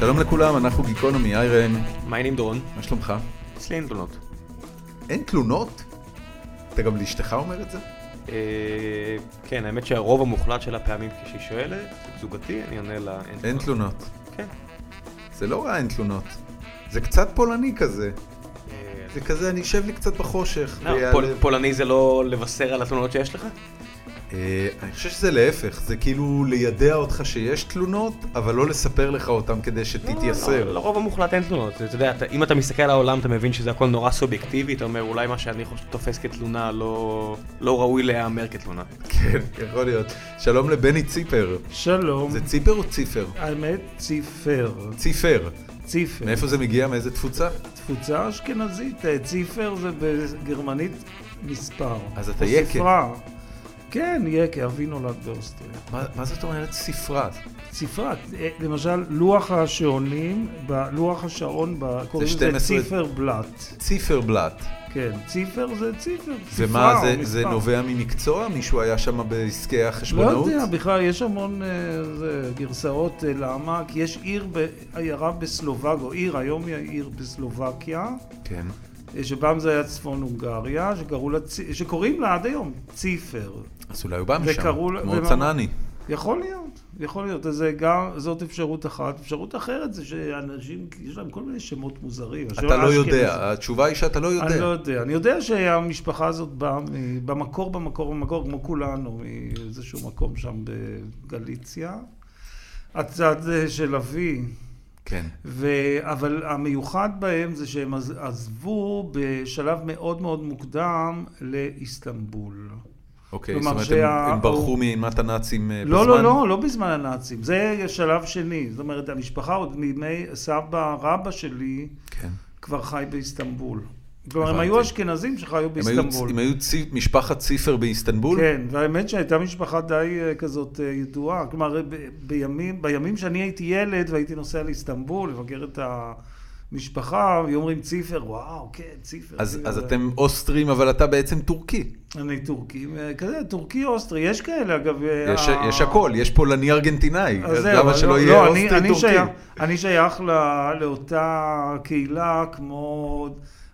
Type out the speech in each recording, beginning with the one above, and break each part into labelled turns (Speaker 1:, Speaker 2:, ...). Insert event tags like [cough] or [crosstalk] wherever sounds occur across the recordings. Speaker 1: שלום לכולם, אנחנו גיקונומי, היי ראם,
Speaker 2: מה העניינים דורון?
Speaker 1: מה שלומך?
Speaker 2: אצלי אין תלונות.
Speaker 1: אין תלונות? אתה גם לאשתך אומר את זה?
Speaker 2: אה, כן, האמת שהרוב המוחלט של הפעמים כשהיא שואלת, זוגתי, אני עונה לה אין
Speaker 1: אין
Speaker 2: תלונות.
Speaker 1: תלונות.
Speaker 2: כן.
Speaker 1: זה לא רע אין תלונות. זה קצת פולני כזה.
Speaker 2: אה,
Speaker 1: זה כזה, אני אשב לי קצת בחושך.
Speaker 2: לא,
Speaker 1: ויעלה-
Speaker 2: פול- פולני זה לא לבשר על התלונות שיש לך?
Speaker 1: אה, אני חושב שזה להפך, זה כאילו לידע אותך שיש תלונות, אבל לא לספר לך אותן כדי
Speaker 2: לא,
Speaker 1: שתתייסר.
Speaker 2: לרוב המוחלט אין תלונות. אתה יודע, אתה- אם אתה מסתכל על העולם, אתה מבין שזה הכל נורא סובייקטיבי, אתה אומר, אולי מה שאני חושב- תופס כתלונה לא לא ראוי להיאמר כתלונה.
Speaker 1: כן, יכול להיות. שלום לבני ציפר.
Speaker 3: שלום,
Speaker 1: זה ציפר או ציפר?
Speaker 3: האמת ציפר,
Speaker 1: ציפר.
Speaker 2: כן.
Speaker 3: ציפר,
Speaker 1: מאיפה זה מגיע? מאיזה תפוצה?
Speaker 3: תפוצה אשכנזית, אה, ציפר זה בגרמנית מספר.
Speaker 1: אז אתה
Speaker 3: או
Speaker 1: יקה.
Speaker 3: ספרה. כן, יקה, אבי נולד באוסטריה.
Speaker 1: מה מה זאת אומרת ספרה?
Speaker 3: ספרה, אה, למשל, לוח השעונים, ב- לוח השעון, ב- קוראים לזה
Speaker 1: 12
Speaker 3: ציפר בלאט.
Speaker 1: ציפר בלאט.
Speaker 3: כן, ציפר זה ציפר, ספרה
Speaker 1: ומה
Speaker 3: או
Speaker 1: זה,
Speaker 3: מספר.
Speaker 1: זה נובע ממקצוע? מישהו היה שם בעסקי
Speaker 3: לא
Speaker 1: החשבונאות?
Speaker 3: יודע, בכלל יש המון אה, זה, גרסאות אה, למה, כי יש עיר, ב- עיירה בסלובק, או עיר, היום היא עיר בסלובקיה,
Speaker 1: כן.
Speaker 3: אה, שפעם זה היה צפון הונגריה, שקראו לה, צי- שקוראים לה עד היום ציפר.
Speaker 1: אז אולי הוא בא משם,
Speaker 3: וקראו לה-
Speaker 1: כמו
Speaker 3: ומה-
Speaker 1: צנני.
Speaker 3: יכול להיות, יכול להיות. אז זה גם, זאת אפשרות אחת. אפשרות אחרת זה שאנשים, יש להם כל מיני שמות מוזרים.
Speaker 1: אתה לא יודע, התשובה היא שאתה לא
Speaker 3: אני לא
Speaker 1: יודע.
Speaker 3: יודע. אני יודע שהמשפחה הזאת באה מ- במקור, במקור, במקור, כמו כולנו, מאיזשהו מקום שם בגליציה. הצד אה, של אבי.
Speaker 1: כן.
Speaker 3: ו... אבל המיוחד בהם זה שהם עז- עזבו בשלב מאוד מאוד מוקדם לאיסטנבול.
Speaker 1: אוקיי, זאת
Speaker 3: כלומר
Speaker 1: אומרת,
Speaker 3: שה-
Speaker 1: הם- הם ברחו
Speaker 3: הוא-
Speaker 1: מאימת הנאצים אה, בזמן?
Speaker 3: לא, לא, לא, לא בזמן הנאצים. זה שלב שני. זאת אומרת, המשפחה עוד מימי סבא, רבא שלי,
Speaker 1: כן.
Speaker 3: כבר חי באיסטנבול. כלומר, הם
Speaker 1: הבנתי.
Speaker 3: היו אשכנזים שחיו
Speaker 1: הם היו צ-
Speaker 3: באיסטנבול.
Speaker 1: הם היו צי- משפחת ציפר באיסטנבול?
Speaker 3: כן, והאמת שהייתה משפחה די אה, כזאת אה, ידועה. כלומר, ב- בימים, בימים שאני הייתי ילד והייתי נוסע לאיסטנבול לבקר את המשפחה, היו אומרים ציפר, וואו, כן, ציפר.
Speaker 1: אז
Speaker 3: ציפר."
Speaker 1: אז אתם אוסטרים, אבל אתה בעצם טורקי.
Speaker 3: אני טורקי, אה, כזה, טורקי אוסטרי, יש כאלה, אגב. אה,
Speaker 1: יש-
Speaker 3: ה-
Speaker 1: יש הכל, יש פולני ארגנטינאי.
Speaker 3: אז
Speaker 1: אז
Speaker 3: זהו,
Speaker 1: למה
Speaker 3: אז
Speaker 1: שלא
Speaker 3: לא-
Speaker 1: יהיה
Speaker 3: לא, אני-
Speaker 1: אוסטרי
Speaker 3: אני שייך-
Speaker 1: טורקי?
Speaker 3: אני שייך ל- לאותה קהילה כמו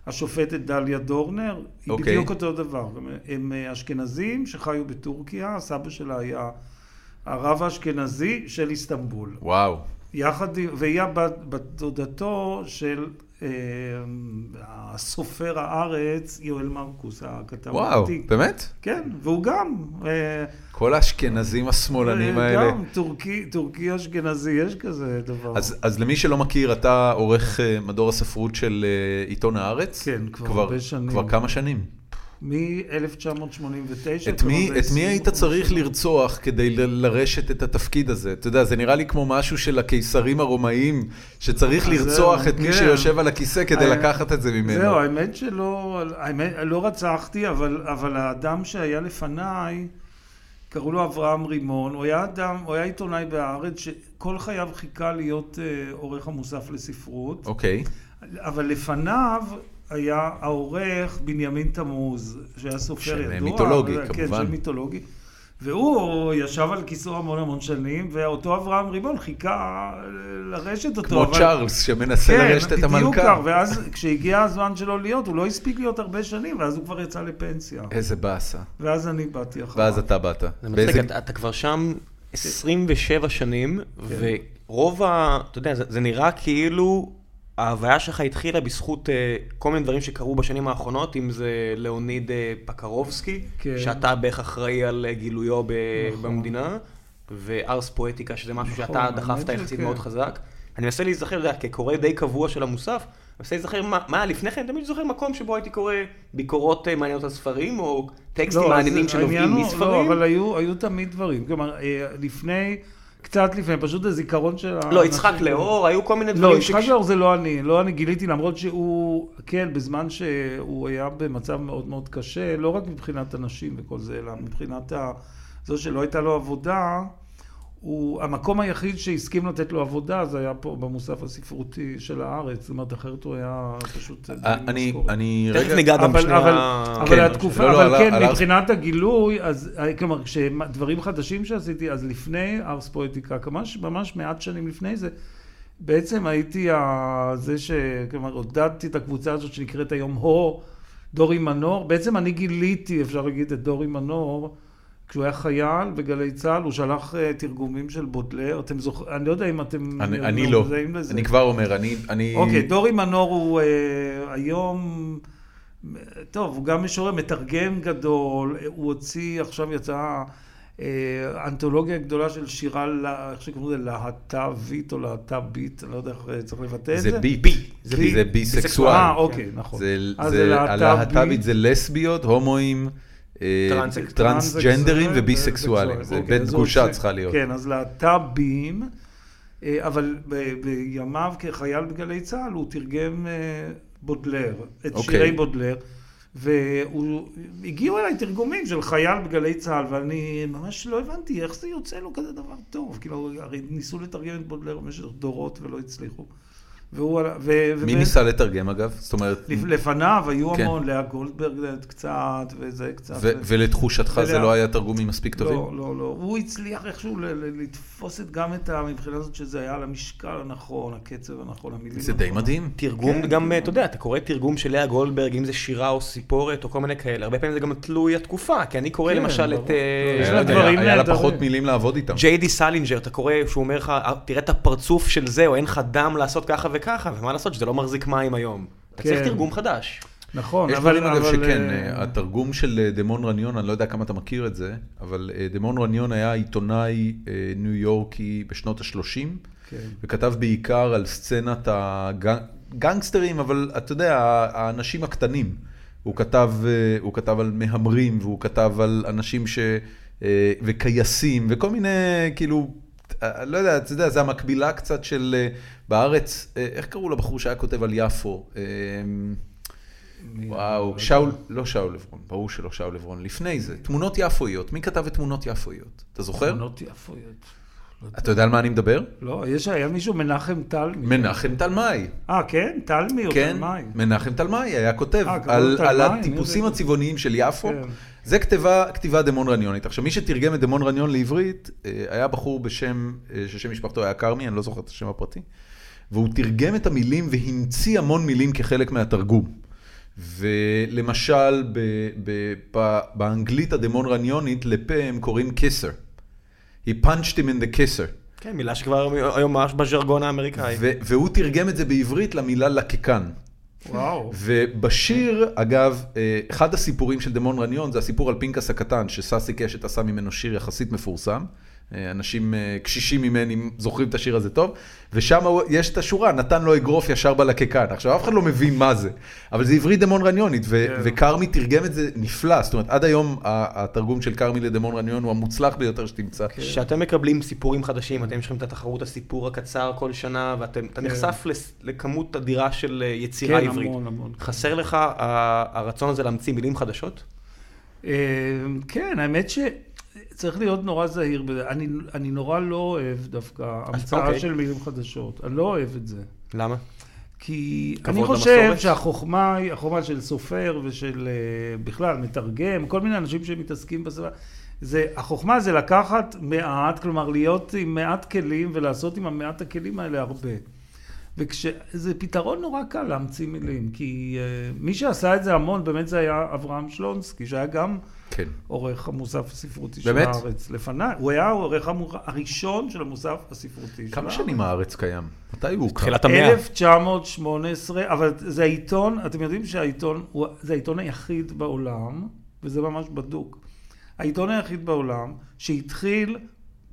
Speaker 3: השופטת דליה דורנר, היא
Speaker 1: אוקיי.
Speaker 3: בדיוק אותו דבר. הם- הם אשכנזים שחיו בטורקיה, סבא שלה היה הרב האשכנזי של איסטנבול.
Speaker 1: וואו.
Speaker 3: יחד, עם- והיא הבת בת דודתו של אה, הסופר הארץ יואל מרקוס, הכתב
Speaker 1: וואו,
Speaker 3: העתיק.
Speaker 1: באמת?
Speaker 3: כן, והוא גם... אה,
Speaker 1: כל האשכנזים השמאלנים
Speaker 3: אה,
Speaker 1: האלה.
Speaker 3: גם טורקי, טורקי אשכנזי, יש כזה דבר.
Speaker 1: אז, אז למי שלא מכיר, אתה עורך אה, מדור הספרות של אה, עיתון הארץ?
Speaker 3: כן, כבר הרבה שנים.
Speaker 1: כבר כמה שנים.
Speaker 3: מ-1989.
Speaker 1: את מי, את מי היית צריך לרצוח כדי ל- לרשת את התפקיד הזה? אתה יודע, זה נראה לי כמו משהו של הקיסרים הרומאים, שצריך
Speaker 3: אז
Speaker 1: לרצוח
Speaker 3: זהו,
Speaker 1: את מי
Speaker 3: כן.
Speaker 1: שיושב על הכיסא כדי
Speaker 3: אה,
Speaker 1: לקחת את זה ממנו.
Speaker 3: זהו, האמת שלא, האמת, לא רצחתי, אבל, אבל האדם שהיה לפניי, קראו לו אברהם רימון, הוא היה אדם, הוא היה עיתונאי בהארץ שכל חייו חיכה להיות אה, עורך המוסף לספרות,
Speaker 1: אוקיי,
Speaker 3: אבל לפניו היה העורך בנימין תמוז, שהיה סופר
Speaker 1: שם
Speaker 3: ידוע.
Speaker 1: מיתולוגי,
Speaker 3: אבל-
Speaker 1: כמובן.
Speaker 3: כן, שם מיתולוגי. והוא ישב על כיסאו המון המון שנים, ואותו אברהם רימון חיכה לרשת אותו.
Speaker 1: כמו
Speaker 3: אבל-
Speaker 1: צ'ארלס שמנסה לרשת את
Speaker 3: כן, בדיוק
Speaker 1: המלכה.
Speaker 3: כך, ואז כשהגיע הזמן שלו להיות, הוא לא הספיק להיות הרבה שנים, ואז הוא כבר יצא לפנסיה.
Speaker 1: איזה באסה.
Speaker 3: ואז אני באתי אחריו.
Speaker 1: אה. ואז אתה באת.
Speaker 2: זה
Speaker 1: באיזה-
Speaker 2: מצחיק, אתה- אתה כבר שם 27 שנים,
Speaker 3: כן.
Speaker 2: ורוב ה... אתה יודע, זה- זה נראה כאילו ההוויה שלך התחילה בזכות אה, כל מיני דברים שקרו בשנים האחרונות, אם זה ליאוניד אה, פקרובסקי,
Speaker 3: כן.
Speaker 2: שאתה בערך אחראי על אה, גילויו ב- במדינה, וארס פואטיקה, שזה משהו
Speaker 3: נכון,
Speaker 2: שאתה
Speaker 3: האמת
Speaker 2: דחפת יחסית
Speaker 3: שכן.
Speaker 2: מאוד חזק. אני מנסה להיזכר, אתה יודע, כקורא די קבוע של המוסף, אני מנסה להיזכר מה- מה היה לפני כן, אני תמיד זוכר מקום שבו הייתי קורא ביקורות אה, מעניינות על ספרים, או טקסטים
Speaker 3: לא, אז
Speaker 2: מעניינים
Speaker 3: העניין
Speaker 2: שנובעים
Speaker 3: הוא-
Speaker 2: מספרים.
Speaker 3: לא, אבל היו, היו תמיד דברים. כלומר, אה, לפני, קצת לפני, פשוט הזיכרון של האנשים-
Speaker 2: לא, יצחק לאור, היו כל מיני
Speaker 3: לא,
Speaker 2: דברים
Speaker 3: יצחק לאור זה לא אני, לא אני גיליתי, למרות שהוא, כן, בזמן שהוא היה במצב מאוד מאוד קשה, לא רק מבחינת הנשים וכל זה, אלא מבחינת ה... זו שלא הייתה לו עבודה, הוא, המקום היחיד שהסכים לתת לו עבודה זה היה פה במוסף הספרותי של הארץ, זאת אומרת, אחרת הוא היה פשוט... בלי
Speaker 1: אה, אני,
Speaker 3: משכורת.
Speaker 1: אני,
Speaker 2: תכף
Speaker 1: רגע,
Speaker 2: ניגע גם
Speaker 3: אבל,
Speaker 2: שנייה.
Speaker 3: אבל,
Speaker 1: כן,
Speaker 3: אבל התקופה,
Speaker 1: לא, לא,
Speaker 3: אבל
Speaker 1: על ה-
Speaker 3: כן,
Speaker 1: על ה-
Speaker 3: מבחינת הגילוי, אז כלומר, כשדברים חדשים שעשיתי, אז לפני ארס פואטיקה, כמש, ממש מעט שנים לפני זה, בעצם הייתי ה... זה ש... כלומר, עודדתי את הקבוצה הזאת שנקראת היום הו, דורי מנור. בעצם אני גיליתי, אפשר להגיד, את דורי מנור. כשהוא היה חייל בגלי צה"ל, הוא שלח אה, תרגומים של בודלר. אתם זוכרים, אני לא יודע אם אתם...
Speaker 1: אני, אני לא,
Speaker 3: מזהים לזה.
Speaker 1: אני כבר אומר, אני... אני...
Speaker 3: אוקיי, דורי מנור הוא אה, היום, טוב, הוא גם משורר, מתרגם גדול, הוא הוציא, עכשיו יצאה אה, אנתולוגיה גדולה של שירה, לה- איך שקוראים לזה, להט"בית או להט"בית, אני לא יודע איך אה, צריך לבטא את זה.
Speaker 1: זה בי, זה
Speaker 3: בי.
Speaker 1: בי- זה ביסקסואל.
Speaker 3: אה, אוקיי, נכון.
Speaker 1: זה-
Speaker 3: אז
Speaker 1: זה-
Speaker 3: להט"בית.
Speaker 1: הלהט"בית זה לסביות, הומואים, אה,
Speaker 2: טרנס-
Speaker 1: טרנסג'נדרים
Speaker 3: טרנסג'נדרים
Speaker 1: וביסקסואלים. זה
Speaker 3: אוקיי,
Speaker 1: בית
Speaker 3: אז
Speaker 1: גושה
Speaker 3: הוא-
Speaker 1: צריכה להיות.
Speaker 3: כן, אז להט"בים, אה, אבל ב- בימיו כחייל בגלי צה"ל, הוא תרגם אה, בודלר, את
Speaker 1: אוקיי.
Speaker 3: שירי בודלר. והגיעו אליי תרגומים של חייל בגלי צה"ל, ואני ממש לא הבנתי איך זה יוצא לו כזה דבר טוב. כאילו, הרי ניסו לתרגם את בודלר במשך דורות ולא הצליחו. והוא עלה, ו...
Speaker 1: מי
Speaker 3: ובעצם-
Speaker 1: ניסה לתרגם אגב? זאת אומרת,
Speaker 3: לפ- לפניו היו
Speaker 1: כן.
Speaker 3: המון, לאה גולדברג קצת, וזה קצת.
Speaker 1: ו- ולתחושתך זה
Speaker 3: ולאה-
Speaker 1: לא היה תרגומים מספיק טובים?
Speaker 3: לא, לא, לא. הוא הצליח איכשהו ל- ל- לתפוס את גם את המבחינה הזאת שזה היה על המשקל הנכון, הקצב הנכון, המילים
Speaker 1: זה די
Speaker 3: הנכונות.
Speaker 1: מדהים.
Speaker 2: תרגום
Speaker 3: כן.
Speaker 2: גם, אתה יודע, אתה קורא תרגום של לאה גולדברג, אם זה שירה או סיפורת או כל מיני כאלה, הרבה פעמים זה גם תלוי התקופה, כי אני קורא
Speaker 3: כן,
Speaker 2: למשל את...
Speaker 3: ברור.
Speaker 2: אה,
Speaker 3: יש
Speaker 1: היה לה-
Speaker 3: לה
Speaker 2: לא יודע,
Speaker 3: דברים
Speaker 1: היה לה
Speaker 3: נהדרים.
Speaker 1: פחות מילים לעבוד איתם.
Speaker 2: ג'יי די סלינג'ר, אתה קורא שהוא אומר לך, "אה, תראה את הפרצוף של זה, או אין לך דם לעשות ככה וככה, ומה לעשות שזה לא מחזיק מים היום. אתה צריך
Speaker 3: כן.
Speaker 2: תרגום חדש.
Speaker 3: נכון,
Speaker 1: יש
Speaker 3: אבל...
Speaker 1: דברים אגב
Speaker 3: אבל,
Speaker 1: שכן,
Speaker 3: אה,
Speaker 1: אה, התרגום של אה, דמון רניון, אני לא יודע כמה אתה מכיר את זה, אבל אה, דמון רניון היה עיתונאי אה, ניו יורקי בשנות ה-30,
Speaker 3: כן.
Speaker 1: וכתב בעיקר על סצנת הגנגסטרים, אבל אתה יודע, האנשים הקטנים. הוא כתב, אה, הוא כתב על מהמרים, והוא כתב על אנשים ש... אה, וכייסים, וכל מיני, כאילו, אה, לא יודע, אתה יודע, זה המקבילה קצת של אה, בארץ, אה, איך קראו לבחור שהיה כותב על יפו? אה,
Speaker 3: מי-
Speaker 1: וואו, שאול, לא שאול עברון, ברור שלא שאול עברון, לפני זה. תמונות יפואיות, מי כתב את תמונות יפואיות? אתה זוכר?
Speaker 3: תמונות יפויות.
Speaker 1: אתה יודע על מה אני מדבר?
Speaker 3: לא, יש, היה מישהו, מנחם תלמי.
Speaker 1: מנחם תלמי,
Speaker 3: אה, כן? תלמי או
Speaker 1: כן?
Speaker 3: תלמי.
Speaker 1: מנחם תלמי היה כותב
Speaker 3: אה, קראו
Speaker 1: על
Speaker 3: תלמי,
Speaker 1: על
Speaker 3: אני
Speaker 1: הטיפוסים
Speaker 3: יודע.
Speaker 1: הצבעוניים של יפו.
Speaker 3: כן.
Speaker 1: זה כתיבה כתיבה דמון רניונית. עכשיו, מי שתרגם את דמון רניון לעברית, אה, היה בחור בשם, אה, ששם משפחתו היה כרמי, אני לא זוכר את השם הפרטי, והוא תרגם את המילים והמציא המון מילים כחלק מהתרגום. ולמשל, ב, ב, ב, באנגלית הדמון רניונית, לפה הם קוראים קיסר. He punched him in the kisser.
Speaker 2: כן, מילה שכבר היום ממש בז'רגון האמריקאי.
Speaker 1: ו- והוא תרגם את זה בעברית למילה לקקן.
Speaker 3: וואו.
Speaker 1: ובשיר, אגב, אה, אחד הסיפורים של דמון רניון זה הסיפור על פנקס הקטן, שססי קשת עשה ממנו שיר יחסית מפורסם. אה, אנשים אה, קשישים ממני זוכרים את השיר הזה טוב, ושם הוא- יש את השורה, נתן לו אגרוף ישר בלקקן. עכשיו, אף אחד לא מבין מה זה, אבל זה עברית דמון רניונית, ו-
Speaker 3: כן.
Speaker 1: וכרמי תרגם את זה נפלא, זאת אומרת, עד היום ה- התרגום של כרמי לדמון רניון הוא המוצלח ביותר שתמצא.
Speaker 3: כן.
Speaker 2: כשאתם מקבלים סיפורים חדשים, אתם יש לכם את התחרות הסיפור הקצר כל שנה, ואתה נחשף לס- לכמות אדירה של אה, יצירה
Speaker 3: כן,
Speaker 2: עברית.
Speaker 3: המון, המון.
Speaker 2: חסר לך ה- הרצון הזה להמציא מילים חדשות?
Speaker 3: אמ, כן, האמת שצריך להיות נורא זהיר בזה. אני, אני נורא לא אוהב דווקא המצאה
Speaker 2: אוקיי.
Speaker 3: של מילים חדשות. אני לא אוהב את זה.
Speaker 2: למה?
Speaker 3: כי
Speaker 2: כבוד
Speaker 3: אני חושב
Speaker 2: למסורת.
Speaker 3: שהחוכמה היא החוכמה של סופר ושל אה, בכלל מתרגם, כל מיני אנשים שמתעסקים בסביבה. זה, החוכמה זה לקחת מעט, כלומר להיות עם מעט כלים ולעשות עם המעט הכלים האלה הרבה. וזה פתרון נורא קל להמציא מילים, כי אה, מי שעשה את זה המון באמת זה היה אברהם שלונסקי, שהיה גם
Speaker 1: כן.
Speaker 3: עורך המוסף הספרותי
Speaker 1: באמת?
Speaker 3: של הארץ. לפניי, הוא היה העורך המור... הראשון של המוסף הספרותי של
Speaker 1: כמה
Speaker 3: הארץ.
Speaker 1: שנים הארץ קיים? מתי הוא הוקם?
Speaker 2: תחילת המאה.
Speaker 3: 1918, אבל זה העיתון, אתם יודעים שהעיתון, הוא- זה העיתון היחיד בעולם, וזה ממש בדוק, העיתון היחיד בעולם שהתחיל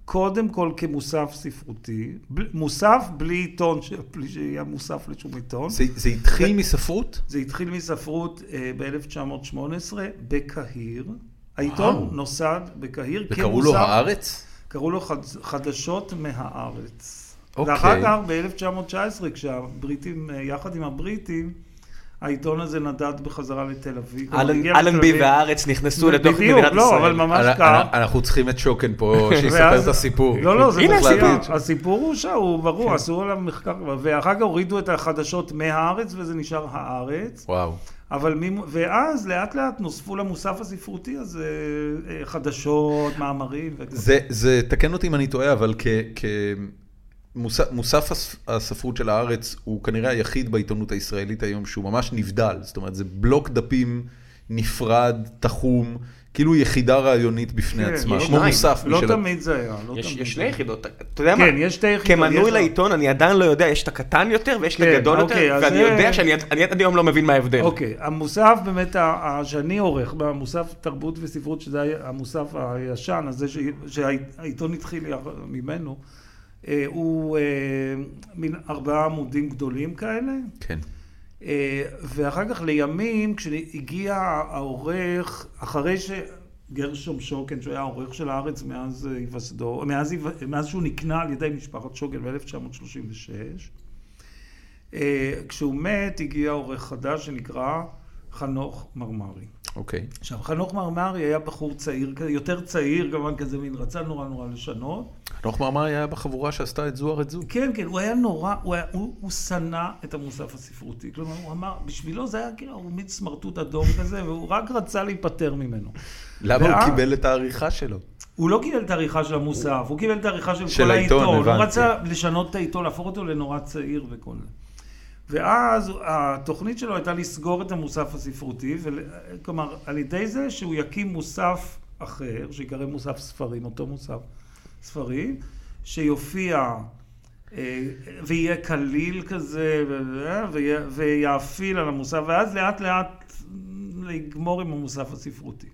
Speaker 3: קודם כל כמוסף ספרותי, בל, מוסף בלי עיתון, ש- בלי שיהיה מוסף לשום עיתון.
Speaker 1: זה זה התחיל מספרות?
Speaker 3: זה התחיל מספרות אה, ב-1918 בקהיר. העיתון
Speaker 1: וואו.
Speaker 3: נוסד בקהיר
Speaker 1: וקראו לו הארץ?
Speaker 3: קראו לו חד- חדשות מהארץ.
Speaker 1: אוקיי.
Speaker 3: ואחר כך ב-1919, כשהבריטים, אה, יחד עם הבריטים, העיתון הזה נדד בחזרה לתל אביב. הוא
Speaker 2: אלן-
Speaker 3: הגיע לתל
Speaker 2: אלנבי
Speaker 3: אביב.
Speaker 2: והארץ נכנסו לתוך מדינת ישראל.
Speaker 3: בדיוק, לא, אבל ממש
Speaker 1: אנ-
Speaker 3: כך.
Speaker 1: אנ- אנחנו צריכים את שוקן פה, שיספר
Speaker 3: [laughs] ואז-
Speaker 1: את הסיפור.
Speaker 3: לא, לא, זה
Speaker 1: צריך
Speaker 3: מצוין.
Speaker 1: להביא את-
Speaker 3: הסיפור הוא שהוא
Speaker 2: כן.
Speaker 3: ברור, עשו עליו מחקר, ואחר כך הורידו את החדשות מהארץ, וזה נשאר הארץ.
Speaker 1: וואו.
Speaker 3: אבל מי... ואז לאט לאט נוספו למוסף הספרותי הזה אה, חדשות, מאמרים. וכל-
Speaker 1: זה, זה, תקן אותי אם אני טועה, אבל כ... כ... מוס- מוסף הס- הספרות של הארץ הוא כנראה היחיד בעיתונות הישראלית היום שהוא ממש נבדל, זאת אומרת זה בלוק דפים נפרד, תחום, כאילו יחידה רעיונית בפני
Speaker 3: כן,
Speaker 1: עצמה,
Speaker 2: יש
Speaker 1: כמו
Speaker 2: שניים,
Speaker 1: מוסף
Speaker 3: לא
Speaker 1: משל...
Speaker 3: תמיד זה היה, לא
Speaker 2: יש
Speaker 3: תמיד.
Speaker 2: יש שני יחידות, אתה- אתה יודע מה?
Speaker 3: כן, יש שתי יחידות, יש
Speaker 2: כמנוי
Speaker 3: לה.
Speaker 2: לעיתון, אני עדיין לא יודע, יש את הקטן יותר ויש את
Speaker 3: כן,
Speaker 2: הגדול יותר,
Speaker 3: אוקיי, אז
Speaker 2: ואני
Speaker 3: זה-
Speaker 2: יודע שאני עד- אני עד היום לא מבין מה ההבדל.
Speaker 3: אוקיי, המוסף באמת, ה- ה- שאני עורך, המוסף תרבות וספרות, שזה היה- המוסף הישן, הזה ש- שהעיתון התחיל יח- ממנו, אה, הוא אה, מין ארבעה עמודים גדולים כאלה,
Speaker 1: כן.
Speaker 3: אה, ואחר כך לימים, כשהגיע העורך, אחרי שגרשום שוקן, שהוא היה העורך של הארץ מאז אה, היווסדו, מאז, היו- מאז שהוא נקנה על ידי משפחת שוקן ב-1936, אה, כשהוא מת, הגיע עורך חדש שנקרא חנוך מרמרי.
Speaker 1: אוקיי.
Speaker 3: עכשיו, חנוך מרמרי היה בחור צעיר, כזה- יותר צעיר, כמובן כזה מין, רצה נורא נורא לשנות.
Speaker 1: חנוך מרמרי היה בחבורה שעשתה את זו ארץ זו.
Speaker 3: כן, כן, הוא היה נורא, הוא, היה, הוא, הוא שנא את המוסף הספרותי. כלומר, הוא אמר, בשבילו זה היה כאילו מין סמרטוט אדום כזה, והוא רק רצה להיפטר ממנו.
Speaker 1: למה הוא
Speaker 3: ואז-
Speaker 1: קיבל את העריכה שלו?
Speaker 3: הוא לא קיבל את העריכה של המוסף, הוא קיבל את העריכה של,
Speaker 1: של
Speaker 3: כל
Speaker 1: העיתון,
Speaker 3: העיתון.
Speaker 1: הבנתי.
Speaker 3: הוא רצה לשנות את העיתון, להפוך אותו לנורא צעיר וכל זה. ואז התוכנית שלו הייתה לסגור את המוסף הספרותי, ול... כלומר, על ידי זה שהוא יקים מוסף אחר, שיקרא מוסף ספרים, אותו מוסף ספרים, שיופיע אה, ויהיה קליל כזה, ו- ו- ויאפיל על המוסף, ואז לאט לאט לגמור עם המוסף הספרותי.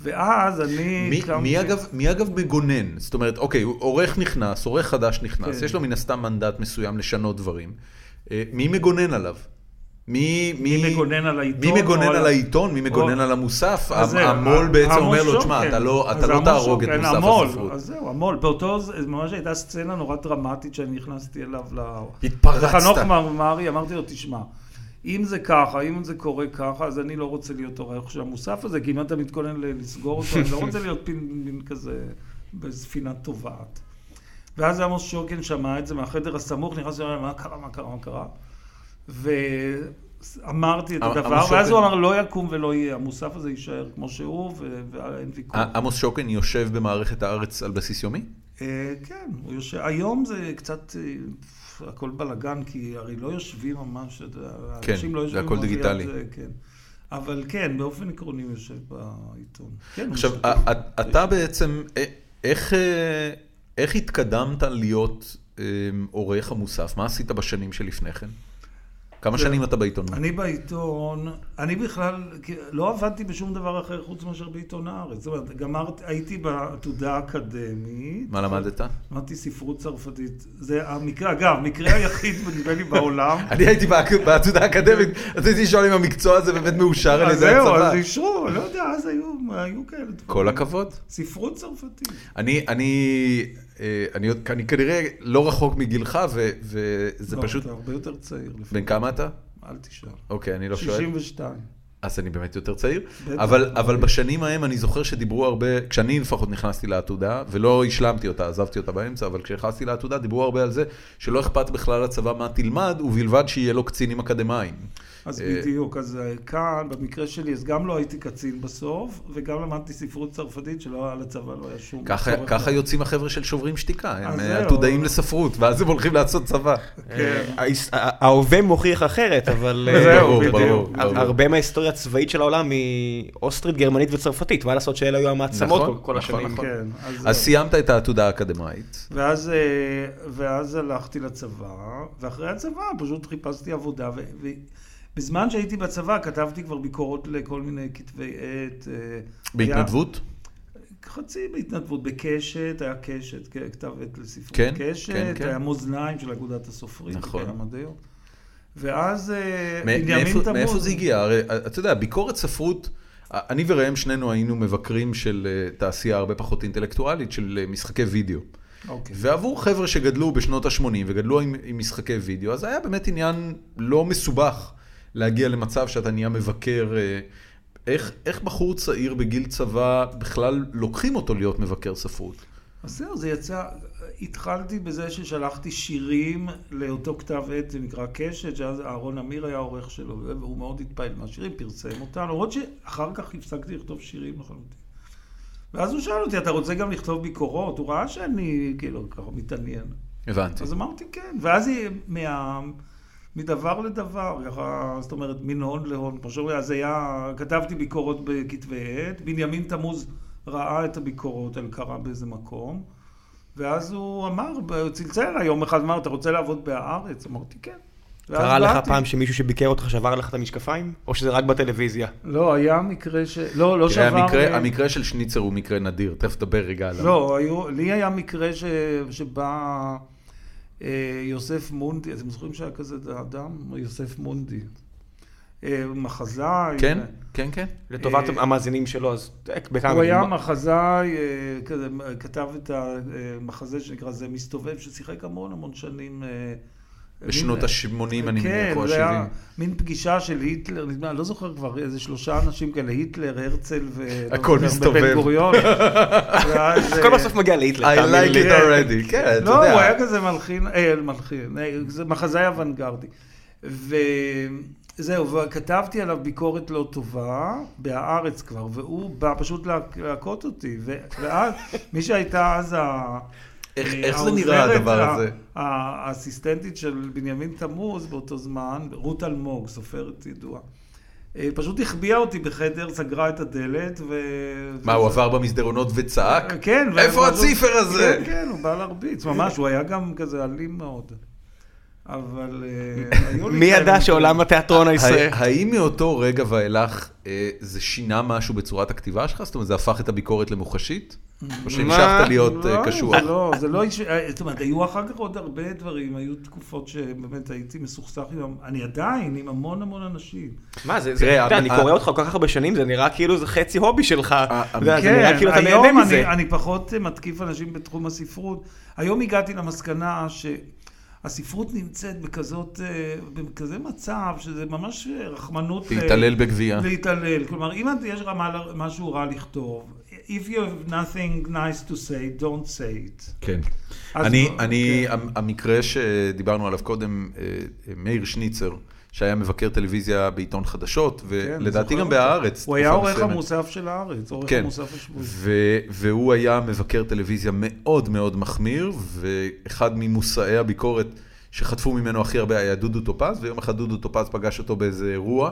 Speaker 3: ואז אני...
Speaker 1: מי,
Speaker 3: קמתי-
Speaker 1: מי, אגב, מי אגב מגונן? זאת אומרת, אוקיי, הוא- עורך נכנס, עורך חדש נכנס,
Speaker 3: כן.
Speaker 1: יש לו מן הסתם מנדט מסוים לשנות דברים. אה, מי מגונן עליו? מי, מי,
Speaker 3: מי מגונן על העיתון
Speaker 1: מי מגונן
Speaker 3: או
Speaker 1: על
Speaker 3: על-
Speaker 1: העיתון? מי מגונן
Speaker 3: או-
Speaker 1: על המוסף?
Speaker 3: אז
Speaker 1: המ-
Speaker 3: זהו,
Speaker 1: המו"ל בעצם
Speaker 3: עמוס
Speaker 1: אומר לו,
Speaker 3: שוקן.
Speaker 1: תשמע, אתה לא, אתה
Speaker 3: כן. אז
Speaker 1: לא
Speaker 3: עמוס
Speaker 1: תהרוג את
Speaker 3: שוקן,
Speaker 1: מוסף
Speaker 3: המו"ל,
Speaker 1: הספרות.
Speaker 3: אז זהו, המו"ל. באותו, ז- ממש הייתה סצנה נורא דרמטית שאני נכנסתי אליו ל...
Speaker 1: התפרצת.
Speaker 3: חנוך מרמרי, אמרתי לו, תשמע, אם זה ככה, אם זה קורה ככה, אז אני לא רוצה להיות עורך של המוסף הזה, כי אם אתה מתכונן ל- לסגור אותו, אני לא רוצה להיות פין- מין כזה בספינה טובעת. ואז עמוס שוקן שמע את זה מהחדר הסמוך, נכנס ואמר, מה קרה, מה קרה, מה קרה? ואמרתי את
Speaker 1: עמוס
Speaker 3: הדבר, ואז
Speaker 1: שוקן-
Speaker 3: הוא אמר, לא יקום ולא יהיה, המוסף הזה יישאר כמו שהוא, ו- ואין ויכוח.
Speaker 1: ע- עמוס שוקן יושב במערכת הארץ על בסיס יומי?
Speaker 3: אה, כן, הוא יושב, היום זה קצת אה, הכל בלאגן, כי הרי לא יושבים ממש, אתה יודע,
Speaker 1: כן,
Speaker 3: אנשים לא
Speaker 1: זה
Speaker 3: יושבים
Speaker 1: הכל
Speaker 3: ממש ליד
Speaker 1: דיגיטלי.
Speaker 3: זה, כן. אבל כן, באופן עקרוני הוא יושב בעיתון. כן, הוא
Speaker 1: עכשיו,
Speaker 3: משתתף.
Speaker 1: א- א- אתה בעצם, א- איך, אה, איך התקדמת להיות אה, עורך המוסף? מה עשית בשנים שלפני כן? כמה
Speaker 3: זה-
Speaker 1: שנים אתה בעיתונות?
Speaker 3: אני בעיתון, אני בכלל לא עבדתי בשום דבר אחר חוץ מאשר בעיתון הארץ. זאת אומרת, גמרתי, הייתי בעתודה האקדמית.
Speaker 1: מה למדת?
Speaker 3: למדתי ספרות צרפתית. זה המקרה, אגב, המקרה היחיד, נדמה לי, בעולם.
Speaker 1: אני הייתי בעק- בעתודה האקדמית, רציתי לשאול אם המקצוע הזה באמת מאושר על
Speaker 3: אז
Speaker 1: ידי
Speaker 3: זהו, אז
Speaker 1: הצבא.
Speaker 3: אישרו, לא יודע, אז היו, היו כאלה דברים.
Speaker 1: כל הכבוד.
Speaker 3: ספרות צרפתית.
Speaker 1: אני, אני, אה, אני, עוד- אני כנראה לא רחוק מגילך, ו, וזה
Speaker 3: לא,
Speaker 1: פשוט...
Speaker 3: אתה הרבה יותר צעיר לפעמים.
Speaker 1: בן כמה אתה?
Speaker 3: אל תשאל.
Speaker 1: אוקיי, אני לא שואל.
Speaker 3: 62.
Speaker 1: אז אני באמת יותר צעיר,
Speaker 3: בטח.
Speaker 1: אבל, אבל בשנים ההם אני זוכר שדיברו הרבה, כשאני לפחות נכנסתי לעתודה, ולא השלמתי אותה, עזבתי אותה באמצע, אבל כשנכנסתי לעתודה דיברו הרבה על זה שלא אכפת בכלל לצבא מה תלמד, ובלבד שיהיה לו קצינים אקדמאים.
Speaker 3: אז
Speaker 1: אה,
Speaker 3: בדיוק, אז אה, כאן, במקרה שלי, אז גם לא הייתי קצין בסוף, וגם למדתי ספרות צרפתית שלא היה לצבא, לא היה שום...
Speaker 1: ככה,
Speaker 3: צורך.
Speaker 1: ככה יוצאים החבר'ה של שוברים שתיקה, הם
Speaker 3: אז
Speaker 1: אה,
Speaker 3: זהו.
Speaker 1: עתודאים לספרות, ואז הם הולכים לעשות צבא.
Speaker 3: כן.
Speaker 2: אה, ההיס- ה- ההווה מוכיח אחרת, אבל... אה,
Speaker 3: [laughs] זהו,
Speaker 1: ברור,
Speaker 3: בדיוק.
Speaker 1: ברור,
Speaker 2: הר-
Speaker 1: ברור.
Speaker 2: הרבה מההיסטוריה הצבאית של העולם היא אוסטרית, גרמנית וצרפתית, מה לעשות שאלה היו המעצמות
Speaker 1: נכון,
Speaker 2: כל- כל
Speaker 1: נכון,
Speaker 2: השנים.
Speaker 1: נכון.
Speaker 3: כן, אז...
Speaker 1: אז
Speaker 3: זהו.
Speaker 1: סיימת את העתודה האקדמאית.
Speaker 3: ואז, אה, ואז הלכתי לצבא, ואחרי הצבא פשוט חיפשתי עבודה. ו- ובזמן שהייתי בצבא כתבתי כבר ביקורות לכל מיני כתבי עת. אה, היה-
Speaker 1: בהתנדבות?
Speaker 3: חצי בהתנדבות, בקשת, היה קשת, כ- כתב עת לספרות
Speaker 1: כן,
Speaker 3: קשת,
Speaker 1: כן, כן.
Speaker 3: היה מאזניים של אגודת הסופרים,
Speaker 1: נכון.
Speaker 3: נכון. המדעיות. ואז אה,
Speaker 1: מ-
Speaker 3: בנימין
Speaker 1: מאיפה-
Speaker 3: תמוז.
Speaker 1: מאיפה זה הגיע? הרי אה, אתה יודע, ביקורת ספרות, אה, אני וראם שנינו היינו מבקרים של אה, תעשייה הרבה פחות אינטלקטואלית, של אה, משחקי וידאו.
Speaker 3: אוקיי.
Speaker 1: ועבור חבר'ה שגדלו בשנות ה-80 וגדלו עם, עם משחקי וידאו, אז היה באמת עניין לא מסובך להגיע למצב שאתה נהיה מבקר. אה, איך, איך בחור צעיר בגיל צבא בכלל לוקחים אותו להיות מבקר ספרות?
Speaker 3: אז זהו, זה יצא, התחלתי בזה ששלחתי שירים לאותו כתב עת, זה נקרא קשת, שאז אהרון אמיר היה העורך שלו, והוא מאוד התפעל מהשירים, פרסם אותם, למרות שאחר כך הפסקתי לכתוב שירים לחלוטין. ואז הוא שאל אותי, אתה רוצה גם לכתוב ביקורות? הוא ראה שאני, כאילו, ככה מתעניין.
Speaker 1: הבנתי.
Speaker 3: אז אמרתי כן, ואז היא מה... מדבר לדבר, ככה, זאת אומרת, מן הון להון. פשוט אז היה, כתבתי ביקורות בכתבי עת, בנימין תמוז ראה את הביקורות על קרה באיזה מקום, ואז הוא אמר, הוא צלצל אליי יום אחד, אמר, אתה רוצה לעבוד בהארץ? אמרתי, כן. ואז
Speaker 2: קרה לך
Speaker 3: באתי.
Speaker 2: פעם שמישהו שביקר אותך שבר לך את המשקפיים? או שזה רק בטלוויזיה?
Speaker 3: לא, היה מקרה ש... לא, לא
Speaker 1: תראה,
Speaker 3: שבר...
Speaker 1: המקרה-
Speaker 3: אה,
Speaker 1: המקרה של שניצר הוא מקרה נדיר, תכף נדבר רגע עליו.
Speaker 3: לא, היו, לי היה מקרה ש, שבא אה, יוסף מונדי, אתם זוכרים שהיה כזה אדם? יוסף מונדי. אה, מחזאי.
Speaker 1: כן, כן, כן.
Speaker 2: לטובת
Speaker 3: אה,
Speaker 2: המאזינים שלו, אז תק, בכמה
Speaker 3: הוא
Speaker 2: מילים.
Speaker 3: היה מחזאי, אה, כזה, אה, כתב את המחזה שנקרא זה מסתובב, ששיחק המון המון שנים. אה,
Speaker 1: בשנות
Speaker 3: מין-
Speaker 1: ה-80, אני
Speaker 3: כן,
Speaker 1: מניח, או
Speaker 3: זה היה
Speaker 1: ה-70.
Speaker 3: מין פגישה של היטלר, נדמה, אני לא זוכר כבר, איזה שלושה אנשים כאלה, היטלר, הרצל ו...
Speaker 1: הכל
Speaker 3: ובן
Speaker 1: מסתובב. [laughs]
Speaker 3: גוריון. ואז,
Speaker 2: הכל
Speaker 3: אה,
Speaker 2: בסוף מגיע להיטלר,
Speaker 1: I
Speaker 2: תאמין
Speaker 1: like
Speaker 2: לי.
Speaker 1: it already, כן, אתה
Speaker 3: לא, הוא
Speaker 1: יודע.
Speaker 3: היה כזה מלחין, אה, מלחין, אה, זה מחזאי אוונגרדי. וזהו, וכתבתי עליו ביקורת לא טובה, בהארץ כבר, והוא בא פשוט להק- להכות אותי. ו- ואז, מי שהייתה אז ה...
Speaker 1: איך-
Speaker 3: אה,
Speaker 1: איך זה נראה
Speaker 3: העוזרת,
Speaker 1: הדבר
Speaker 3: ה-
Speaker 1: הזה?
Speaker 3: ה- האסיסטנטית של בנימין תמוז באותו זמן, רות אלמוג, סופרת ידועה. אה, פשוט החביאה אותי בחדר, סגרה את הדלת ו...
Speaker 1: מה, הוא עבר במסדרונות וצעק?
Speaker 3: כן.
Speaker 1: איפה
Speaker 3: ואז-
Speaker 1: הציפר הזה?
Speaker 3: כן, כן, הוא בא להרביץ, ממש, הוא היה גם כזה אלים מאוד. אבל אה, היו לי... אה,
Speaker 2: מי ידע
Speaker 3: כאלה-
Speaker 2: שעולם התיאטרון הישראלי...
Speaker 1: הא- האם מאותו רגע ואילך אה, זה שינה משהו בצורת הכתיבה שלך? זאת אומרת, זה הפך את הביקורת למוחשית? או שהמשכת להיות אה,
Speaker 3: לא,
Speaker 1: קשוח?
Speaker 3: זה לא, זה לא... איש- אה, זאת אומרת, היו אחר כך עוד הרבה דברים, היו תקופות שבאמת הייתי מסוכסך עם... אני עדיין עם המון המון אנשים.
Speaker 2: מה זה,
Speaker 1: תראה,
Speaker 2: זה, אתה יודע, אני
Speaker 1: ה-
Speaker 2: קורא אותך כל כך הרבה שנים, זה נראה כאילו זה חצי הובי שלך. אתה יודע, זה
Speaker 3: כן,
Speaker 2: נראה כאילו אתה נהנה
Speaker 3: היום
Speaker 2: מזה.
Speaker 3: אני, אני פחות אה, מתקיף אנשים בתחום הספרות. היום הגעתי למסקנה שהספרות נמצאת בכזאת, אה, בכזה מצב שזה ממש אה, רחמנות... ל-
Speaker 1: להתעלל בגבייה.
Speaker 3: להתעלל. כלומר, אם את- יש לך מה- משהו רע לכתוב, If you have nothing nice to say, don't say it.
Speaker 1: כן.
Speaker 3: אז
Speaker 1: אני,
Speaker 3: בוא,
Speaker 1: אני,
Speaker 3: כן.
Speaker 1: המ- המקרה שדיברנו עליו קודם, אה, אה, מאיר שניצר, שהיה מבקר טלוויזיה בעיתון חדשות,
Speaker 3: כן,
Speaker 1: ולדעתי
Speaker 3: זוכר
Speaker 1: גם
Speaker 3: אותו.
Speaker 1: בהארץ.
Speaker 3: הוא היה
Speaker 1: תקופה
Speaker 3: עורך
Speaker 1: מסוימת.
Speaker 3: המוסף של הארץ, עורך
Speaker 1: כן.
Speaker 3: המוסף השבועי.
Speaker 1: ו- והוא היה מבקר טלוויזיה מאוד מאוד מחמיר, ואחד ממושאי הביקורת שחטפו ממנו הכי הרבה היה דודו טופז, ויום אחד דודו טופז פגש אותו באיזה אירוע.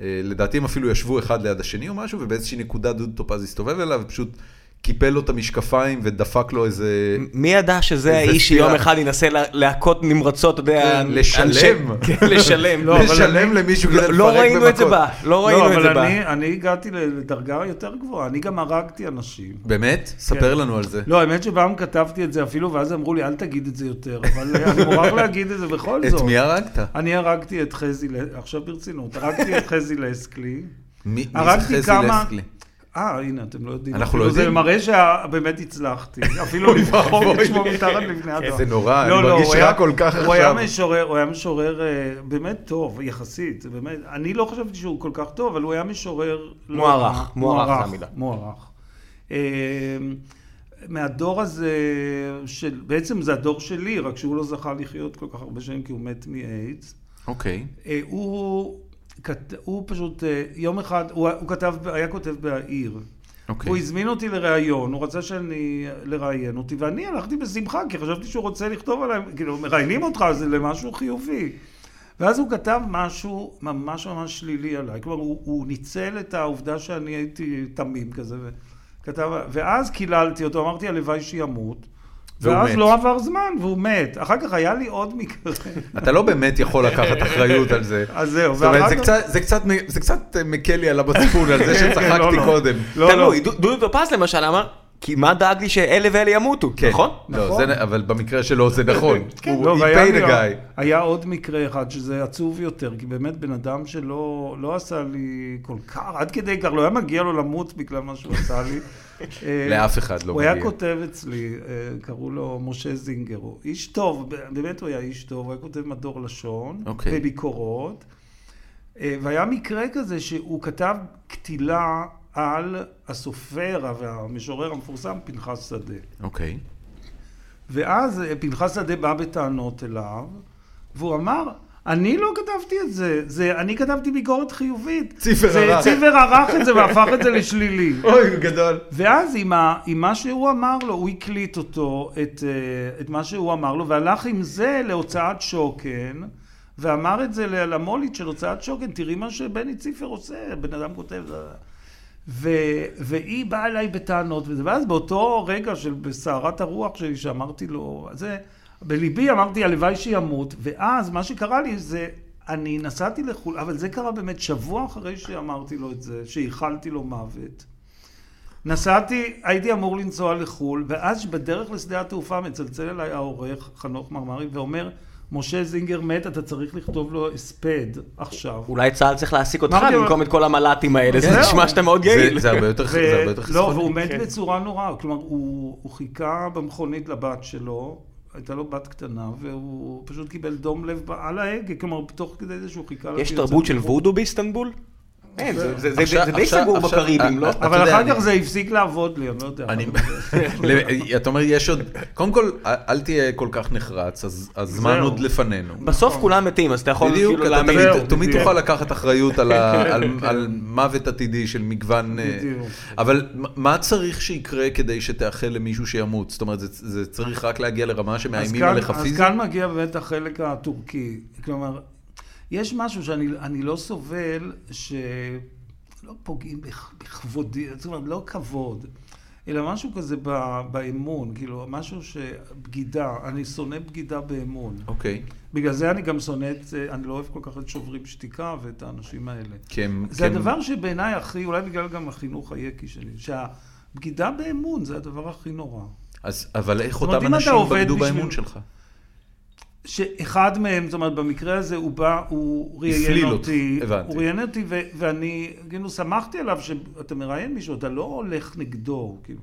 Speaker 1: אה, לדעתי הם אפילו ישבו אחד ליד השני או משהו, ובאיזושהי נקודה דודו טופז הסתובב אליו ופשוט קיפל לו את המשקפיים ודפק לו איזה...
Speaker 2: מי ידע שזה
Speaker 1: זה
Speaker 2: האיש
Speaker 1: סתירה.
Speaker 2: שיום אחד ינסה לה- להכות נמרצות, אתה יודע,
Speaker 1: כן,
Speaker 2: אנשי-
Speaker 1: לשלם.
Speaker 2: אה, [laughs] כן, לשלם.
Speaker 3: לא, אבל
Speaker 1: לשלם
Speaker 3: אני-
Speaker 1: למישהו כדי
Speaker 2: לא-
Speaker 1: לפרק
Speaker 2: לא ראינו את זה
Speaker 1: במכות.
Speaker 2: בא, לא ראינו את זה
Speaker 3: אבל
Speaker 2: בא.
Speaker 3: אני- אני הגעתי לדרגה יותר גבוהה, אני גם הרגתי אנשים.
Speaker 1: באמת? ספר לנו על זה.
Speaker 3: לא, האמת שפעם כתבתי את זה אפילו, ואז אמרו לי, אל תגיד את זה יותר, אבל [laughs] אני מוכרח להגיד את זה בכל זאת.
Speaker 1: את מי הרגת?
Speaker 3: אני הרגתי את חזי, ל- עכשיו ברצינות, הרגתי את חזי לסקלי.
Speaker 1: מי מי זה
Speaker 3: הרגתי
Speaker 1: חזי
Speaker 3: כמה-
Speaker 1: לסקלי?
Speaker 3: אה, הנה, אתם לא יודעים.
Speaker 1: אנחנו
Speaker 3: אפילו
Speaker 1: לא יודעים.
Speaker 3: זה מראה
Speaker 1: [laughs]
Speaker 3: שבאמת הצלחתי. אפילו
Speaker 1: אוי
Speaker 3: לבחור
Speaker 1: ואבוי.
Speaker 3: את שמו מתחת לבני אדם.
Speaker 1: זה נורא,
Speaker 3: לא,
Speaker 1: אני
Speaker 3: לא,
Speaker 1: מרגיש
Speaker 3: הוא
Speaker 1: רע
Speaker 3: היה-
Speaker 1: כל כך
Speaker 3: הוא היה
Speaker 1: עכשיו.
Speaker 3: משורר, הוא היה משורר אה, באמת טוב, יחסית, זה באמת. אני לא חשבתי שהוא כל כך טוב, אבל הוא היה משורר... לא
Speaker 2: מוערך,
Speaker 3: רע.
Speaker 2: מוערך זה המילה.
Speaker 3: מוערך. אה, מהדור הזה, של, בעצם זה הדור שלי, רק שהוא לא זכה לחיות כל כך הרבה שנים כי הוא מת מאיידס.
Speaker 1: אוקיי.
Speaker 3: אה, הוא, כת- הוא פשוט, אה, יום אחד, הוא, הוא כתב, היה כותב ב"העיר".
Speaker 1: אוקיי.
Speaker 3: הוא הזמין אותי לראיון, הוא רצה שאני, לראיין אותי, ואני הלכתי בשמחה, כי חשבתי שהוא רוצה לכתוב עליי, כאילו, מראיינים אותך, זה למשהו חיובי. ואז הוא כתב משהו ממש ממש שלילי עליי, כלומר, הוא, הוא ניצל את העובדה שאני הייתי תמים כזה, וכתב, ואז קיללתי אותו, אמרתי, הלוואי שימות.
Speaker 1: והוא
Speaker 3: ואז
Speaker 1: מת.
Speaker 3: לא עבר זמן, והוא מת. אחר כך היה לי עוד מקרה. [laughs]
Speaker 1: אתה לא באמת יכול לקחת אחריות על זה.
Speaker 3: אז זהו,
Speaker 1: זאת אומרת,
Speaker 3: ואחר
Speaker 1: זה
Speaker 3: כך-
Speaker 1: קצת- זה קצת מ- זה קצת מקל לי על המצפון, על זה
Speaker 3: לא,
Speaker 1: שצחקתי
Speaker 3: לא.
Speaker 1: קודם.
Speaker 3: לא, לא.
Speaker 2: תלוי, דו- דודו טופז למשל אמר, כי מה דאג לי שאלה ואלה ימותו,
Speaker 1: כן.
Speaker 2: נכון?
Speaker 1: לא,
Speaker 3: נכון.
Speaker 1: זה נ- אבל במקרה שלו זה [laughs]
Speaker 3: [laughs]
Speaker 1: נכון. הוא
Speaker 3: לא,
Speaker 1: he
Speaker 3: והיה לי-
Speaker 1: paid a guy.
Speaker 3: היה עוד מקרה אחד שזה עצוב יותר, כי באמת בן אדם שלא לא עשה לי כל כך, עד כדי כך, לא היה מגיע לו למות בגלל מה שהוא עשה
Speaker 1: [laughs]
Speaker 3: לי. אה,
Speaker 1: לאף אחד לא
Speaker 3: הוא
Speaker 1: מגיע.
Speaker 3: היה כותב אצלי, אה, קראו לו משה זינגר, הוא איש טוב, באמת הוא היה איש טוב, הוא היה כותב מדור לשון,
Speaker 1: אוקיי.
Speaker 3: וביקורות, אה, והיה מקרה כזה שהוא כתב קטילה על הסופר והמשורר המפורסם פנחס שדה.
Speaker 1: אוקיי.
Speaker 3: ואז אה, פנחס שדה בא בטענות אליו, והוא אמר, אני לא כתבתי את זה, זה אני כתבתי ביקורת חיובית.
Speaker 1: ציפר
Speaker 3: זה-
Speaker 1: ערך.
Speaker 3: ציפר ערך את זה והפך את זה לשלילי.
Speaker 1: אוי, גדול.
Speaker 3: ואז עם, ה, עם מה שהוא אמר לו, הוא הקליט אותו, את, אה, את מה שהוא אמר לו, והלך עם זה להוצאת שוקן, ואמר את זה ל- למולית של הוצאת שוקן, תראי מה שבני ציפר עושה, בן אדם כותב... אה, ו, והיא באה אליי בטענות וזה, ואז באותו רגע של בסערת הרוח שלי שאמרתי לו, זה, בליבי אמרתי הלוואי שימות, ואז מה שקרה לי זה, אני נסעתי לחו"ל, אבל זה קרה באמת שבוע אחרי שאמרתי לו את זה, שאיחלתי לו מוות. נסעתי, הייתי אמור לנסוע לחו"ל, ואז בדרך לשדה התעופה מצלצל אליי העורך, חנוך מרמרי, ואומר, משה זינגר מת, אתה צריך לכתוב לו הספד עכשיו.
Speaker 2: אולי צה"ל צריך להעסיק אותך
Speaker 3: אמרתי לו-
Speaker 2: במקום את כל המל"טים האלה, כן. זה
Speaker 3: זהו.
Speaker 2: נשמע שאתה מאוד יעיל.
Speaker 1: כן. זה- זה הרבה יותר זה הרבה יותר
Speaker 3: לא,
Speaker 1: חסכוני.
Speaker 3: והוא מת
Speaker 2: כן.
Speaker 3: בצורה נוראה, כלומר, הוא, הוא חיכה במכונית לבת שלו, הייתה לו בת קטנה, והוא פשוט קיבל דום לב על ההגה, כלומר, תוך כדי זה שהוא חיכה... לה
Speaker 2: יש
Speaker 3: שהיא
Speaker 2: תרבות
Speaker 3: יוצאת
Speaker 2: של
Speaker 3: לחו"ל.
Speaker 2: וודו באיסטנבול? אין, זה- זה- זה
Speaker 1: עכשיו-
Speaker 2: זה די
Speaker 1: עכשיו-
Speaker 2: סגור
Speaker 1: עכשיו-
Speaker 2: בקריבים, לא?
Speaker 1: אה, אה, אתה
Speaker 3: אבל
Speaker 1: יודע,
Speaker 3: אחר
Speaker 1: אני-
Speaker 3: כך זה הפסיק לעבוד לי, אני לא יודע.
Speaker 1: אני... [laughs] ל- אתה אומר, יש עוד... קודם כל, אל- אל תהיה כל כך נחרץ, אז הזמן
Speaker 3: זהו. נכון,
Speaker 1: עוד לפנינו.
Speaker 2: בסוף כולם מתים, אז אתה יכול
Speaker 1: אה. בדיוק,
Speaker 2: כאילו
Speaker 1: אתה
Speaker 2: להאמין.
Speaker 1: תמיד-
Speaker 3: זהו,
Speaker 1: תמיד
Speaker 3: בדיוק. כן,
Speaker 1: תוכל לקחת אחריות על ה- על- על מוות עתידי של מגוון... אה,
Speaker 3: בדיוק.
Speaker 1: אבל מה- מה צריך שיקרה כדי שתאחל למישהו שימות? זאת אומרת, זה- זה צריך רק להגיע לרמה
Speaker 3: אז
Speaker 1: שמאיימים
Speaker 3: כאן-
Speaker 1: עליך
Speaker 3: אז
Speaker 1: פיזית?
Speaker 3: כאן מגיע באמת החלק הטורקי. כלומר, יש משהו שאני אני לא סובל, שלא פוגעים בכ- בכבודי, זאת אומרת, לא כבוד, אלא משהו כזה ב, באמון, כאילו, משהו ש... בגידה, אני שונא בגידה באמון.
Speaker 1: אוקיי,
Speaker 3: בגלל זה אני גם שונא את... אני לא אוהב כל כך את שוברים שתיקה ואת האנשים האלה.
Speaker 1: כי הם...
Speaker 3: זה
Speaker 1: כי הם-
Speaker 3: הדבר שבעיניי הכי, אולי בגלל גם החינוך היקי שלי, שהבגידה באמון זה הדבר הכי נורא.
Speaker 1: אז- אבל איך
Speaker 3: אומרת,
Speaker 1: אותם
Speaker 3: אם אתה
Speaker 1: אנשים
Speaker 3: עובד
Speaker 1: בגדו
Speaker 3: בשביל-
Speaker 1: באמון שלך?
Speaker 3: שאחד מהם, זאת אומרת, במקרה הזה הוא בא, הוא
Speaker 1: הפליל
Speaker 3: ראיין
Speaker 1: אותך,
Speaker 3: אותי,
Speaker 1: הבנתי.
Speaker 3: הוא ראיין אותי, ו- ואני, כאילו, שמחתי עליו שאתה מראיין מישהו, אתה לא הולך נגדו, כאילו.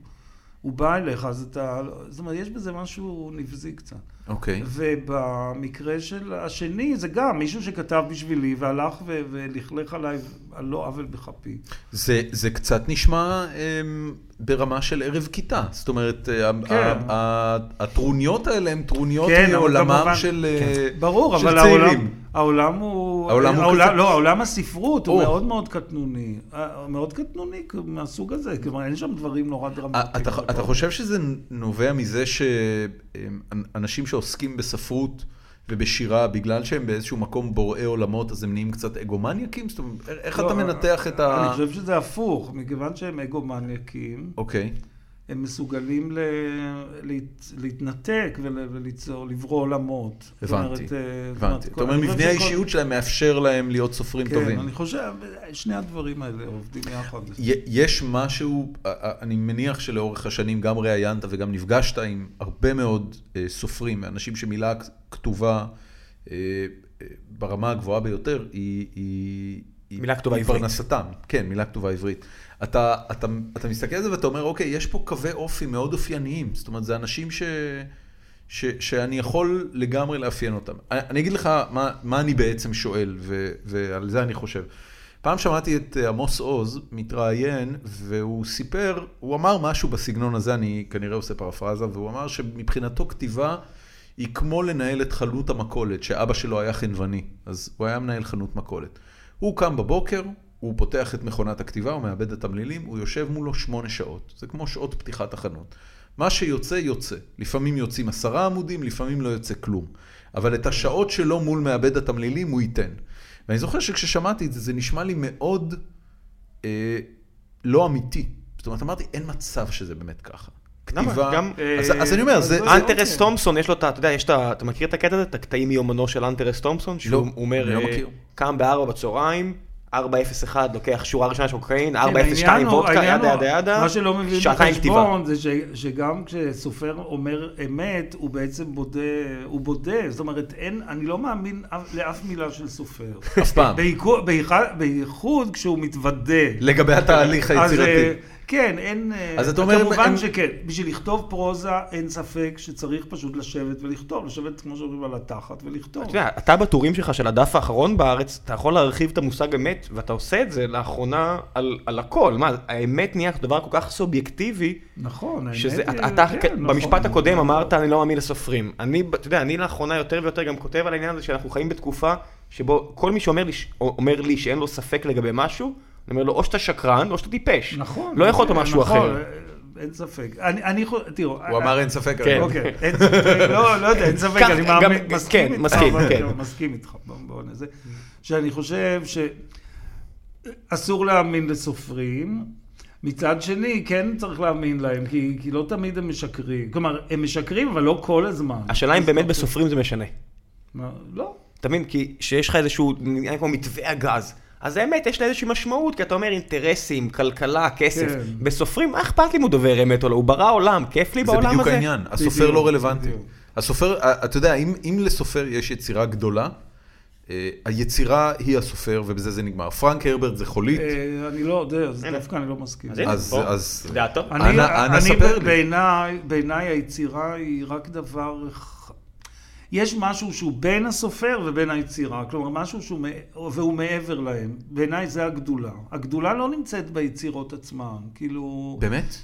Speaker 3: הוא בא אליך, אז אתה, זאת אומרת, יש בזה משהו נבזי קצת.
Speaker 1: אוקיי.
Speaker 3: ובמקרה של השני, זה גם מישהו שכתב בשבילי, והלך ו- ולכלך עליי על לא עוול בכפי.
Speaker 1: זה, זה קצת נשמע אמ, ברמה של ערב כיתה. זאת אומרת, אה,
Speaker 3: כן.
Speaker 1: ה- ה- הטרוניות האלה הן טרוניות
Speaker 3: כן, אבל
Speaker 1: מעולמם
Speaker 3: כמובן- כן.
Speaker 1: של אה,
Speaker 3: ברור,
Speaker 1: של
Speaker 3: אבל
Speaker 1: צעירים.
Speaker 3: העולם, העולם הוא...
Speaker 1: העולם הוא כזה-
Speaker 3: לא, העולם הספרות הוא
Speaker 1: או.
Speaker 3: מאוד מאוד קטנוני. אה, מאוד קטנוני מהסוג הזה, כלומר אין שם דברים נורא
Speaker 1: אה,
Speaker 3: דרמטיים.
Speaker 1: אתה, אתה חושב שזה נובע מזה שאנשים שעוסקים בספרות ובשירה, בגלל שהם באיזשהו מקום בוראי עולמות, אז הם נהיים קצת אגומניאקים? זאת אומרת, איך
Speaker 3: לא,
Speaker 1: אתה מנתח את ה...
Speaker 3: אני חושב שזה הפוך, מכיוון שהם אגומניאקים,
Speaker 1: אוקיי.
Speaker 3: הם מסוגלים ל... להת... להתנתק ול... וליצור, לברוא עולמות. זאת
Speaker 1: הבנתי,
Speaker 3: אומרת, אה, זאת אומרת,
Speaker 1: הבנתי. אתה אומר,
Speaker 3: אני חושב
Speaker 1: מבנה
Speaker 3: שכל-
Speaker 1: האישיות שלהם מאפשר להם להיות סופרים
Speaker 3: כן,
Speaker 1: טובים.
Speaker 3: אני חושב, אה, שני הדברים האלה עובדים יחד.
Speaker 1: י- יש משהו, א- א- אני מניח שלאורך השנים גם ראיינת וגם נפגשת עם הרבה מאוד אה, סופרים, אנשים שמילה כ- כתובה אה, אה, ברמה הגבוהה ביותר היא... היא היא-
Speaker 2: מילה כתובה
Speaker 1: היא
Speaker 2: עברית.
Speaker 1: פרנסתם, כן, מילה כתובה עברית. אתה, אתה, אתה מסתכל על זה ואתה אומר, אוקיי, יש פה קווי אופי מאוד אופייניים. זאת אומרת, זה אנשים ש, ש, שאני יכול לגמרי לאפיין אותם. אני, אני אגיד לך מה, מה אני בעצם שואל, ו, ועל זה אני חושב. פעם שמעתי את אה, עמוס עוז מתראיין, והוא סיפר, הוא אמר משהו בסגנון הזה, אני כנראה עושה פרפרזה, והוא אמר שמבחינתו כתיבה היא כמו לנהל את חנות המכולת, שאבא שלו היה חנווני, אז הוא היה מנהל חנות מכולת. הוא קם בבוקר, הוא פותח את מכונת הכתיבה, הוא מאבד את התמלילים, הוא יושב מולו שמונה שעות. זה כמו שעות פתיחת החנות. מה שיוצא, יוצא. לפעמים יוצאים עשרה עמודים, לפעמים לא יוצא כלום. אבל את השעות שלו מול מאבד התמלילים הוא ייתן. ואני זוכר שכששמעתי את זה, זה נשמע לי מאוד אה, לא אמיתי. זאת אומרת, אמרתי, אין מצב שזה באמת ככה.
Speaker 2: למה?
Speaker 1: כתיבה...
Speaker 2: גם,
Speaker 1: אז, אז אני אומר,
Speaker 3: אה,
Speaker 1: זה...
Speaker 3: אז
Speaker 1: זה-
Speaker 2: אנטרס
Speaker 3: אוקיי.
Speaker 2: תומפסון, יש לו את ה... אתה יודע, יש את ה... אתה מכיר את הקטע הזה? את הקטעים מיומנו של אנטרס תומפסון? שהוא
Speaker 1: לא,
Speaker 2: אומר,
Speaker 1: אני לא
Speaker 2: אה,
Speaker 1: מכיר.
Speaker 2: קם בארבע בצהריים, 401 לוקח שורה ראשונה של קוקאין,
Speaker 3: כן,
Speaker 2: 402
Speaker 3: העניין הוא-
Speaker 2: וודקה,
Speaker 3: העניין
Speaker 2: ידה
Speaker 3: הוא-
Speaker 2: ידה ידה,
Speaker 3: מה שלא מביאים
Speaker 2: שעתיים כתיבה.
Speaker 3: בחשבון זה ש, שגם כשסופר אומר אמת, הוא בעצם בודה, הוא בודה. זאת אומרת, אין, אני לא מאמין אף- לאף מילה של סופר.
Speaker 2: אה.
Speaker 1: אף פעם.
Speaker 3: בייחוד, בייחוד כשהוא מתוודה.
Speaker 1: לגבי התהליך
Speaker 3: אז, אה,
Speaker 1: היצירתי.
Speaker 3: כן, אין...
Speaker 1: אז אתה אומר,
Speaker 3: כמובן
Speaker 1: הם-
Speaker 3: שכן. בשביל לכתוב פרוזה, אין ספק שצריך פשוט לשבת ולכתוב. לשבת, כמו שאומרים, על התחת ולכתוב.
Speaker 2: אתה יודע, אתה בטורים שלך של הדף האחרון בארץ, אתה יכול להרחיב את המושג אמת, ואתה עושה את זה לאחרונה על, על הכל. מה, האמת נהיה דבר כל כך סובייקטיבי,
Speaker 3: נכון, האמת
Speaker 2: שזה,
Speaker 3: היא-
Speaker 2: אתה, אתה
Speaker 3: כן,
Speaker 2: כן,
Speaker 3: נכון.
Speaker 2: במשפט הקודם אמרת, אני לא מאמין לסופרים. אני, אתה יודע, אני לאחרונה יותר ויותר גם כותב על העניין הזה שאנחנו חיים בתקופה שבו כל מי שאומר לי, ש- אומר לי שאין לו ספק לגבי משהו, אני אומר לו, או שאתה שקרן, או שאתה טיפש.
Speaker 3: נכון.
Speaker 2: לא יכול להיות
Speaker 3: נכון,
Speaker 2: משהו אחר.
Speaker 3: אין ספק. אני, אני חו... תראו.
Speaker 1: הוא אמר אין ספק.
Speaker 2: כן.
Speaker 1: אבל-
Speaker 3: אוקיי, אין ספק, לא, לא יודע, אין ספק,
Speaker 2: כך,
Speaker 3: אני
Speaker 2: גם-
Speaker 3: מאמין,
Speaker 2: כן,
Speaker 3: מסכים איתך.
Speaker 2: מסכים,
Speaker 3: אבל-
Speaker 2: כן.
Speaker 3: מסכים איתך, בוא- בוא נזה. שאני חושב שאסור להאמין לסופרים. מצד שני, כן צריך להאמין להם, כי, כי לא תמיד הם משקרים. כלומר, הם משקרים, אבל לא כל הזמן.
Speaker 2: השאלה
Speaker 3: נכון.
Speaker 2: אם באמת בסופרים זה משנה.
Speaker 3: מה, לא.
Speaker 2: אתה מבין? כי שיש לך איזשהו, נראה כמו מתווה הגז. אז האמת, יש לה איזושהי משמעות, כי אתה אומר אינטרסים, כלכלה, כסף.
Speaker 3: כן.
Speaker 2: בסופרים, מה אכפת לי אם הוא דובר אמת או לא? הוא ברא עולם, כיף לי
Speaker 1: זה
Speaker 2: בעולם הזה.
Speaker 1: בדיוק העניין, הסופר
Speaker 3: בדיוק,
Speaker 1: לא רלוונטי.
Speaker 3: בדיוק.
Speaker 1: הסופר, אה, אתה יודע, אם, אם לסופר יש יצירה גדולה, אה, היצירה היא הסופר, ובזה זה נגמר. פרנק הרברט זה חולית,
Speaker 3: אה, אני לא יודע, זה דווקא אני לא מסכים.
Speaker 2: אז הנה,
Speaker 1: אז-
Speaker 2: בוא,
Speaker 1: אז-
Speaker 2: דעתו.
Speaker 3: אני,
Speaker 1: אנא- אנא
Speaker 3: אני
Speaker 1: ספר לי.
Speaker 3: בעיניי, בעיניי היצירה היא רק דבר... ח- יש משהו שהוא בין הסופר ובין היצירה, כלומר משהו שהוא, מע- והוא מעבר להם. בעיניי זה הגדולה. הגדולה לא נמצאת ביצירות עצמן, כאילו...
Speaker 1: באמת?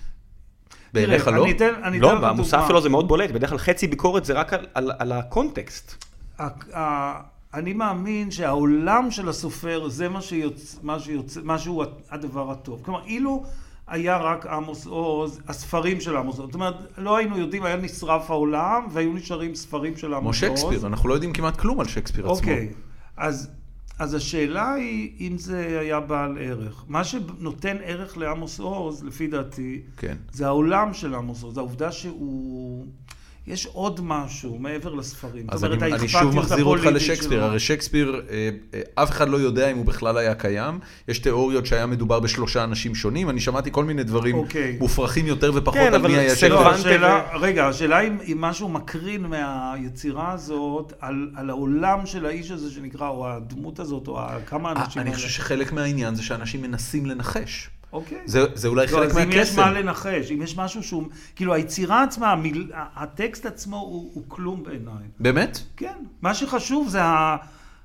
Speaker 3: תראה,
Speaker 1: בעיניך לא?
Speaker 3: אני אתן, אני
Speaker 2: לא,
Speaker 3: אתן לך
Speaker 2: במוסף
Speaker 3: דוגמה.
Speaker 2: שלו זה מאוד בולט, בדרך כלל חצי ביקורת זה רק על- על על הקונטקסט.
Speaker 3: ה- ה- אני מאמין שהעולם של הסופר זה מה, שיוצ... מה, שיוצ... מה שהוא הדבר הטוב. כלומר, אילו היה רק עמוס עוז, הספרים של עמוס עוז, זאת אומרת, לא היינו יודעים, היה נשרף העולם והיו נשארים ספרים של
Speaker 1: כמו
Speaker 3: עמוס עוז.
Speaker 1: שייקספיר, אנחנו לא יודעים כמעט כלום על שייקספיר עצמו.
Speaker 3: אוקיי, אז, אז השאלה היא אם זה היה בעל ערך. מה שנותן ערך לעמוס עוז, לפי דעתי,
Speaker 1: כן.
Speaker 3: זה העולם של עמוס עוז, העובדה שהוא... יש עוד משהו מעבר לספרים.
Speaker 1: אז
Speaker 3: זאת אומרת,
Speaker 1: אני, אני שוב
Speaker 3: האכפתיות
Speaker 1: מחזיר אותך
Speaker 3: הפוליטית
Speaker 1: לשייקספיר,
Speaker 3: שלו.
Speaker 1: הרי שייקספיר, אה, אה, אף אחד לא יודע אם הוא בכלל היה קיים, יש תיאוריות שהיה מדובר בשלושה אנשים שונים, אני שמעתי כל מיני דברים
Speaker 3: אוקיי.
Speaker 1: מופרכים יותר ופחות
Speaker 2: כן,
Speaker 1: על
Speaker 2: אבל
Speaker 1: מי היה
Speaker 2: סלבנט-
Speaker 1: שייקספיר.
Speaker 3: לא,
Speaker 2: הבנתם?
Speaker 3: השאלה, רגע, השאלה אם, אם משהו מקרין מהיצירה הזאת על, על העולם של האיש הזה שנקרא, או הדמות הזאת, או ה- כמה
Speaker 1: אה,
Speaker 3: אנשים
Speaker 1: אני
Speaker 3: האלה.
Speaker 1: חושב שחלק מהעניין זה שאנשים מנסים לנחש.
Speaker 3: אוקיי.
Speaker 1: זה, זה אולי
Speaker 3: לא,
Speaker 1: חלק
Speaker 3: אז אם יש מה
Speaker 1: מהקסם.
Speaker 3: לנחש, אם יש משהו שהוא, כאילו היצירה עצמה, המיל, ה- הטקסט עצמו הוא, הוא כלום בעיניי.
Speaker 1: באמת?
Speaker 3: כן, מה שחשוב זה ה-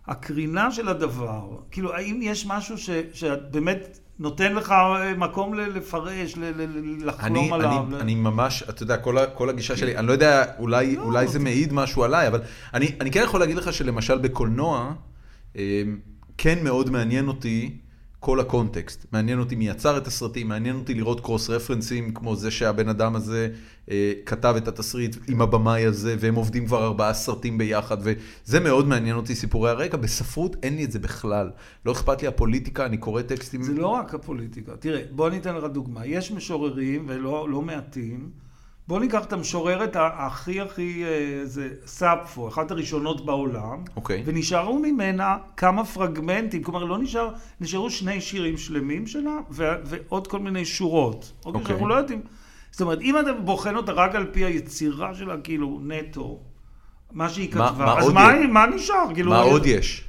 Speaker 3: הקרינה של הדבר. כאילו, האם יש משהו ש, שבאמת נותן לך אה, מקום ל- לפרש, ל, ל, ל,
Speaker 1: אני,
Speaker 3: לחלום עליו? לא כן.
Speaker 1: אני, אני ממש, אתה יודע, כל, ה- כל הגישה שלי, אני לא יודע, אולי,
Speaker 3: לא,
Speaker 1: אולי
Speaker 3: זה-
Speaker 1: זה מעיד משהו עליי, אבל אני, אני כן יכול להגיד לך שלמשל בקולנוע, אה, כן מאוד מעניין אותי כל הקונטקסט. מעניין אותי מי יצר את הסרטים, מעניין אותי לראות קרוס רפרנסים, כמו זה שהבן אדם הזה אה, כתב את התסריט עם הבמאי הזה, והם עובדים כבר ארבעה סרטים ביחד, וזה מאוד מעניין אותי, סיפורי הרקע. בספרות אין לי את זה בכלל. לא אכפת לי הפוליטיקה, אני קורא טקסטים.
Speaker 3: זה לא רק הפוליטיקה. תראה, בוא אני אתן לך דוגמה. יש משוררים, ולא לא מעטים, בוא ניקח את המשוררת ה- הכי הכי, אה, זה ספפו, אחת הראשונות בעולם,
Speaker 1: אוקיי.
Speaker 3: ונשארו ממנה כמה פרגמנטים, כלומר לא נשאר, נשארו שני שירים שלמים שלה, ו, ועוד כל מיני שורות. אוקיי.
Speaker 1: אוקיי.
Speaker 3: שאנחנו לא יודעים. זאת אומרת, אם אתה בוחן אותה רק על פי היצירה שלה, כאילו, נטו, מה שהיא
Speaker 1: מה-
Speaker 3: כתבה,
Speaker 1: מה
Speaker 3: אז
Speaker 1: עוד
Speaker 3: מה,
Speaker 1: יש?
Speaker 3: מה נשאר? כאילו,
Speaker 1: מה עוד יש?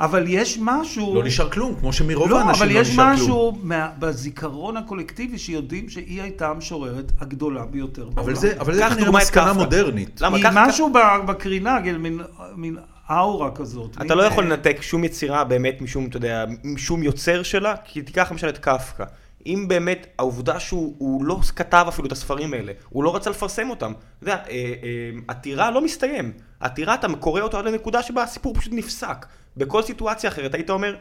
Speaker 3: אבל יש משהו...
Speaker 1: לא נשאר כלום, כמו שמרוב
Speaker 3: לא,
Speaker 1: האנשים
Speaker 3: אבל
Speaker 1: לא
Speaker 3: יש
Speaker 1: נשאר כלום.
Speaker 3: משהו מה, בזיכרון הקולקטיבי שיודעים שהיא הייתה המשוררת הגדולה ביותר בעולם.
Speaker 1: אבל זה, אבל זה
Speaker 2: קח
Speaker 1: כנראה
Speaker 2: דוגמא את
Speaker 1: מסקנה
Speaker 2: קפקא.
Speaker 1: מודרנית.
Speaker 2: למה?
Speaker 3: היא
Speaker 2: קח-
Speaker 3: משהו ב- בקרינה, כאילו, מין, מין אאורה כזאת.
Speaker 2: אתה
Speaker 3: מין-
Speaker 2: לא יכול לנתק שום יצירה באמת משום, אתה יודע, משום יוצר שלה, כי תיקח למשל את קפקא. אם באמת העובדה שהוא הוא לא כתב אפילו את הספרים האלה, הוא לא רצה לפרסם אותם. אתה יודע, אה, אה, עתירה לא מסתיים. עתירה, אתה קורא אותו עד לנקודה שבה הסיפור פשוט נפסק. בכל סיטואציה אחרת היית אומר,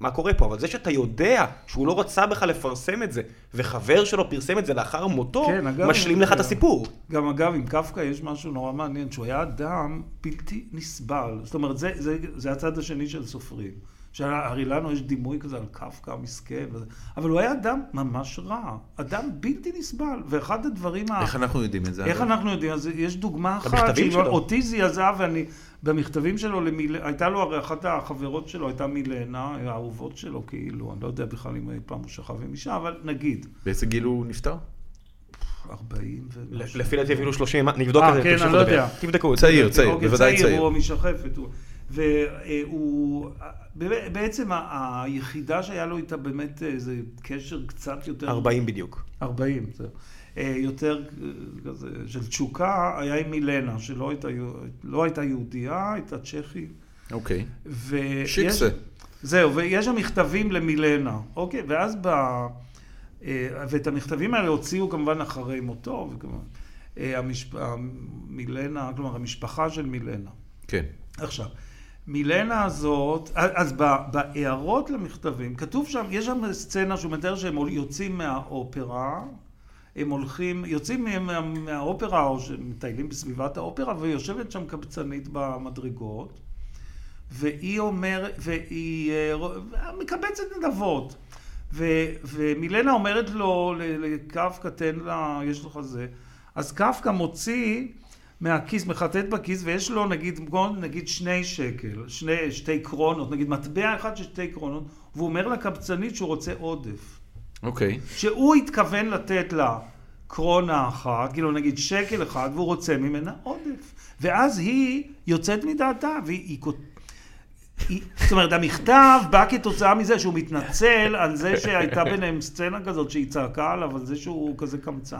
Speaker 2: מה קורה פה? אבל זה שאתה יודע שהוא לא רצה בכלל לפרסם את זה, וחבר שלו פרסם את זה לאחר מותו,
Speaker 3: כן, אגב,
Speaker 2: משלים
Speaker 3: אני
Speaker 2: לך את
Speaker 3: יודע.
Speaker 2: הסיפור.
Speaker 3: גם אגב, עם קפקא יש משהו נורא מעניין, שהוא היה אדם בלתי נסבל. זאת אומרת, זה, זה, זה הצד השני של סופרים. שהרי לנו יש דימוי כזה על קפקא המסכן, וזה. אבל הוא היה אדם ממש רע, אדם בלתי נסבל, ואחד הדברים ה...
Speaker 1: איך אנחנו יודעים את זה?
Speaker 3: איך
Speaker 1: אגב?
Speaker 3: אנחנו יודעים? אז יש דוגמה אחת,
Speaker 2: במכתבים
Speaker 3: שהיא-
Speaker 2: שלו.
Speaker 3: אותי זעזעה, ואני, במכתבים שלו, למיל... הייתה לו, הרי אחת החברות שלו הייתה מילנה, האהובות שלו, כאילו, אני לא יודע בכלל אם אי פעם הוא שכב עם אישה, אבל נגיד,
Speaker 1: באיזה גיל הוא נפטר?
Speaker 3: 40 ומשהו.
Speaker 2: לפי דעתי אפילו 30, נבדוק
Speaker 3: אה,
Speaker 2: את זה,
Speaker 3: כן,
Speaker 2: תמשיכו
Speaker 3: אני לא
Speaker 2: לדבר.
Speaker 3: יודע.
Speaker 2: תבדקו את זה.
Speaker 1: צעיר, צעיר,
Speaker 3: אוקיי,
Speaker 1: בוודאי צעיר.
Speaker 3: הוא משחפת. הוא- והוא, אה, בעצם ה- היחידה שהיה לו איתה באמת איזה קשר קצת יותר...
Speaker 2: 40 בדיוק.
Speaker 3: 40, זהו. אה, יותר אה, כזה, של תשוקה, היה עם מילנה, שלא הייתה, יהו- לא הייתה יהודייה, הייתה צ'כית.
Speaker 1: אוקיי.
Speaker 3: ויש-
Speaker 1: שיקסה.
Speaker 3: זהו, ויש שם מכתבים למילנה, אוקיי? ואז ב... אה, ואת המכתבים האלה הוציאו כמובן אחרי מותו, וכמובן... אה, המשפ... מילנה, כלומר, המשפחה של מילנה.
Speaker 1: כן.
Speaker 3: עכשיו, מילנה הזאת, אז ב- בהערות למכתבים, כתוב שם, יש שם סצנה שהוא מתאר שהם יוצאים מהאופרה, הם הולכים, יוצאים מה, מהאופרה או שמטיילים בסביבת האופרה, ויושבת שם קבצנית במדרגות, והיא אומרת, והיא אה, ר- מקבצת נדבות. ו, ומילנה אומרת לו, ל- לקפקא, תן לה, יש לך זה. אז קפקא מוציא מהכיס, מחטט בכיס, ויש לו נגיד, בוא נגיד שני שקל, שני, שתי קרונות, נגיד מטבע אחד של שתי קרונות, והוא אומר לקבצנית שהוא רוצה עודף.
Speaker 1: אוקיי.
Speaker 3: שהוא התכוון לתת לה קרונה אחת, כאילו נגיד שקל אחד, והוא רוצה ממנה עודף. ואז היא יוצאת מדעתה, והיא... היא כות- היא, זאת אומרת, המכתב בא כתוצאה מזה שהוא מתנצל על זה שהייתה ביניהם סצנה כזאת שהיא צעקה עליו, על זה שהוא כזה קמצן.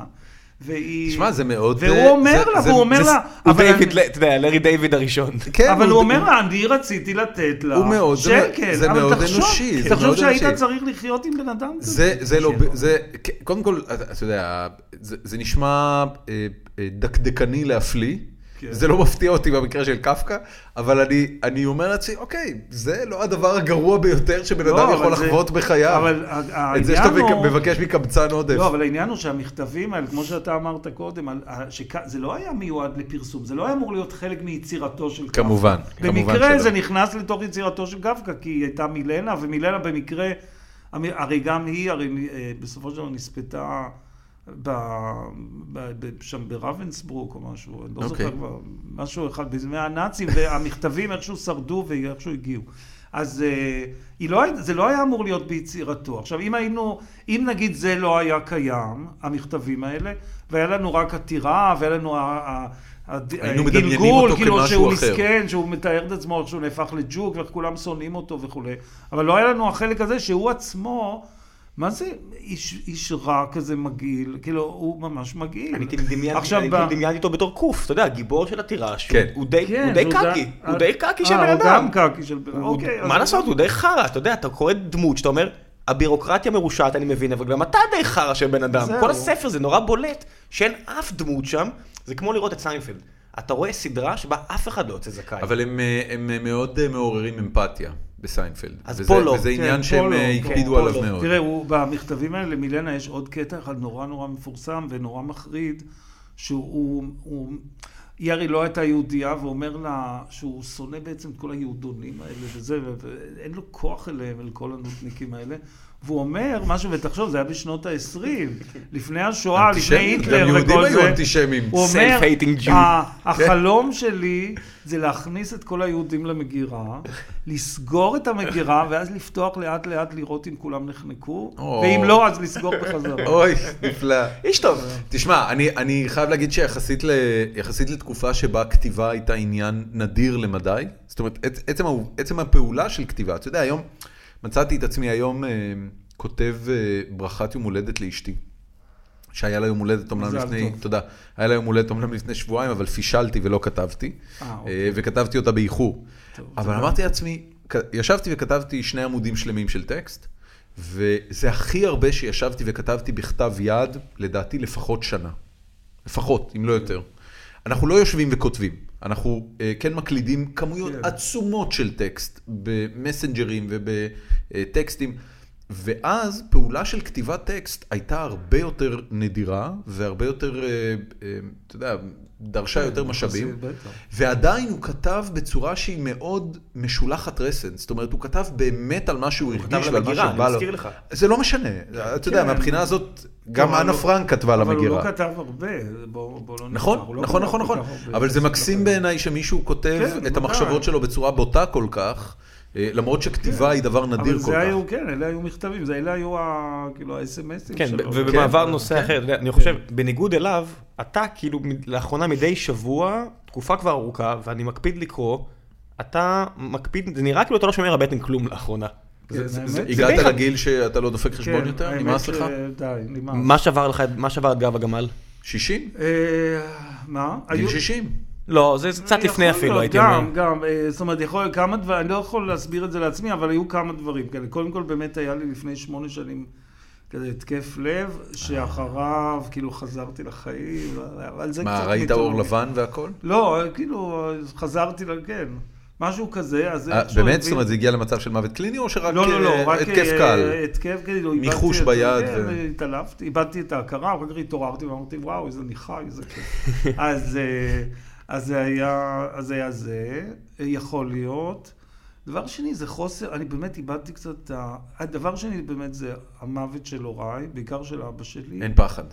Speaker 3: והיא...
Speaker 1: תשמע, זה מאוד...
Speaker 3: והוא
Speaker 1: אה,
Speaker 3: אומר
Speaker 1: זה-
Speaker 3: לה,
Speaker 1: זה-
Speaker 3: והוא אומר
Speaker 1: זה-
Speaker 3: לה...
Speaker 2: הוא
Speaker 3: אבל
Speaker 2: דיוויד,
Speaker 3: אני-
Speaker 2: ל- אתה יודע, לארי דיוויד [laughs] הראשון.
Speaker 1: כן,
Speaker 3: אבל הוא אומר לה, אני רציתי לתת לה
Speaker 1: הוא מאוד- זה-
Speaker 3: שקל.
Speaker 1: זה
Speaker 3: אבל
Speaker 1: מאוד
Speaker 3: תחשוב-
Speaker 1: אנושי, זה
Speaker 3: תחשוב
Speaker 1: מאוד
Speaker 3: שהיית
Speaker 1: אנושי.
Speaker 3: צריך לחיות עם בן אדם כזה.
Speaker 1: זה, זה לא,
Speaker 3: שלא.
Speaker 1: זה, קודם כל, אתה אתה יודע, זה, זה נשמע אה, אה, דקדקני להפליא.
Speaker 3: כן.
Speaker 1: זה לא מפתיע אותי במקרה של קפקא, אבל אני, אני אומר לעצמי, אוקיי, זה לא הדבר הגרוע ביותר שבן
Speaker 3: לא,
Speaker 1: אדם
Speaker 3: אבל
Speaker 1: יכול
Speaker 3: זה-
Speaker 1: לחוות בחייו.
Speaker 3: אבל ה-
Speaker 1: את זה
Speaker 3: העניין
Speaker 1: שאתה
Speaker 3: הוא...
Speaker 1: מק- מבקש מקבצן עודף.
Speaker 3: לא, אבל העניין הוא שהמכתבים האלה, כמו שאתה אמרת קודם, על- ה- שכ- זה לא היה מיועד לפרסום, זה לא היה אמור להיות חלק מיצירתו של קפקא.
Speaker 1: כמובן, כמובן
Speaker 3: במקרה
Speaker 1: שלא.
Speaker 3: זה נכנס לתוך יצירתו של קפקא, כי היא הייתה מילנה, ומילנה במקרה, המ- הרי גם היא, הרי אה, בסופו של דבר נספתה ב, ב, ב, שם ברוונצברוק או משהו, אני לא
Speaker 1: אוקיי.
Speaker 3: זוכר כבר, משהו אחד, בזמן הנאצים, והמכתבים איכשהו שרדו ואיכשהו הגיעו. אז אה, היא לא, היית- זה לא היה אמור להיות ביצירתו. עכשיו, אם היינו, אם נגיד זה לא היה קיים, המכתבים האלה, והיה לנו רק עתירה, והיה לנו ה- ה- ה-
Speaker 1: היינו מדמיינים אותו
Speaker 3: כאילו
Speaker 1: כמשהו
Speaker 3: שהוא
Speaker 1: אחר.
Speaker 3: מסכן, שהוא מתאר את עצמו, איך שהוא נהפך לג'וק, ואיך כולם שונאים אותו וכולי. אבל לא היה לנו החלק הזה שהוא עצמו, מה זה איש, איש רע כזה מגעיל? כאילו, הוא ממש מגעיל.
Speaker 2: אני כאילו דמיינתי
Speaker 3: עכשיו,
Speaker 2: אני
Speaker 3: ב-
Speaker 2: כאילו דמיינתי אותו בתור קוף, אתה יודע, גיבור של עתירה, שהוא
Speaker 1: כן.
Speaker 2: הוא די
Speaker 3: כן,
Speaker 2: הוא די
Speaker 3: הוא
Speaker 2: קקי,
Speaker 3: ד-
Speaker 2: הוא די קקי של
Speaker 3: אה,
Speaker 2: בן
Speaker 3: הוא גם
Speaker 2: אדם.
Speaker 3: קקי של בן אדם.
Speaker 2: הוא-
Speaker 3: אוקיי.
Speaker 2: מה
Speaker 3: אז-
Speaker 2: לעשות, הוא די חרא, אתה יודע, אתה קורא דמות שאתה אומר, הבירוקרטיה מרושעת, אני מבין, אבל גם אתה די חרא של בן אדם.
Speaker 3: זהו.
Speaker 2: כל הספר זה נורא בולט, שאין אף דמות שם, זה כמו לראות את סיינפלד. אתה רואה סדרה שבה אף אחד לא יוצא זכאי.
Speaker 1: אבל הם, אה, הם אה, מאוד אה, מעוררים אמפתיה בסיינפלד.
Speaker 2: אז
Speaker 1: וזה-
Speaker 2: פה לא.
Speaker 1: וזה
Speaker 2: כן,
Speaker 1: עניין
Speaker 3: פה
Speaker 1: שהם
Speaker 3: לא,
Speaker 1: אה,
Speaker 3: פה-
Speaker 1: הקפידו
Speaker 2: פה
Speaker 1: עליו
Speaker 2: לא.
Speaker 1: מאוד.
Speaker 3: תראה, הוא, במכתבים האלה למילנה יש עוד קטע אחד נורא נורא מפורסם ונורא מחריד, שהוא... הוא, היא הרי לא הייתה יהודייה, ואומר לה שהוא שונא בעצם את כל היהודונים האלה וזה, ו- ואין לו כוח אליהם, אל כל הנודניקים האלה. והוא אומר משהו, ותחשוב, זה היה בשנות ה-20, לפני השואה, לפני
Speaker 1: אנטישמים, גם
Speaker 3: היטלר
Speaker 1: יהודים
Speaker 3: וכל
Speaker 1: היו
Speaker 3: זה.
Speaker 1: אנטישמים.
Speaker 3: הוא אומר,
Speaker 2: Self-hating Jew.
Speaker 3: "ה- החלום שלי זה להכניס את כל היהודים למגירה, לסגור את המגירה, ואז לפתוח לאט לאט לראות אם כולם נחנקו,
Speaker 1: או.
Speaker 3: ואם לא, אז לסגור בחזרה.
Speaker 1: אוי, נפלא.
Speaker 2: איש טוב.
Speaker 1: תשמע, אני, אני חייב להגיד שיחסית ל, יחסית לתקופה שבה כתיבה הייתה עניין נדיר למדי, זאת אומרת, עצ- עצם, העו- עצם הפעולה של כתיבה, אתה יודע, היום, מצאתי את עצמי היום אה, כותב אה, ברכת יום הולדת לאשתי, שהיה לה יום הולדת אומנם
Speaker 3: מזל
Speaker 1: לפני,
Speaker 3: טוב.
Speaker 1: תודה, היה לה יום הולדת אומנם לפני שבועיים, אבל פישלתי ולא כתבתי,
Speaker 3: אה,
Speaker 1: אה,
Speaker 3: אוקיי.
Speaker 1: וכתבתי אותה באיחור.
Speaker 3: טוב,
Speaker 1: אבל אמרתי לעצמי, כ- ישבתי וכתבתי שני עמודים שלמים של טקסט, וזה הכי הרבה שישבתי וכתבתי בכתב יד, לדעתי לפחות שנה. לפחות, אם לא יותר. אנחנו לא יושבים וכותבים, אנחנו אה, כן מקלידים כמויות
Speaker 3: כן.
Speaker 1: עצומות של טקסט במסנג'רים ובטקסטים, ואז פעולה של כתיבת טקסט הייתה הרבה יותר נדירה והרבה יותר, אה, אה, אתה יודע, דרשה
Speaker 3: כן,
Speaker 1: יותר משאבים.
Speaker 3: זה בטח.
Speaker 1: ועדיין הוא כתב בצורה שהיא מאוד משולחת רסן. זאת אומרת, הוא כתב באמת על מה שהוא
Speaker 2: כתב
Speaker 1: הרגיש
Speaker 2: על
Speaker 1: ועל מה
Speaker 2: המגירה,
Speaker 1: שבא
Speaker 2: אני
Speaker 1: לו.
Speaker 2: מזכיר לך.
Speaker 1: זה לא משנה. אתה יודע,
Speaker 3: כן.
Speaker 1: מהבחינה הזאת, גם
Speaker 3: אבל
Speaker 1: אנה
Speaker 3: הוא-
Speaker 1: פרנק כתבה על
Speaker 3: אבל הוא
Speaker 1: המגירה.
Speaker 3: לא כתב הרבה, בוא בוא לא נשכח. הוא
Speaker 1: נכון,
Speaker 3: לא
Speaker 1: נכון,
Speaker 3: כתב
Speaker 1: נכון,
Speaker 3: כל
Speaker 1: נכון.
Speaker 3: כך הרבה.
Speaker 1: אבל זה מקסים בעיניי שמישהו כותב
Speaker 3: כן,
Speaker 1: את
Speaker 3: בוודאי.
Speaker 1: המחשבות שלו בצורה בוטה כל כך, אה, למרות שכתיבה היא דבר נדיר
Speaker 3: כן, אבל
Speaker 1: כל
Speaker 3: זה
Speaker 1: כך.
Speaker 3: היו, כן, אלה היו מכתבים, זה אלה היו ה- כאילו האס.אם.אסים
Speaker 2: כן,
Speaker 3: שלו.
Speaker 2: ובמעבר
Speaker 1: כן.
Speaker 2: נושא אחר, אתה יודע, אני חושב, בניגוד אליו, אתה כאילו מ- לאחרונה מדי שבוע, תקופה כבר ארוכה, ואני מקפיד לקרוא, אתה מקפיד, זה נראה כאילו אתה לא שומר הבטן כלום לאחרונה.
Speaker 3: כן,
Speaker 1: זה- זה- זה-
Speaker 3: האמת-
Speaker 1: הגעת
Speaker 2: זה-
Speaker 1: לגיל שאתה לא דופק חשבון
Speaker 3: כן,
Speaker 1: יותר?
Speaker 3: האמת
Speaker 1: נמאס
Speaker 3: ש-
Speaker 1: לך?
Speaker 3: די, נמאס.
Speaker 2: מה שבר לך, מה שבר את גב הגמל?
Speaker 1: 60?
Speaker 3: אה, מה?
Speaker 1: גיל
Speaker 3: היו-
Speaker 1: 60.
Speaker 2: לא, זה זה קצת לפני
Speaker 3: אה, יכול
Speaker 2: אפילו,
Speaker 3: להיות,
Speaker 2: הייתי
Speaker 3: גם,
Speaker 2: אומר.
Speaker 3: גם, אה, זאת אומרת, יכול להיות כמה דברים, אני לא יכול להסביר את זה לעצמי, אבל היו כמה דברים כאלה. קודם כל, באמת היה לי לפני שמונה שנים כזה התקף לב, שאחריו, כאילו, חזרתי לחיים, אבל זה קצת...
Speaker 1: מה, ראית אור
Speaker 3: מיתולוגי.
Speaker 1: לבן והכל?
Speaker 3: לא, כאילו, חזרתי, ל- כן, משהו כזה, אז...
Speaker 1: אה,
Speaker 3: איכשהו
Speaker 1: באמת?
Speaker 3: הביא-
Speaker 1: זאת אומרת, זה הגיע למצב של מוות קליני, או שרק
Speaker 3: לא, לא,
Speaker 1: אה,
Speaker 3: לא, רק...
Speaker 1: התקף
Speaker 3: אה,
Speaker 1: קל?
Speaker 3: התקף, כאילו, איבדתי
Speaker 1: מיחוש
Speaker 3: את זה,
Speaker 1: ביד
Speaker 3: כן,
Speaker 1: ו-
Speaker 3: התעלפתי, איבדתי את ההכרה, אחר כך התעוררתי ואמרתי, וואו, איזה אני חי, איזה
Speaker 1: [laughs]
Speaker 3: כיף. אז, אה, אז זה היה, אז היה זה, אה, יכול להיות. דבר שני, זה חוסר, אני באמת איבדתי קצת, את ה- הדבר שני באמת זה המוות של הוריי, בעיקר של אבא שלי.
Speaker 1: אין פחד.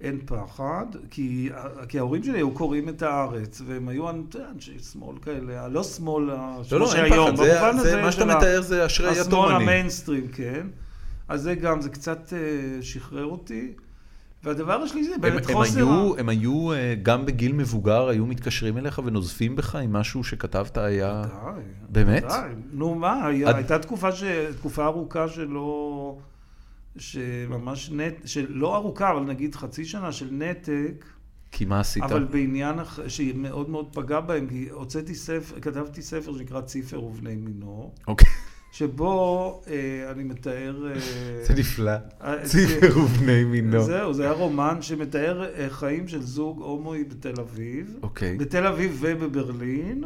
Speaker 3: אין פחד, כי, כי ההורים שלי היו קוראים את הארץ, והם היו אנ- אנשי שמאל כאלה, הלא שמאל,
Speaker 1: לא,
Speaker 3: כמו
Speaker 1: לא, אין
Speaker 3: שהיום,
Speaker 1: פחד. זה-
Speaker 3: במובן
Speaker 1: זה
Speaker 3: הזה
Speaker 1: מה שאתה
Speaker 3: של ה-
Speaker 1: מתאר זה אשרי
Speaker 3: השמאל
Speaker 1: התורני.
Speaker 3: המיינסטרים, כן. אז זה גם, זה קצת אה, שחרר אותי. והדבר השלישי זה
Speaker 1: הם,
Speaker 3: באמת
Speaker 1: הם,
Speaker 3: חוסר... ה-
Speaker 1: היו, הם היו, אה, גם בגיל מבוגר, היו מתקשרים אליך ונוזפים בך אם משהו שכתבת היה...
Speaker 3: די,
Speaker 1: אה, באמת?
Speaker 3: די. נו מה, היה,
Speaker 1: עד-
Speaker 3: הייתה תקופה, ש... תקופה ארוכה שלא... שממש נט... שלא ארוכה, אבל נגיד חצי שנה של נתק.
Speaker 1: כי מה עשית?
Speaker 3: אבל בעניין אח- שמאוד מאוד פגע בהם, כי הוצאתי ספר, כתבתי ספר שנקרא ציפר ובני מינו,
Speaker 1: אוקיי, [laughs]
Speaker 3: שבו אה, אני מתאר... אה,
Speaker 1: זה נפלא.
Speaker 3: אה,
Speaker 1: [laughs] ציפר ובני מינו.
Speaker 3: זהו, זה היה רומן שמתאר אה, חיים של זוג הומואי בתל אביב.
Speaker 1: אוקיי.
Speaker 3: בתל אביב ובברלין.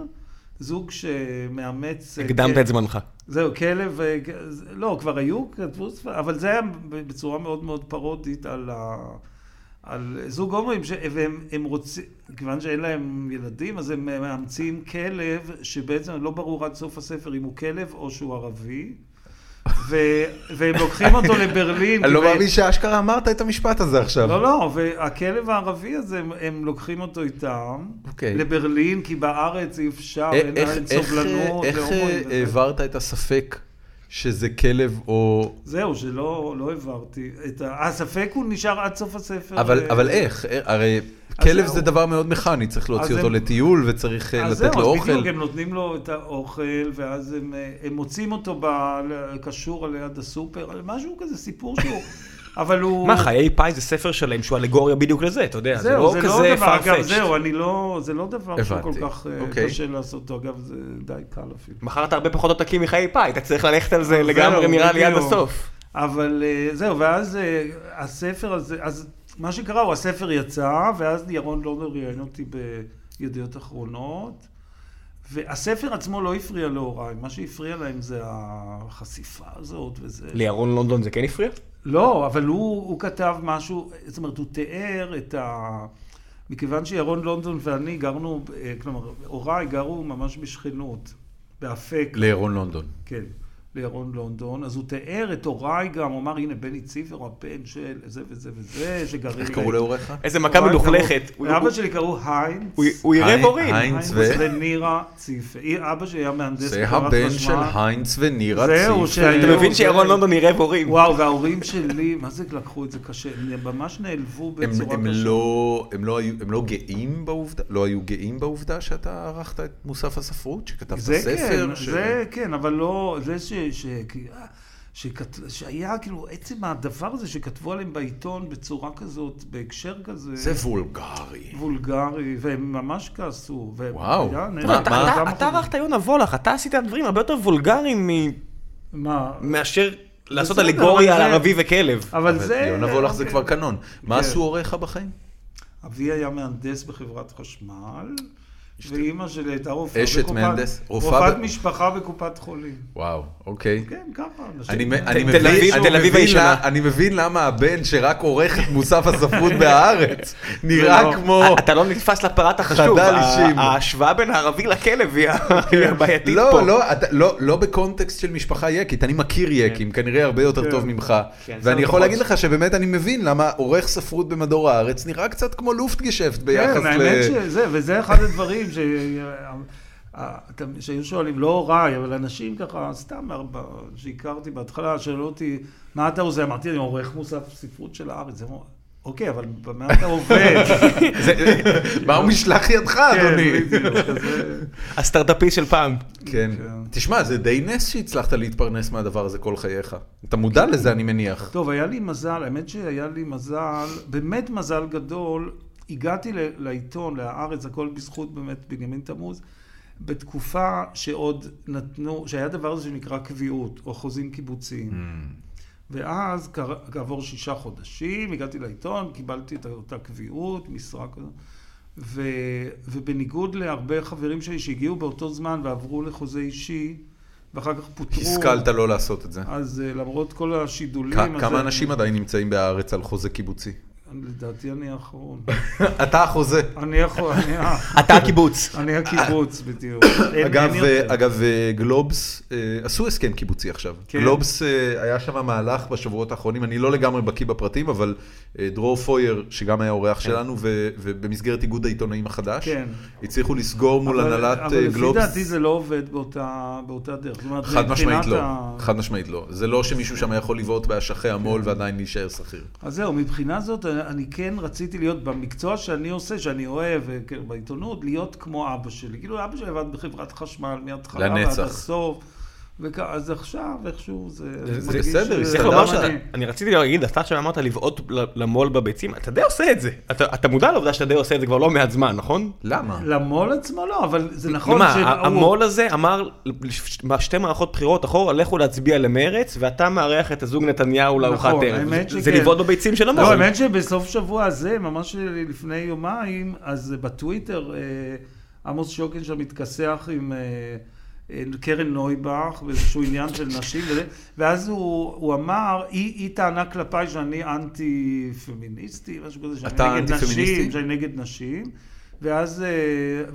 Speaker 3: זוג שמאמץ... אה,
Speaker 2: הקדמת
Speaker 3: כ-
Speaker 2: את זמנך.
Speaker 3: זהו, כלב... אה, כ- ז- לא, כבר היו, כתבו ספר, אבל זה היה בצורה מאוד מאוד פרודית על ה... על זוג הומואים, ש... והם הם רוצים, כיוון שאין להם ילדים, אז הם אה, מאמצים כלב, שבעצם לא ברור עד סוף הספר אם הוא כלב או שהוא ערבי, ו... והם לוקחים
Speaker 1: [laughs]
Speaker 3: אותו לברלין.
Speaker 1: אני לא
Speaker 3: כדי-
Speaker 1: מאמין שאשכרה אמרת את המשפט הזה עכשיו.
Speaker 3: לא, לא, והכלב הערבי הזה, הם, הם לוקחים אותו איתם
Speaker 1: אוקיי.
Speaker 3: לברלין, כי בארץ אי אפשר,
Speaker 1: אה,
Speaker 3: אין
Speaker 1: איך-
Speaker 3: אין
Speaker 1: איך,
Speaker 3: סובלנות.
Speaker 1: אה, איך
Speaker 3: להומואים וזה.
Speaker 1: העברת את הספק שזה כלב או...
Speaker 3: זהו, שלא לא העברתי. את ה... הספק הוא נשאר עד סוף הספר.
Speaker 1: אבל
Speaker 3: אה,
Speaker 1: אבל איך? אה, הרי כלב
Speaker 3: זהו.
Speaker 1: זה דבר מאוד מכני, צריך להוציא
Speaker 3: אז
Speaker 1: אותו
Speaker 3: הם-
Speaker 1: לטיול וצריך אה,
Speaker 3: אז
Speaker 1: לתת
Speaker 3: זהו,
Speaker 1: לו
Speaker 3: אז
Speaker 1: אוכל.
Speaker 3: בדיוק, הם נותנים לו את האוכל, ואז הם, אה, הם מוצאים אותו ב... קשור ליד הסופר, משהו כזה, סיפור
Speaker 1: [laughs]
Speaker 3: שהוא... אבל הוא...
Speaker 2: מה, חיי פאי זה ספר שלם שהוא אלגוריה בדיוק לזה, אתה יודע, זה
Speaker 3: זהו,
Speaker 2: לא
Speaker 3: זה לא
Speaker 2: כזה
Speaker 3: דבר, אגב,
Speaker 2: farfetched.
Speaker 3: זהו, אני לא, זה לא דבר שהוא כל
Speaker 1: הבנתי,
Speaker 3: כך אה,
Speaker 1: אוקיי.
Speaker 3: קשה לעשות אותו, אגב, זה די קל אפילו.
Speaker 2: מכרת הרבה פחות עותקים מחיי פאי, אתה צריך ללכת על זה לגמרי
Speaker 3: זהו,
Speaker 2: נראה לי עד
Speaker 3: בדיוק.
Speaker 2: הסוף.
Speaker 3: אבל אה, זהו, ואז אה, הספר הזה, אז מה שקרה הוא הספר יצא, ואז ירון לונדר ראיין אותי בידיעות אחרונות, והספר עצמו לא הפריע להוריי, מה שהפריע להם זה החשיפה הזאת וזה.
Speaker 2: לירון לונדון זה כן הפריע?
Speaker 3: לא, אבל הוא, הוא כתב משהו, זאת אומרת, הוא תיאר את ה... מכיוון שירון לונדון ואני גרנו, אה, כלומר, הוריי גרו ממש בשכנות, באפק.
Speaker 1: לירון לונדון.
Speaker 3: כן, לירון לונדון. אז הוא תיאר את הוריי גם, הוא אמר, הנה, בני ציפר, הוא הבן של זה וזה וזה, שגרים...
Speaker 1: איך קראו להוריך?
Speaker 3: אה,
Speaker 2: איזה מכה
Speaker 3: הוריי
Speaker 2: מלוכלכת.
Speaker 3: קראו-
Speaker 2: הוא-
Speaker 3: לאבא
Speaker 2: הוא-
Speaker 3: שלי קראו היינץ.
Speaker 2: הוא- הוא יראה
Speaker 1: היי- היי-
Speaker 2: הורים.
Speaker 3: היינץ
Speaker 1: היינץ ו-
Speaker 3: ונירה ציפר. היא- אבא שלי היה מהנדס
Speaker 1: זה
Speaker 3: חברת
Speaker 1: הבן
Speaker 3: חשמל.
Speaker 1: של היינץ ונירה
Speaker 3: אה, זהו,
Speaker 1: ציפר.
Speaker 2: אתה
Speaker 3: שהיו-
Speaker 2: מבין שירון
Speaker 3: זה-
Speaker 2: לונדון יראה הורים.
Speaker 3: וואו, וההורים שלי, מה זה לקחו את זה קשה? הם ממש נעלבו
Speaker 1: הם,
Speaker 3: בצורה קשה.
Speaker 1: הם, לא, הם, לא היו, הם לא גאים בעובדה, לא היו גאים בעובדה שאתה ערכת את מוסף הספרות, שכתבת
Speaker 3: זה
Speaker 1: ספר?
Speaker 3: כן, זה כן, אבל לא, זה ש... ש... שכת... שהיה כאילו עצם הדבר הזה שכתבו עליהם בעיתון בצורה כזאת, בהקשר כזה,
Speaker 1: זה וולגרי.
Speaker 3: וולגרי, והם ממש כעסו. והם-
Speaker 1: וואו.
Speaker 3: היה
Speaker 1: מה,
Speaker 3: נראה
Speaker 2: אתה-
Speaker 1: מה?
Speaker 3: גם
Speaker 2: אתה-
Speaker 3: אחוז-
Speaker 2: אתה ערכת יונה וולך, אתה עשית דברים הרבה יותר וולגריים מ-
Speaker 3: מה?
Speaker 2: מאשר לעשות
Speaker 3: בסדר,
Speaker 2: אלגוריה על
Speaker 3: אבל זה-
Speaker 2: ערבי וכלב.
Speaker 3: אבל זה...
Speaker 1: יונה וולך לא זה כבר קנון. מה
Speaker 3: כן.
Speaker 1: עשו הוריך בחיים?
Speaker 3: אבי היה מהנדס בחברת חשמל, ואימא שלי הייתה רופאה
Speaker 1: אשת
Speaker 3: בקופת-
Speaker 1: מהנדס, רופאה
Speaker 3: רופאת
Speaker 1: ב-
Speaker 3: משפחה בקופת חולים.
Speaker 1: וואו, אוקיי.
Speaker 3: כן, ככה. אנשים-
Speaker 1: אני מ-
Speaker 3: כן.
Speaker 1: אני
Speaker 2: תל אביב-
Speaker 1: מבין- אני
Speaker 2: תל אביב
Speaker 1: מבין
Speaker 2: הישנה.
Speaker 1: לה- אני מבין למה הבן שרק עורך את מוסף
Speaker 3: [laughs]
Speaker 1: הספרות בהארץ
Speaker 3: לא.
Speaker 1: נראה כמו...
Speaker 2: אתה לא נתפס לפרט החשוב,
Speaker 1: חדל
Speaker 2: ה-
Speaker 1: אישים.
Speaker 2: ההשוואה בין הערבי לכלב היא ה-
Speaker 1: [laughs]
Speaker 2: היא הבעייתית פה.
Speaker 1: לא, לא, אתה- לא, לא בקונטקסט של משפחה יקית, אני מכיר יקים, כנראה הרבה יותר
Speaker 3: כן. לא
Speaker 1: טוב ממך.
Speaker 2: כן, זה
Speaker 1: ואני יכול
Speaker 2: נכון.
Speaker 1: להגיד לך שבאמת אני מבין למה עורך ספרות במדור הארץ נראה קצת כמו לופטגשפט ביחס
Speaker 3: כן, האמת
Speaker 1: ל...
Speaker 3: שזה, וזה אחד הדברים ש... אה, אתם- שהיו שואלים, לא הוריי, אבל אנשים ככה, סתם ב- שהכרתי בהתחלה, שאלו אותי, מה אתה עושה? אמרתי, אני עורך מוסף ספרות של הארץ. הם אמרו, אוקיי, אבל במה אתה עובד?
Speaker 1: [laughs] זה- מהו משלח ידך, [laughs] אדוני?
Speaker 3: כן, בדיוק, אז זה-
Speaker 2: הסטארט-אפיסט של פעם.
Speaker 1: כן.
Speaker 3: כן.
Speaker 1: תשמע, זה די נס שהצלחת להתפרנס מהדבר הזה כל חייך. אתה מודע לזה, אני מניח.
Speaker 3: טוב, היה לי מזל, האמת שהיה לי מזל, באמת מזל גדול. הגעתי ל- לעיתון, להארץ, הכל בזכות באמת בנימין תמוז, בתקופה שעוד נתנו, שהיה דבר הזה שנקרא קביעות, או חוזים קיבוציים. ואז כר- כעבור שישה חודשים הגעתי לעיתון, קיבלתי את אותה קביעות, משרה כזו, ו, ובניגוד להרבה חברים שלי שהגיעו באותו זמן ועברו לחוזה אישי, ואחר כך פוטרו.
Speaker 1: השכלת לא לעשות את זה.
Speaker 3: אז אה, למרות כל השידולים...
Speaker 1: כ-
Speaker 3: אז
Speaker 1: כמה
Speaker 3: אני-
Speaker 1: אנשים עדיין נמצאים בהארץ על חוזה קיבוצי? [laughs]
Speaker 3: לדעתי אני האחרון.
Speaker 1: אתה החוזה.
Speaker 3: אני האחרון, אני ה-
Speaker 2: אתה הקיבוץ.
Speaker 3: אני הקיבוץ בדיוק. אין-
Speaker 1: אגב,
Speaker 3: אין יותר.
Speaker 1: אה, אגב, אה, גלובס, אה, עשו הסכם קיבוצי עכשיו.
Speaker 3: כן.
Speaker 1: גלובס, אה, היה שם מהלך בשבועות האחרונים, אני לא לגמרי בקיא בפרטים, אבל אה, דרור פויר, שגם היה אורח שלנו, ו- ובמסגרת איגוד העיתונאים החדש,
Speaker 3: כן.
Speaker 1: הצליחו לסגור מול
Speaker 3: אבל-
Speaker 1: הנהלת אה, גלובס.
Speaker 3: אבל לפי דעתי זה לא עובד באותה באותה דרך. זאת אומרת,
Speaker 1: חד משמעית
Speaker 3: מבחינת
Speaker 1: לא,
Speaker 3: ה-
Speaker 1: חד משמעית לא. זה לא שמישהו שם יכול לבעוט באשכי המו"ל ועדיין להישאר שכיר.
Speaker 3: אז זהו, מבחינה זאת, אני- אני כן רציתי להיות במקצוע שאני עושה, שאני אוהב, אה, כן, בעיתונות, להיות כמו אבא שלי. כאילו, אבא שלי עבד בחברת חשמל מההתחלה
Speaker 1: לנצח.
Speaker 3: ועד הסוף. וכ- אז עכשיו איכשהו זה...
Speaker 1: זה- זה
Speaker 3: מרגיש
Speaker 1: בסדר,
Speaker 3: שזה-
Speaker 1: זה
Speaker 2: צריך
Speaker 1: אתה
Speaker 2: לומר
Speaker 1: יודע
Speaker 2: שאתה,
Speaker 3: אני-
Speaker 2: אני רציתי להגיד, אתה עכשיו אמרת לבעוט ל- למו"ל בביצים, אתה די עושה את זה. אתה אתה מודע לעובדה שאתה די עושה את זה כבר לא מעט זמן, נכון?
Speaker 1: למה?
Speaker 3: למו"ל עצמו לא, אבל זה נכון
Speaker 2: מה,
Speaker 3: שהוא-
Speaker 2: המו"ל הזה אמר לש- שתי מערכות בחירות אחורה, לכו להצביע למרץ, ואתה מארח את הזוג נתניהו לארוחת
Speaker 3: נכון,
Speaker 2: ערב.
Speaker 3: האמת
Speaker 2: זה- זה
Speaker 3: שכן.
Speaker 2: לבעוט בביצים של
Speaker 3: לא,
Speaker 2: המו"ל.
Speaker 3: האמת שבסוף שבוע הזה, ממש לפני יומיים, אז בטוויטר אה, עמוס שוקן שם מתכסח עם אה, אה, קרן נויבך, באיזשהו עניין של נשים, וזה, ואז הוא, הוא אמר, היא, היא טענה כלפיי שאני אנטי פמיניסטי, משהו כזה, שאני
Speaker 1: אתה
Speaker 3: נגד
Speaker 1: אנטי-פמיניסטי?
Speaker 3: נשים, שאני נגד נשים. ואז, אה,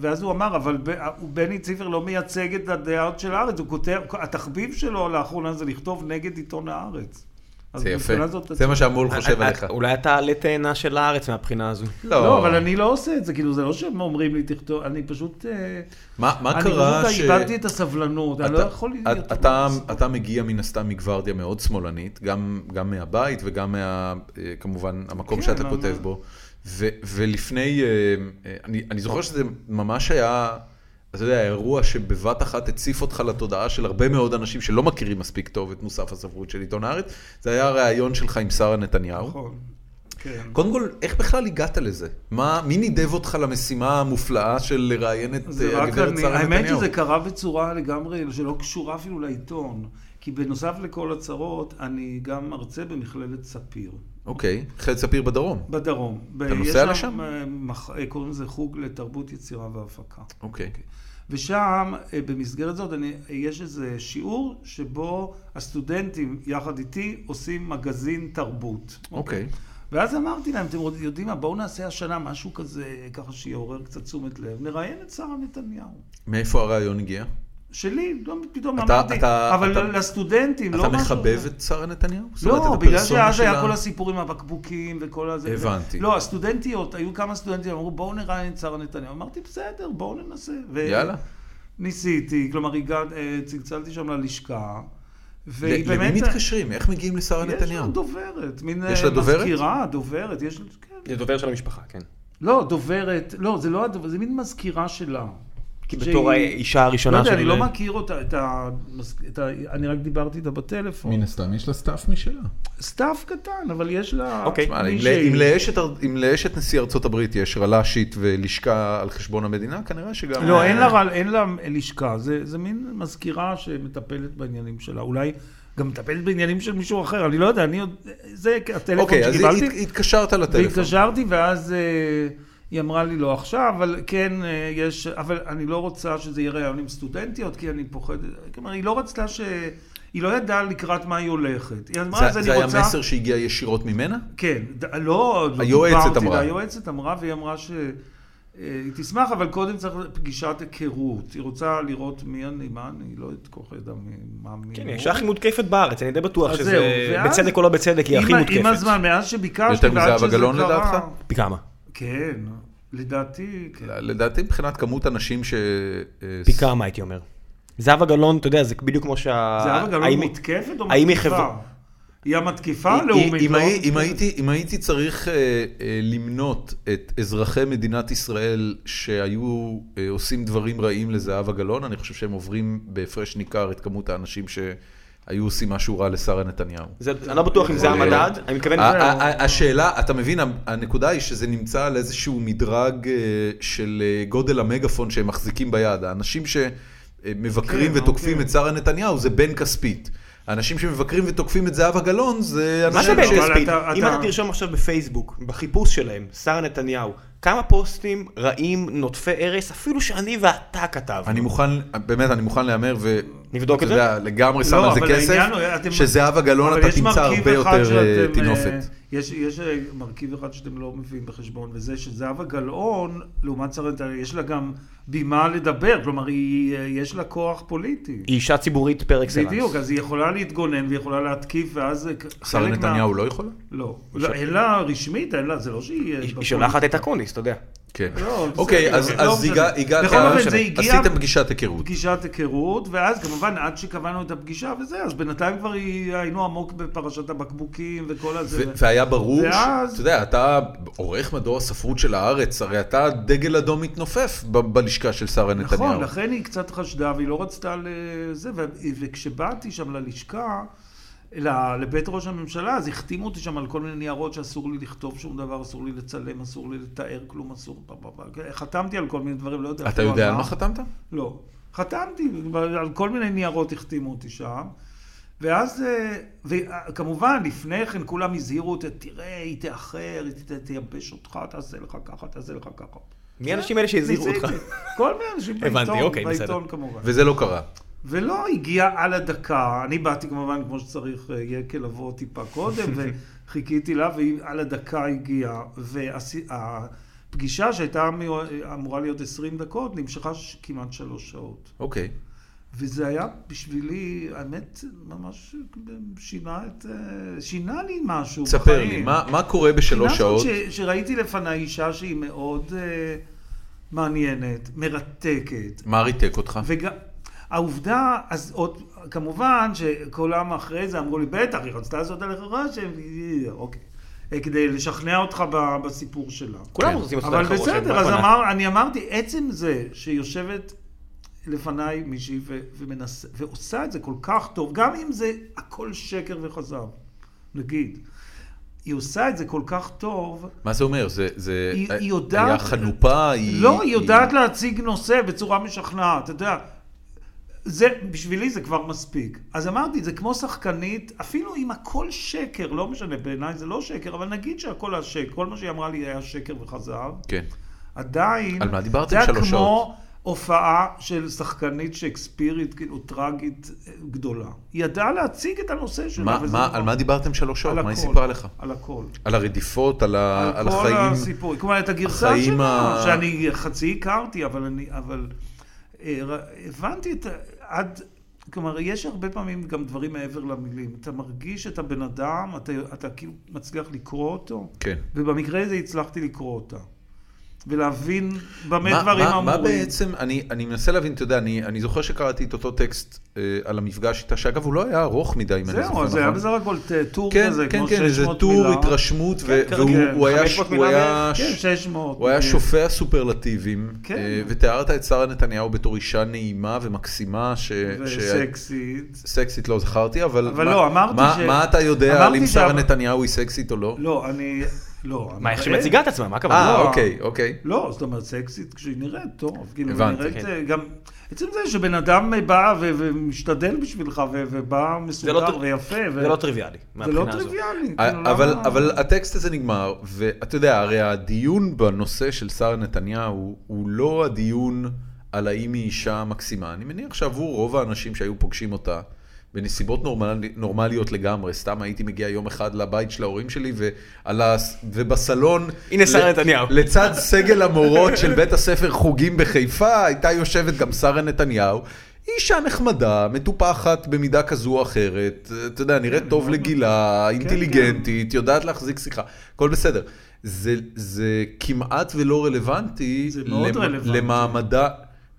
Speaker 3: ואז הוא אמר, אבל ב- הוא- בני ציפר לא מייצג את הדעות של הארץ, הוא כותב, התחביב שלו לאחרונה זה לכתוב נגד עיתון הארץ. אז
Speaker 1: זה יפה.
Speaker 3: מבחינה זאת-
Speaker 1: זה מה שהמו"ל
Speaker 2: אה,
Speaker 1: חושב
Speaker 2: אה,
Speaker 1: עליך.
Speaker 2: אולי אתה עלה תאנה של הארץ מהבחינה הזו.
Speaker 3: לא, אבל אני לא עושה את זה, כאילו, זה לא שהם אומרים לי, תכתוב, אני פשוט... אה,
Speaker 1: מה מה
Speaker 3: אני
Speaker 1: קרה
Speaker 3: פשוט
Speaker 1: ש...
Speaker 3: איבדתי את הסבלנות, אני לא
Speaker 1: אתה-
Speaker 3: יכול
Speaker 1: את-
Speaker 3: להיות...
Speaker 1: אתה, אתה מגיע מן הסתם מגוורדיה מאוד שמאלנית, גם, גם מהבית וגם מה, אה, כמובן המקום
Speaker 3: כן,
Speaker 1: שאתה
Speaker 3: לא,
Speaker 1: כותב
Speaker 3: לא.
Speaker 1: בו. ו, ולפני, אה, אה, אני, אני זוכר שזה ממש היה, אתה יודע, אירוע שבבת אחת הציף אותך לתודעה של הרבה מאוד אנשים שלא מכירים מספיק טוב את מוסף הספרות של עיתון הארץ, זה היה הריאיון שלך עם שרה נתניהו.
Speaker 3: נכון, כן.
Speaker 1: קודם כל, איך בכלל הגעת לזה? מה, מי נידב אותך למשימה המופלאה של לראיין את
Speaker 3: זה
Speaker 1: אה,
Speaker 3: רק
Speaker 1: הגברת
Speaker 3: אני,
Speaker 1: שרה נתניהו?
Speaker 3: האמת שזה קרה בצורה לגמרי, שלא קשורה אפילו לעיתון. כי בנוסף לכל הצרות, אני גם מרצה במכללת ספיר,
Speaker 1: אוקיי, חיל ספיר בדרום.
Speaker 3: בדרום.
Speaker 1: אתה
Speaker 3: יש
Speaker 1: נוסע
Speaker 3: שם,
Speaker 1: לשם?
Speaker 3: אה, מח- אה, קוראים לזה חוג לתרבות יצירה והפקה.
Speaker 1: אוקיי.
Speaker 3: ושם, אה, במסגרת זאת, אני, יש איזה שיעור שבו הסטודנטים יחד איתי עושים מגזין תרבות.
Speaker 1: אוקיי.
Speaker 3: ואז אמרתי להם, אתם יודעים מה, בואו נעשה השנה משהו כזה, ככה שיעורר קצת תשומת לב, נראיין את שרה נתניהו.
Speaker 1: מאיפה הרעיון הגיע?
Speaker 3: שלי, לא, פתאום
Speaker 1: אתה-
Speaker 3: אמרתי,
Speaker 1: אתה-
Speaker 3: אבל
Speaker 1: אתה-
Speaker 3: לסטודנטים, לא
Speaker 1: אתה
Speaker 3: משהו...
Speaker 1: מחבב את שרה נתניהו? זאת אומרת,
Speaker 3: לא,
Speaker 1: את
Speaker 3: בגלל
Speaker 1: הפרסונה
Speaker 3: שאז היה
Speaker 1: שלה?
Speaker 3: כל הסיפור עם הבקבוקים וכל הזה.
Speaker 1: הבנתי.
Speaker 3: לא, הסטודנטיות, היו כמה סטודנטים, אמרו בואו נראיין את שרה נתניהו. אמרתי, בסדר, בואו ננסה. ו-
Speaker 1: יאללה.
Speaker 3: ניסיתי, כלומר, הגע, אה, צלצלתי שם ללשכה, והיא
Speaker 1: ל-
Speaker 3: באמת... אה,
Speaker 1: למי מתקשרים? איך מגיעים לשרה
Speaker 3: יש לה
Speaker 1: נתניהו?
Speaker 3: דוברת, מין
Speaker 1: יש
Speaker 3: אה,
Speaker 1: לה דוברת?
Speaker 3: מזכירה, דוברת, יש לה... כן.
Speaker 2: זה דובר של המשפחה, כן.
Speaker 3: לא, דוברת, לא, זה לא הדוברת, זה מין מזכירה שלה.
Speaker 2: כי
Speaker 3: שהיא-
Speaker 2: בתור האישה
Speaker 3: לא
Speaker 2: הראשונה
Speaker 3: יודע, אני
Speaker 2: של...
Speaker 3: לא מכיר אותה, את ה... מזכ- את ה... אני רק דיברתי איתה בטלפון.
Speaker 4: מן הסתם, יש לה סטאפ משלה.
Speaker 3: סטאף קטן, אבל יש לה...
Speaker 2: אוקיי.
Speaker 1: תשמע, אם
Speaker 3: מישהי.
Speaker 1: ל- אם לאשת הר- אם לאשת נשיא ארצות הברית יש רל"שית ולשכה על חשבון המדינה, כנראה שגם...
Speaker 3: לא, אין לה, רל- אין לה לשכה, זה, זה מין מזכירה שמטפלת בעניינים שלה. אולי גם מטפלת בעניינים של מישהו אחר, אני לא יודע, אני עוד... זה הטלפון
Speaker 1: אוקיי, אז
Speaker 3: שקיבלתי.
Speaker 1: הת- התקשרת לטלפון.
Speaker 3: והתקשרתי, ואז אה, היא אמרה לי לא עכשיו, אבל כן, אה, יש... אבל אני לא רוצה שזה יהיה ראיון עם סטודנטיות, כי אני פוחדת... כלומר, היא לא רצתה ש... היא לא ידעה לקראת מה היא הולכת. היא אמרה, אז
Speaker 1: זה
Speaker 3: אני
Speaker 1: זה היה
Speaker 3: רוצה...
Speaker 1: מסר שהגיע ישירות ממנה?
Speaker 3: כן, ד- לא, לא
Speaker 1: היועצת
Speaker 3: דיברתי,
Speaker 1: אמרה.
Speaker 3: לה, היועצת אמרה, והיא אמרה שהיא תשמח, אבל קודם צריך פגישת היכרות. היא רוצה לראות מי אני, מה אני, לא את כל כך ידע מי, מה מי.
Speaker 2: כן,
Speaker 3: הוא.
Speaker 2: היא האישה הכי מותקפת בארץ, אני די בטוח
Speaker 3: אז
Speaker 2: שזה...
Speaker 3: זהו, ואז-
Speaker 2: בצדק או לא בצדק, היא הכי
Speaker 3: עם ה-
Speaker 2: מותקפת.
Speaker 3: עם הזמן, מאז שביקשתי,
Speaker 1: יותר מזהבה
Speaker 3: ועד שזה
Speaker 1: גלאון
Speaker 3: קרה.
Speaker 1: לדעתך?
Speaker 2: פי כמה?
Speaker 3: כן, לדעתי, כן.
Speaker 1: לדעתי מבחינת כמות אנשים ש... אה,
Speaker 2: פי כמה הייתי אומר. זהבה גלאון, אתה יודע, זה בדיוק כמו שה...
Speaker 3: זהבה גלאון
Speaker 2: האם-
Speaker 3: מותקפת או
Speaker 2: האם היא
Speaker 3: מותקפה?
Speaker 2: חברה-
Speaker 3: היא המתקיפה הלאומית.
Speaker 1: אם
Speaker 3: לא?
Speaker 1: הי- אם הייתי- אם הייתי צריך אה, אה, למנות את אזרחי מדינת ישראל שהיו אה, עושים דברים רעים לזהבה גלאון, אני חושב שהם עוברים בהפרש ניכר את כמות האנשים שהיו עושים משהו רע לשרה נתניהו.
Speaker 2: זה- אני לא בטוח אם זה המדד, אני מתכוון...
Speaker 1: ה- ה- ה- השאלה, אתה מבין, הנקודה היא שזה נמצא על איזשהו מדרג אה, של אה, גודל המגפון שהם מחזיקים ביד. האנשים שמבקרים
Speaker 3: כן,
Speaker 1: ותוקפים
Speaker 3: אוקיי.
Speaker 1: את שרה נתניהו זה בן כספית. האנשים שמבקרים ותוקפים את זהבה גלאון זה
Speaker 2: מה זה
Speaker 1: אנשים
Speaker 3: לא, אבל
Speaker 2: בן
Speaker 1: ש-
Speaker 2: כספית?
Speaker 3: אתה-
Speaker 2: אם
Speaker 3: אתה-
Speaker 2: אתה תרשום עכשיו בפייסבוק, בחיפוש שלהם, שרה נתניהו, כמה פוסטים רעים, נוטפי ארס, אפילו שאני ואתה כתבנו.
Speaker 1: אני מוכן, באמת, אני מוכן להמר ו...
Speaker 2: נבדוק
Speaker 1: אתה
Speaker 2: את זה?
Speaker 1: יודע, לגמרי שם
Speaker 3: לא,
Speaker 1: על זה
Speaker 3: אבל
Speaker 1: כסף,
Speaker 3: העניין הוא, אתם-
Speaker 1: שזהבה גלאון
Speaker 3: אבל
Speaker 1: אתה
Speaker 3: יש
Speaker 1: תמצא
Speaker 3: מרכיב
Speaker 1: הרבה
Speaker 3: אחד
Speaker 1: יותר אה,
Speaker 3: שאתם, אה,
Speaker 1: טינופת.
Speaker 3: יש, יש אה, מרכיב אחד שאתם לא מביאים בחשבון, וזה שזהבה גלאון, לעומת שרה נתניהו, יש לה גם בימה לדבר, כלומר, היא, אה, יש לה כוח פוליטי.
Speaker 2: היא אישה ציבורית פר אקסלנס.
Speaker 3: בדיוק, אז היא יכולה להתגונן והיא יכולה להתקיף, ואז זה כ-
Speaker 1: שרה
Speaker 3: חלק
Speaker 1: נתניהו
Speaker 3: מה...
Speaker 1: לא יכולה?
Speaker 3: לא. לא, אין לה רשמית, אין לה, זה לא שהיא...
Speaker 2: היא היא שולחת את אקוניס, אתה יודע.
Speaker 1: כן.
Speaker 3: לא, בסדר,
Speaker 1: אוקיי, אז
Speaker 3: לא
Speaker 1: אז
Speaker 3: משנה.
Speaker 1: הגע- הגעת,
Speaker 3: בכל אופן, זה הגיע-
Speaker 1: עשיתם פגישת היכרות.
Speaker 3: פגישת היכרות, ואז כמובן, עד שקבענו את הפגישה וזה, אז בינתיים כבר היא- היינו עמוק בפרשת הבקבוקים וכל הזה.
Speaker 1: ו- והיה ברור,
Speaker 3: ואז-
Speaker 1: ש- אתה יודע, אתה עורך מדור הספרות של הארץ, הרי אתה דגל אדום מתנופף ב- בלשכה של שרה נתניהו.
Speaker 3: נכון, לכן היא קצת חשדה והיא לא רצתה לזה, ו- וכשבאתי שם ללשכה, ל- לבית ראש הממשלה, אז החתימו אותי שם על כל מיני ניירות שאסור לי לכתוב שום דבר, אסור לי לצלם, אסור לי לתאר כלום, אסור... פ- פ- פ- חתמתי על כל מיני דברים, לא יודע.
Speaker 1: אתה
Speaker 3: אפילו
Speaker 1: יודע על מה חתמת?
Speaker 3: לא. חתמתי, על כל מיני ניירות החתימו אותי שם. ואז, אה, וכמובן, לפני כן כולם הזהירו אותי, תראה, היא תאחר, היא ת- תייבש אותך, תעשה לך ככה, תעשה לך ככה.
Speaker 2: מי האנשים האלה שהזהירו אותך?
Speaker 3: ניסיתי. כל מיני אנשים
Speaker 2: [laughs] הבנתי,
Speaker 3: בעיתון,
Speaker 2: אוקיי, בסדר.
Speaker 3: בעיתון כמובן.
Speaker 1: וזה לא קרה.
Speaker 3: ולא הגיע על הדקה, אני באתי כמובן כמו שצריך, אה, יקל לבוא טיפה
Speaker 2: [laughs]
Speaker 3: קודם, וחיכיתי לה, והיא על הדקה הגיעה. והפגישה שהייתה מיוע- אמורה להיות 20 דקות, נמשכה ש- כמעט שלוש שעות.
Speaker 1: אוקיי.
Speaker 3: וזה היה בשבילי, האמת, ממש שינה את... אה, שינה לי משהו
Speaker 1: תספר
Speaker 3: בחיים.
Speaker 1: לי, מה מה קורה בשלוש
Speaker 3: מבחינה זאת
Speaker 1: שעות?
Speaker 3: ש, שראיתי לפניי אישה שהיא מאוד אה, מעניינת, מרתקת,
Speaker 1: מה ריתק אותך?
Speaker 3: וגם... העובדה, אז עוד, כמובן שכולם אחרי זה אמרו לי, בטח, היא רצתה לעשות עליך רושם, אה, אוקיי, אה, כדי לשכנע אותך ב- בסיפור שלה.
Speaker 2: כולם
Speaker 1: כן.
Speaker 2: רוצים לעשות
Speaker 3: אבל
Speaker 2: עליך רושם,
Speaker 3: בסדר,
Speaker 2: מה
Speaker 3: אז
Speaker 2: הכוונה?
Speaker 3: אמר, אני אמרתי, עצם זה שיושבת לפניי מישהי ו- ומנס- ועושה את זה כל כך טוב, גם אם זה הכל שקר וכזב, נגיד, היא עושה את זה כל כך טוב,
Speaker 1: מה זה אומר? זה- זה אה,
Speaker 3: היא- היא יודעת-
Speaker 1: היה חנופה? היא-
Speaker 3: לא, היא יודעת להציג נושא בצורה משכנעת, אתה יודע. זה, בשבילי זה כבר מספיק. אז אמרתי, זה כמו שחקנית, אפילו אם הכל שקר, לא משנה, בעיניי זה לא שקר, אבל נגיד שהכל היה שקר, כל מה שהיא אמרה לי היה שקר וכזב,
Speaker 1: כן.
Speaker 3: עדיין...
Speaker 1: על מה דיברתם
Speaker 3: זה היה
Speaker 1: שלוש שעות?
Speaker 3: כמו הופעה של שחקנית שייקספירית, כאילו, טראגית אה, גדולה. היא ידעה להציג את הנושא שלה.
Speaker 1: מה-
Speaker 3: וזה
Speaker 1: מה-
Speaker 3: דבר-
Speaker 1: על מה דיברתם שלוש שעות?
Speaker 3: לא- על
Speaker 1: מה היא
Speaker 3: הכל,
Speaker 1: סיפרה לך?
Speaker 3: על הכל.
Speaker 1: על הרדיפות? על ה- על
Speaker 3: על כל
Speaker 1: החיים?
Speaker 3: הסיפור, כלומר, את הגרסה
Speaker 1: החיים
Speaker 3: שלה,
Speaker 1: ה-
Speaker 3: שאני חצי הכרתי, אבל אני, אבל אה, ר- הבנתי את, ה- עד, כלומר, יש הרבה פעמים גם דברים מעבר למילים. אתה מרגיש את הבן אדם, אתה, אתה כאילו מצליח לקרוא אותו,
Speaker 1: כן.
Speaker 3: ובמקרה הזה הצלחתי לקרוא אותה. ולהבין במה
Speaker 1: מה-
Speaker 3: דברים
Speaker 1: מה-
Speaker 3: אמורים.
Speaker 1: מה בעצם, אני, אני מנסה להבין, אתה יודע, אני, אני זוכר שקראתי את אותו טקסט אה, על המפגש איתה, שאגב, הוא לא היה ארוך מדי, אם אני זוכר
Speaker 3: זהו,
Speaker 1: נכון.
Speaker 3: זה היה בסך הכל ט- טור
Speaker 1: כן,
Speaker 3: כזה,
Speaker 1: כן,
Speaker 3: כמו
Speaker 1: כן, איזה
Speaker 3: 600
Speaker 1: טור
Speaker 3: מילה.
Speaker 1: התרשמות, ו-
Speaker 2: כן,
Speaker 1: והוא
Speaker 3: כן,
Speaker 1: הוא היה,
Speaker 2: 500
Speaker 1: הוא היה,
Speaker 2: מילה
Speaker 1: ש-
Speaker 3: כן, 600.
Speaker 1: הוא היה
Speaker 3: בדיוק.
Speaker 1: שופע סופרלטיבים,
Speaker 3: כן.
Speaker 1: אה, ותיארת את שרה נתניהו בתור אישה נעימה ומקסימה, ש... ש-
Speaker 3: וסקסית.
Speaker 1: סקסית לא זכרתי, אבל,
Speaker 3: אבל
Speaker 1: מה,
Speaker 3: לא, אמרתי
Speaker 1: מה,
Speaker 3: ש-
Speaker 1: מה אתה יודע על
Speaker 3: אמרתי
Speaker 1: אם
Speaker 3: ש-
Speaker 1: שרה נתניהו היא סקסית או לא?
Speaker 3: לא, אני... לא.
Speaker 2: מה, איך
Speaker 3: אני-
Speaker 2: שהיא מציגה את עצמה, מה
Speaker 1: אה,
Speaker 2: הכוונה?
Speaker 3: לא.
Speaker 1: אוקיי, אוקיי.
Speaker 3: לא, זאת אומרת, סקסית כשהיא נראית טוב. כאילו, היא
Speaker 1: הבנתי,
Speaker 3: נראית
Speaker 2: כן.
Speaker 3: אה, גם... עצם זה שבן אדם בא ו- ומשתדל בשבילך, ו- ובא
Speaker 2: לא
Speaker 3: מסודר
Speaker 2: טר-
Speaker 3: ויפה. ו-
Speaker 2: זה לא טריוויאלי,
Speaker 3: זה לא
Speaker 2: מהבחינה הזאת.
Speaker 3: טריוויאלי. כאילו,
Speaker 1: אה, אבל,
Speaker 3: למה-
Speaker 1: אבל הטקסט הזה נגמר, ואתה יודע, הרי הדיון בנושא של שרה נתניהו הוא לא הדיון על האם היא אישה מקסימה. אני מניח שעבור רוב האנשים שהיו פוגשים אותה, בנסיבות נורמל, נורמליות לגמרי, סתם הייתי מגיע יום אחד לבית של ההורים שלי, ועל ה, ובסלון...
Speaker 2: הנה שרה נתניהו.
Speaker 1: לצד סגל המורות של בית הספר חוגים בחיפה, הייתה יושבת גם שרה נתניהו. אישה נחמדה, מטופחת במידה כזו או אחרת, אתה יודע, נראית טוב לגילה,
Speaker 3: כן,
Speaker 1: אינטליגנטית, יודעת להחזיק שיחה, הכל בסדר. זה, זה כמעט ולא רלוונטי,
Speaker 3: זה מאוד רלוונטי.
Speaker 1: למעמדה,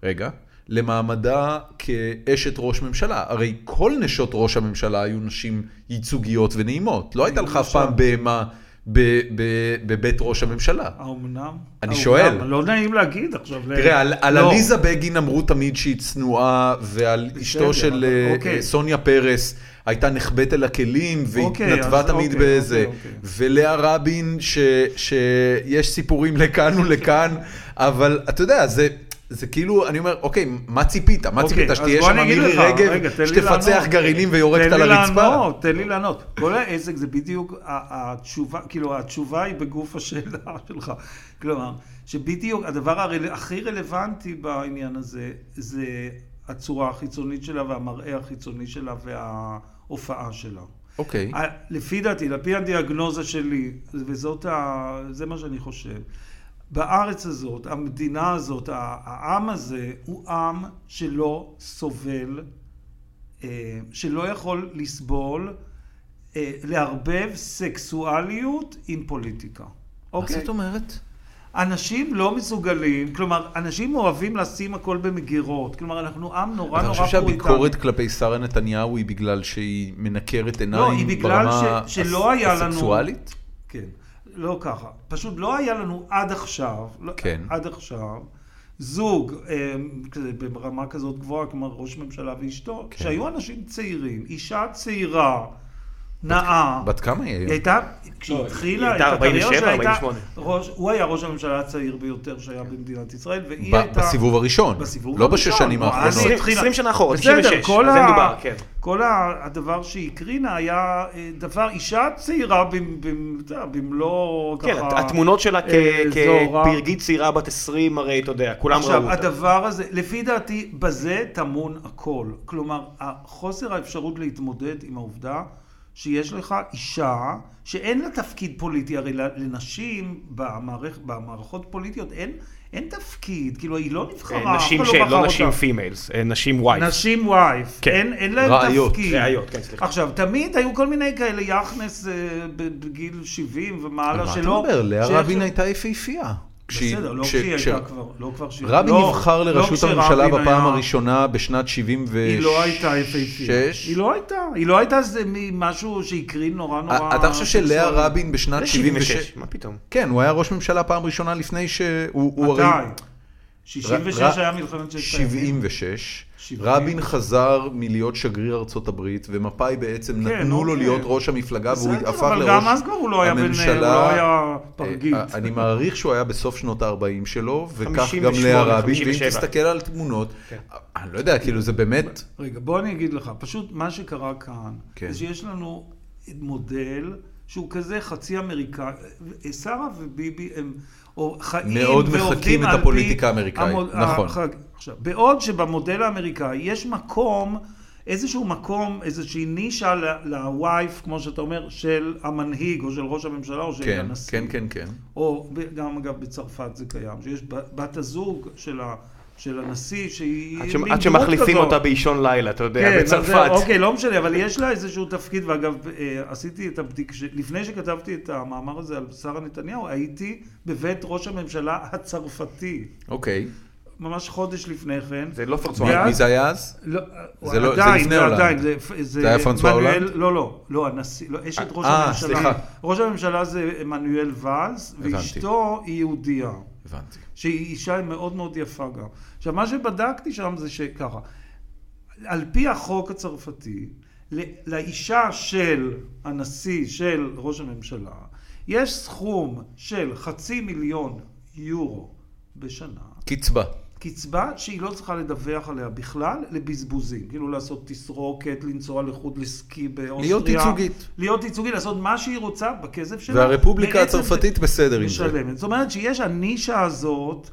Speaker 1: רגע, למעמדה כאשת ראש ממשלה. הרי כל נשות ראש הממשלה היו נשים ייצוגיות ונעימות. לא הייתה לך אף פעם בהמה ב- ב- בבית ראש הממשלה.
Speaker 3: האומנם?
Speaker 1: אני
Speaker 3: האומנם?
Speaker 1: שואל.
Speaker 3: לא נעים להגיד עכשיו. ל-
Speaker 1: תראה, על, על
Speaker 3: לא.
Speaker 1: עליזה בגין אמרו תמיד שהיא צנועה, ועל אשתו של
Speaker 3: אבל-
Speaker 1: אה,
Speaker 3: אוקיי.
Speaker 1: אה, סוניה פרס הייתה נחבאת אל הכלים,
Speaker 3: אוקיי,
Speaker 1: והתנדבה
Speaker 3: אז
Speaker 1: תמיד
Speaker 3: אוקיי,
Speaker 1: בזה.
Speaker 3: אוקיי, אוקיי.
Speaker 1: ולאה רבין, ש, שיש סיפורים לכאן ולכאן, אבל אתה יודע, זה... זה כאילו, אני אומר, אוקיי, מה ציפית? מה
Speaker 3: אוקיי,
Speaker 1: ציפית?
Speaker 3: אז
Speaker 1: שתהיה
Speaker 3: בוא
Speaker 1: שם
Speaker 3: אני אגיד
Speaker 1: מירי
Speaker 3: לך, רגע,
Speaker 1: רגב,
Speaker 3: תן לי
Speaker 1: שתפצח
Speaker 3: לענות.
Speaker 1: גרעינים ויורקת
Speaker 3: תן
Speaker 1: על
Speaker 3: לי
Speaker 1: הרצפה?
Speaker 3: לענות, תן לי לענות. כל העסק זה בדיוק ה- התשובה, כאילו התשובה היא בגוף השאלה [laughs] שלך. כלומר, שבדיוק הדבר הרל... הכי רלוונטי בעניין הזה, זה הצורה החיצונית שלה והמראה החיצוני שלה וההופעה שלה.
Speaker 1: אוקיי.
Speaker 3: ה- אה, לפי דעתי, לפי הדיאגנוזה שלי, וזאת ה... זה מה שאני חושב. בארץ הזאת, המדינה הזאת, ה- העם הזה, הוא עם שלא סובל, אה, שלא יכול לסבול, אה, לערבב סקסואליות עם פוליטיקה.
Speaker 1: מה
Speaker 3: אוקיי?
Speaker 1: זאת אומרת?
Speaker 3: אנשים לא מסוגלים, כלומר, אנשים אוהבים לשים הכל במגירות. כלומר, אנחנו עם נורא
Speaker 1: אתה
Speaker 3: נורא
Speaker 1: חושב
Speaker 3: פוריטני.
Speaker 1: שהביקורת כלפי שרה נתניהו היא בגלל שהיא מנקרת עיניים
Speaker 3: לא, היא בגלל
Speaker 1: ברמה
Speaker 3: ש- שלא היה לנו-
Speaker 1: הסקסואלית?
Speaker 3: כן. לא ככה. פשוט לא היה לנו עד עכשיו, לא-
Speaker 1: כן.
Speaker 3: עד עכשיו, זוג אה, כזה ברמה כזאת גבוהה, כלומר ראש ממשלה ואשתו,
Speaker 1: כן.
Speaker 3: שהיו אנשים צעירים, אישה צעירה, נאה.
Speaker 1: בת כמה היא
Speaker 3: היא
Speaker 1: היום?
Speaker 3: הייתה,
Speaker 2: לא,
Speaker 3: כשהיא
Speaker 2: היא
Speaker 3: התחילה, את
Speaker 2: הייתה
Speaker 3: הקריירה
Speaker 2: 47,
Speaker 3: שלה הייתה,
Speaker 2: 48.
Speaker 3: ראש- הוא היה ראש הממשלה הצעיר ביותר שהיה במדינת ישראל, והיא
Speaker 1: ב-
Speaker 3: הייתה...
Speaker 1: בסיבוב הראשון,
Speaker 3: בסיבוב
Speaker 1: לא בשש
Speaker 3: הראשון,
Speaker 1: שנים
Speaker 3: נו, אז
Speaker 1: האחרונות.
Speaker 3: היא
Speaker 2: 20
Speaker 3: התחילה-
Speaker 2: 20 שנה אחורה,
Speaker 3: בסדר,
Speaker 2: 96,
Speaker 3: כל
Speaker 2: על זה
Speaker 3: ה-
Speaker 2: מדובר, כן.
Speaker 3: כל ה- הדבר שהיא הקרינה היה אה, דבר, אישה צעירה במ- במ- אתה יודע, במלוא
Speaker 2: כן,
Speaker 3: ככה...
Speaker 2: התמונות שלה כ-
Speaker 3: אה, זוהרה.
Speaker 2: כברגית צעירה בת 20, הרי אתה יודע, כולם ראו
Speaker 3: עכשיו,
Speaker 2: אותה.
Speaker 3: הדבר הזה, לפי דעתי, בזה טמון הכל. כלומר, חוסר האפשרות להתמודד עם העובדה שיש לך אישה שאין לה תפקיד פוליטי, הרי לנשים במערכ, במערכות פוליטיות אין, אין תפקיד, כאילו היא לא נבחרה,
Speaker 2: אה,
Speaker 3: אף אחד
Speaker 2: נשים
Speaker 3: לא
Speaker 2: שהן
Speaker 3: בחר
Speaker 2: לא
Speaker 3: אותה.
Speaker 2: נשים פימיילס, נשים וייף.
Speaker 3: נשים וייף,
Speaker 2: כן.
Speaker 3: אין, אין להם
Speaker 1: ראיות,
Speaker 3: תפקיד.
Speaker 2: ראיות, כן, סליחה.
Speaker 3: עכשיו, תמיד היו כל מיני כאלה יחנס אה, ב- בגיל 70
Speaker 1: על
Speaker 3: ומעלה
Speaker 1: אה, מה
Speaker 3: שלא.
Speaker 1: אתה מדבר?
Speaker 3: שאיך-
Speaker 1: לאה רבין הייתה יפהפייה. כשהיא-
Speaker 3: בסדר, לא
Speaker 1: כש-
Speaker 3: כשהיא
Speaker 1: כש-
Speaker 3: הייתה כבר, לא כבר שהיא...
Speaker 1: רבין
Speaker 3: לא,
Speaker 1: נבחר
Speaker 3: לא
Speaker 1: לראשות
Speaker 3: כשרבין
Speaker 1: הממשלה בפעם
Speaker 3: היה-
Speaker 1: הראשונה בשנת 76.
Speaker 3: היא לא הייתה יפהפייה. היא לא הייתה. היא לא הייתה איזה מ- משהו שהקרין נורא נורא...
Speaker 1: אה, אתה חושב שלאה
Speaker 3: סקסואלי.
Speaker 1: רבין בשנת
Speaker 2: זה
Speaker 1: 76?
Speaker 2: 76, מה פתאום?
Speaker 1: כן, הוא היה ראש ממשלה פעם ראשונה לפני שהוא הוא
Speaker 3: מתי?
Speaker 1: הרי...
Speaker 3: 66
Speaker 1: ר-
Speaker 3: היה מלחמת ששת הימים.
Speaker 1: 76,
Speaker 3: שבעים.
Speaker 1: רבין חזר מלהיות שגריר ארצות הברית, ומפא"י בעצם
Speaker 3: כן,
Speaker 1: נתנו לו
Speaker 3: אוקיי.
Speaker 1: להיות ראש המפלגה, והוא
Speaker 3: בסדר,
Speaker 1: הפך
Speaker 3: אבל גם אז
Speaker 1: לראש
Speaker 3: כבר הוא לא היה בן... הוא לא
Speaker 1: הממשלה.
Speaker 3: היה פרגית.
Speaker 1: אה, אני מעריך שהוא היה בסוף שנות ה-40 שלו, וכך גם
Speaker 2: 58,
Speaker 1: לאה רבין, ואם
Speaker 2: 57.
Speaker 1: תסתכל על תמונות,
Speaker 3: כן.
Speaker 1: אה, אני לא יודע, כאילו זה באמת,
Speaker 3: רגע, בוא אני אגיד לך, פשוט מה שקרה כאן,
Speaker 1: כן.
Speaker 3: כן. זה שיש לנו מודל שהוא כזה חצי אמריקאי, שרה וביבי הם או חיים
Speaker 1: מאוד
Speaker 3: ועובדים
Speaker 1: מחקים את
Speaker 3: על פי
Speaker 1: הפוליטיקה האמריקאית, נכון.
Speaker 3: החג- עכשיו, בעוד שבמודל האמריקאי יש מקום, איזשהו מקום, איזושהי נישה ל- לווייף, כמו שאתה אומר, של המנהיג או של ראש הממשלה או של
Speaker 1: כן,
Speaker 3: הנשיא.
Speaker 1: כן, כן, כן.
Speaker 3: או ב- גם אגב בצרפת זה קיים, שיש ב- בת הזוג של, ה, של הנשיא שהיא...
Speaker 2: עד ש-
Speaker 3: מין
Speaker 2: עד
Speaker 3: דמות
Speaker 2: שמחליפים
Speaker 3: כזאת.
Speaker 2: אותה באישון לילה, אתה יודע,
Speaker 3: כן, אז זה-
Speaker 2: בצרפת.
Speaker 3: אוקיי, לא משנה, אבל יש לה איזשהו תפקיד, ואגב, אה, עשיתי את הבדיקה, ש- לפני שכתבתי את המאמר הזה על שרה נתניהו, הייתי בבית ראש הממשלה הצרפתי,
Speaker 1: אוקיי.
Speaker 3: ממש חודש לפני כן.
Speaker 2: זה לא פרצועה.
Speaker 1: מי-
Speaker 3: ואז-
Speaker 1: מי זה היה אז?
Speaker 3: לא,
Speaker 1: זה לא- זה
Speaker 3: עדיין,
Speaker 1: לפני
Speaker 3: זה
Speaker 1: הולנד.
Speaker 3: עדיין, זה,
Speaker 1: זה היה פרנסואה
Speaker 3: מנואל-
Speaker 1: הולנד?
Speaker 3: לא, לא, לא, הנשיא, לא, אשת ראש
Speaker 1: אה,
Speaker 3: הממשלה.
Speaker 1: סליחה.
Speaker 3: ראש הממשלה זה עמנואל ואלס,
Speaker 1: הבנתי.
Speaker 3: ואשתו היא יהודייה.
Speaker 1: הבנתי.
Speaker 3: שהיא אישה מאוד מאוד יפה גם. עכשיו, מה שבדקתי שם זה שככה, על פי החוק הצרפתי, ל- לאישה של הנשיא, של ראש הממשלה, יש סכום של חצי מיליון יורו בשנה,
Speaker 1: קצבה.
Speaker 3: קצבה שהיא לא צריכה לדווח עליה בכלל לבזבוזים, כאילו לעשות תסרוקת, לנסוע לחוד לסקי באוסטריה.
Speaker 1: להיות ייצוגית.
Speaker 3: להיות ייצוגית, לעשות מה שהיא רוצה בכסף שלה.
Speaker 1: והרפובליקה
Speaker 3: כן, בעצם-
Speaker 1: הצרפתית בסדר עם זה.
Speaker 3: משלמת. זאת אומרת שיש הנישה הזאת,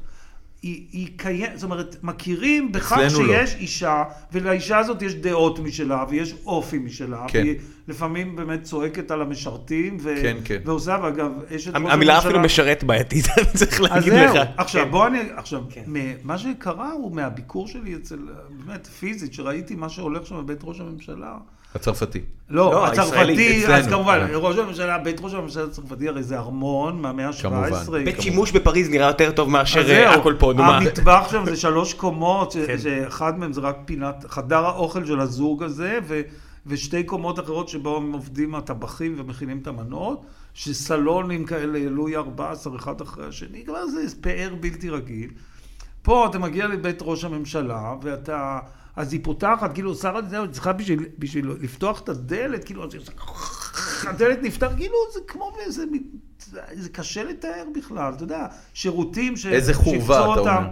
Speaker 3: היא, היא קיימת, זאת אומרת, מכירים בכך
Speaker 1: אצלנו לא.
Speaker 3: שיש לא. אישה, ולאישה הזאת יש דעות משלה, ויש אופי משלה,
Speaker 1: כן.
Speaker 3: והיא לפעמים באמת צועקת על המשרתים, ו-
Speaker 1: כן, כן.
Speaker 3: ועושה, ואגב, אשת ראש
Speaker 2: המילה אפילו
Speaker 3: הממשלה-
Speaker 2: משרת [laughs] בעייתית, צריך
Speaker 3: אז
Speaker 2: להגיד
Speaker 3: זהו,
Speaker 2: לך.
Speaker 3: עכשיו
Speaker 2: כן.
Speaker 3: בוא אני, עכשיו,
Speaker 2: כן.
Speaker 3: מ- מה שקרה הוא מהביקור שלי אצל, באמת פיזית, שראיתי מה שהולך שם בבית ראש הממשלה,
Speaker 1: הצרפתי.
Speaker 3: לא,
Speaker 2: לא,
Speaker 3: הצרפתי,
Speaker 2: הישראלי, כן.
Speaker 3: אז
Speaker 1: אצלנו.
Speaker 3: כמובן,
Speaker 1: אה.
Speaker 3: ראש הממשלה, בית ראש הממשלה הצרפתי הרי זה ארמון מהמאה
Speaker 1: כמובן.
Speaker 3: ה-17.
Speaker 2: בית שימוש בפריז נראה יותר טוב מאשר אה, הכל פה, נו מה.
Speaker 3: המטבח שם זה שלוש קומות, ש-
Speaker 2: כן.
Speaker 3: שאחד מהם זה רק פינת, חדר האוכל של הזוג הזה, ו- ושתי קומות אחרות שבו הם עובדים הטבחים ומכינים את המנות, שסלונים כאלה, לואי 14, אחד אחרי השני, כבר זה פאר בלתי רגיל. פה אתה מגיע לבית ראש הממשלה, ואתה... אז היא פותחת, כאילו, שרה נתניהו צריכה בשביל, בשביל לפתוח את הדלת, כאילו, אז היא עושה הדלת נפתח, כאילו, זה כמו באיזה... מ- זה קשה לתאר בכלל, אתה יודע, שירותים ש...
Speaker 1: איזה חורבה,
Speaker 3: שיפצו
Speaker 1: אתה
Speaker 3: אותם.
Speaker 1: אומר.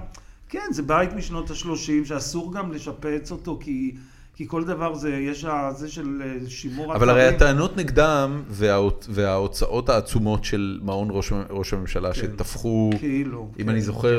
Speaker 3: כן, זה בית משנות ה-30, שאסור גם לשפץ אותו, כי, כי כל דבר זה, יש ה- זה של אה, שימור
Speaker 1: אבל הרי
Speaker 3: אתרים.
Speaker 1: הטענות נגדם וההוצ- וההוצאות העצומות של מעון ראש- ראש הממשלה שטפחו,
Speaker 3: כן. כאילו.
Speaker 1: אם
Speaker 3: כן.
Speaker 1: אני זוכר,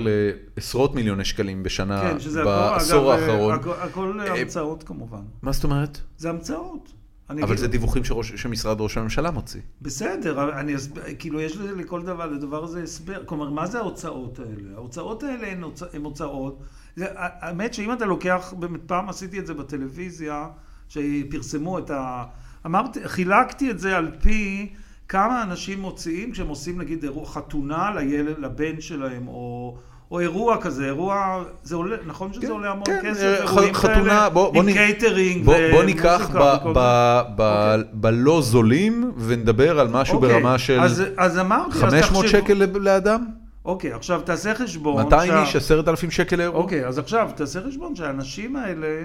Speaker 1: לעשרות מיליוני שקלים בשנה
Speaker 3: כן, שזה הכל,
Speaker 1: בעשור
Speaker 3: אגב, אה,
Speaker 1: האחרון.
Speaker 3: הכ- הכל
Speaker 1: אה,
Speaker 3: המצאות כמובן.
Speaker 1: מה זאת אומרת?
Speaker 3: זה המצאות. אני
Speaker 1: אבל
Speaker 3: אגיד
Speaker 1: זה
Speaker 3: לך.
Speaker 1: דיווחים שראש- שמשרד ראש הממשלה מוציא.
Speaker 3: בסדר, אני אסביר, כאילו יש לזה- לכל דבר, לדבר הזה הסבר. כלומר, מה זה ההוצאות האלה? ההוצאות האלה הן, הוצא, הן הוצאות. זה, האמת שאם אתה לוקח, באמת פעם עשיתי את זה בטלוויזיה, שפרסמו את ה... אמרתי, חילקתי את זה על פי כמה אנשים מוציאים כשהם עושים נגיד אירוע, חתונה לילד, לבן שלהם, או... או אירוע כזה, אירוע, זה עולה, נכון שזה
Speaker 1: כן,
Speaker 3: עולה המון
Speaker 1: כן,
Speaker 3: כסף,
Speaker 1: אה,
Speaker 3: אירועים
Speaker 1: ח- חתונה,
Speaker 3: כאלה,
Speaker 1: בוא- בוא
Speaker 3: עם
Speaker 1: נ-
Speaker 3: קייטרינג,
Speaker 1: בוא- בוא
Speaker 3: ומוזיקה
Speaker 1: ניקח ב-
Speaker 3: וכל
Speaker 1: ב-
Speaker 3: זה.
Speaker 1: ב- בלא זולים ונדבר על משהו
Speaker 3: אוקיי,
Speaker 1: ברמה של
Speaker 3: אז, אז אמרתי, אז
Speaker 1: 500
Speaker 3: תחשבו-
Speaker 1: שקל לב- לאדם?
Speaker 3: אוקיי, עכשיו תעשה חשבון.
Speaker 1: 200
Speaker 3: שה-
Speaker 1: איש, 10,000 שקל לאירוע?
Speaker 3: אוקיי, אז עכשיו תעשה חשבון שהאנשים האלה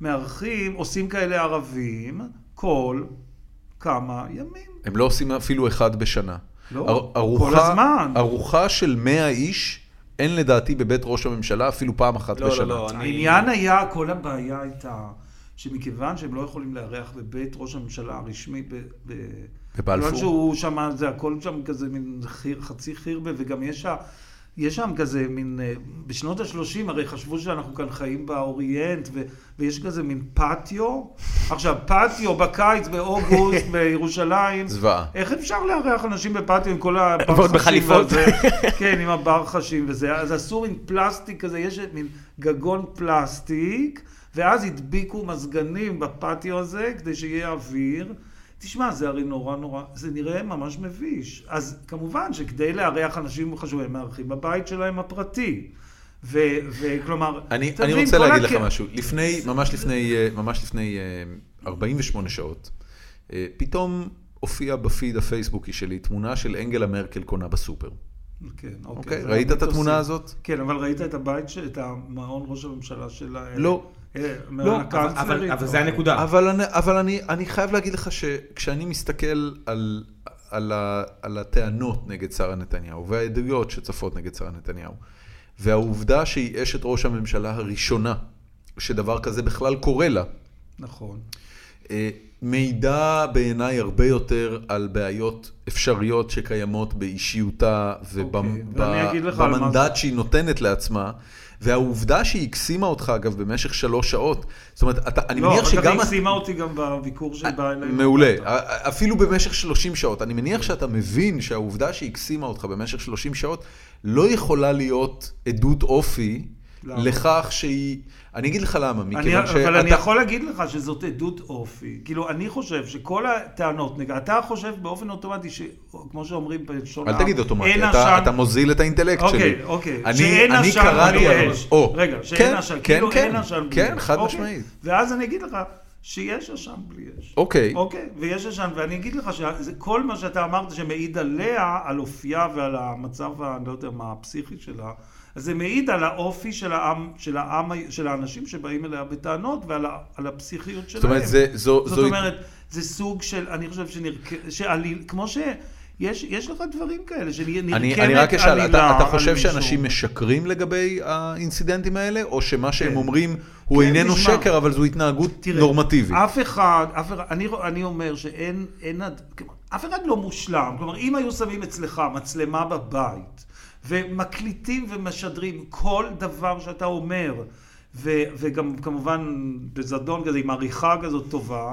Speaker 3: מארחים, עושים כאלה ערבים כל כמה ימים.
Speaker 1: הם לא עושים אפילו אחד בשנה.
Speaker 3: לא,
Speaker 1: אר-
Speaker 3: כל
Speaker 1: ארוחה-
Speaker 3: הזמן.
Speaker 1: ארוחה של 100 איש, אין לדעתי בבית ראש הממשלה אפילו פעם אחת
Speaker 2: לא,
Speaker 1: בשנה.
Speaker 2: לא, לא, אני...
Speaker 3: העניין היה, כל הבעיה הייתה שמכיוון שהם לא יכולים לארח בבית ראש הממשלה הרשמי ב... ב...
Speaker 1: בבלפור.
Speaker 3: כיוון שהוא שם, זה הכל שם כזה מין חיר, חצי חירבה, וגם יש, ה, יש שם כזה מין, אה, בשנות ה-30 הרי חשבו שאנחנו כאן חיים באוריינט, ו, ויש כזה מין פטיו. עכשיו, פטיו בקיץ, באוגוסט,
Speaker 2: [laughs]
Speaker 3: בירושלים.
Speaker 1: זוועה.
Speaker 3: איך אפשר לארח אנשים בפטיו עם כל ה...
Speaker 2: ועוד בחליפות.
Speaker 3: הזה, [laughs] כן, עם הברחשים וזה. אז עשו מין פלסטיק כזה, יש מין גגון פלסטיק, ואז הדביקו מזגנים בפטיו הזה כדי שיהיה אוויר. תשמע, זה הרי נורא נורא, זה נראה ממש מביש. אז כמובן שכדי לארח אנשים חשובים, הם מארחים בבית שלהם הפרטי. ו- וכלומר,
Speaker 1: אני,
Speaker 3: אתה
Speaker 1: אני
Speaker 3: מבין,
Speaker 1: רוצה
Speaker 3: כל
Speaker 1: להגיד
Speaker 3: הכ-
Speaker 1: לך משהו. לפני, ממש לפני, אה, ממש לפני אה, 48 שעות, אה, פתאום הופיע בפיד הפייסבוקי שלי תמונה של אנגלה מרקל קונה בסופר.
Speaker 3: כן, אוקיי.
Speaker 1: אוקיי?
Speaker 3: זה
Speaker 1: ראית את
Speaker 3: המיתוסים.
Speaker 1: התמונה הזאת?
Speaker 3: כן, אבל ראית את הבית, ש- את המעון ראש הממשלה של ה...
Speaker 1: לא.
Speaker 3: אה, אוקיי. מעון
Speaker 1: לא,
Speaker 2: אבל- אבל-
Speaker 3: הקאנצלרית.
Speaker 2: אבל זה
Speaker 3: אה,
Speaker 2: הנקודה.
Speaker 1: אבל, אני, אבל אני, אני חייב להגיד לך שכשאני מסתכל על, על, ה, על הטענות נגד שרה נתניהו, והעדויות שצפות נגד שרה נתניהו, והעובדה שהיא אשת ראש הממשלה הראשונה שדבר כזה בכלל קורה לה,
Speaker 3: נכון.
Speaker 1: אה, מידע בעיניי הרבה יותר על בעיות אפשריות שקיימות באישיותה
Speaker 3: אוקיי, ואני אגיד לך על מה
Speaker 1: ובמנדט שהיא נותנת לעצמה. והעובדה שהיא הקסימה אותך, אגב, במשך שלוש שעות, זאת אומרת, אתה, אני
Speaker 3: לא,
Speaker 1: מניח
Speaker 3: אבל
Speaker 1: שגם...
Speaker 3: ככה היא
Speaker 1: את-
Speaker 3: סיימה אותי גם בביקור שבא אליי.
Speaker 1: אה,
Speaker 3: לא
Speaker 1: מעולה, אפילו במשך 30 שעות. אני מניח שאתה מבין שהעובדה שהיא הקסימה אותך במשך 30 שעות לא יכולה להיות עדות אופי
Speaker 3: למה?
Speaker 1: לכך שהיא... אני אגיד לך למה,
Speaker 3: אני,
Speaker 1: מכיוון
Speaker 3: אבל
Speaker 1: שאתה...
Speaker 3: אני יכול להגיד לך שזאת עדות אופי. כאילו, אני חושב שכל הטענות נגד... אתה חושב באופן אוטומטי, ש- כמו שאומרים בלשון
Speaker 1: אל
Speaker 3: העם,
Speaker 1: תגיד אוטומטי,
Speaker 3: אין
Speaker 1: אתה,
Speaker 3: עשן-
Speaker 1: אתה מוזיל את האינטלקט שלי.
Speaker 3: אוקיי, אוקיי.
Speaker 1: אני,
Speaker 3: שאין
Speaker 1: אני
Speaker 3: עשן
Speaker 1: קראתי...
Speaker 3: בלי
Speaker 1: על-
Speaker 3: אש.
Speaker 1: או,
Speaker 3: רגע, שאין
Speaker 1: כן,
Speaker 3: עשן.
Speaker 1: כן,
Speaker 3: כאילו
Speaker 1: כן,
Speaker 3: אין עשן בלי
Speaker 1: כן,
Speaker 3: אש.
Speaker 1: חד
Speaker 3: אוקיי.
Speaker 1: משמעית.
Speaker 3: ואז אני אגיד לך שיש עשן בלי אש.
Speaker 1: אוקיי.
Speaker 3: אוקיי, ויש עשן, ואני אגיד לך שכל מה שאתה אמרת שמעיד עליה, על אופייה ועל המצב, ה- אני לא יודע מה, הפסיכי שלה, אז זה מעיד על האופי של העם, של העם, ה- של האנשים שבאים אליה בטענות ועל ה- על הפסיכיות שלהם.
Speaker 1: זאת אומרת, זה, זו,
Speaker 3: זאת
Speaker 1: זו,
Speaker 3: אומרת, זה סוג של, אני חושב שנרק... שעליל, כמו ש... יש, יש לך דברים כאלה, שנרקמת
Speaker 1: אני, אני רק אשאל,
Speaker 3: עלילה
Speaker 1: אתה, אתה
Speaker 3: כן על
Speaker 1: חושב
Speaker 3: מישהו.
Speaker 1: שאנשים משקרים לגבי האינסידנטים האלה, או שמה שהם
Speaker 3: כן.
Speaker 1: אומרים הוא
Speaker 3: כן,
Speaker 1: איננו
Speaker 3: תשמע.
Speaker 1: שקר, אבל זו התנהגות
Speaker 3: תראה,
Speaker 1: נורמטיבית?
Speaker 3: אף אחד, אף אחד, אני, אני אומר שאין, אין, עד- כלומר, אף אחד לא מושלם. כלומר, אם היו שמים אצלך מצלמה בבית, ומקליטים ומשדרים כל דבר שאתה אומר, ו, וגם כמובן בזדון כזה, עם עריכה כזאת טובה,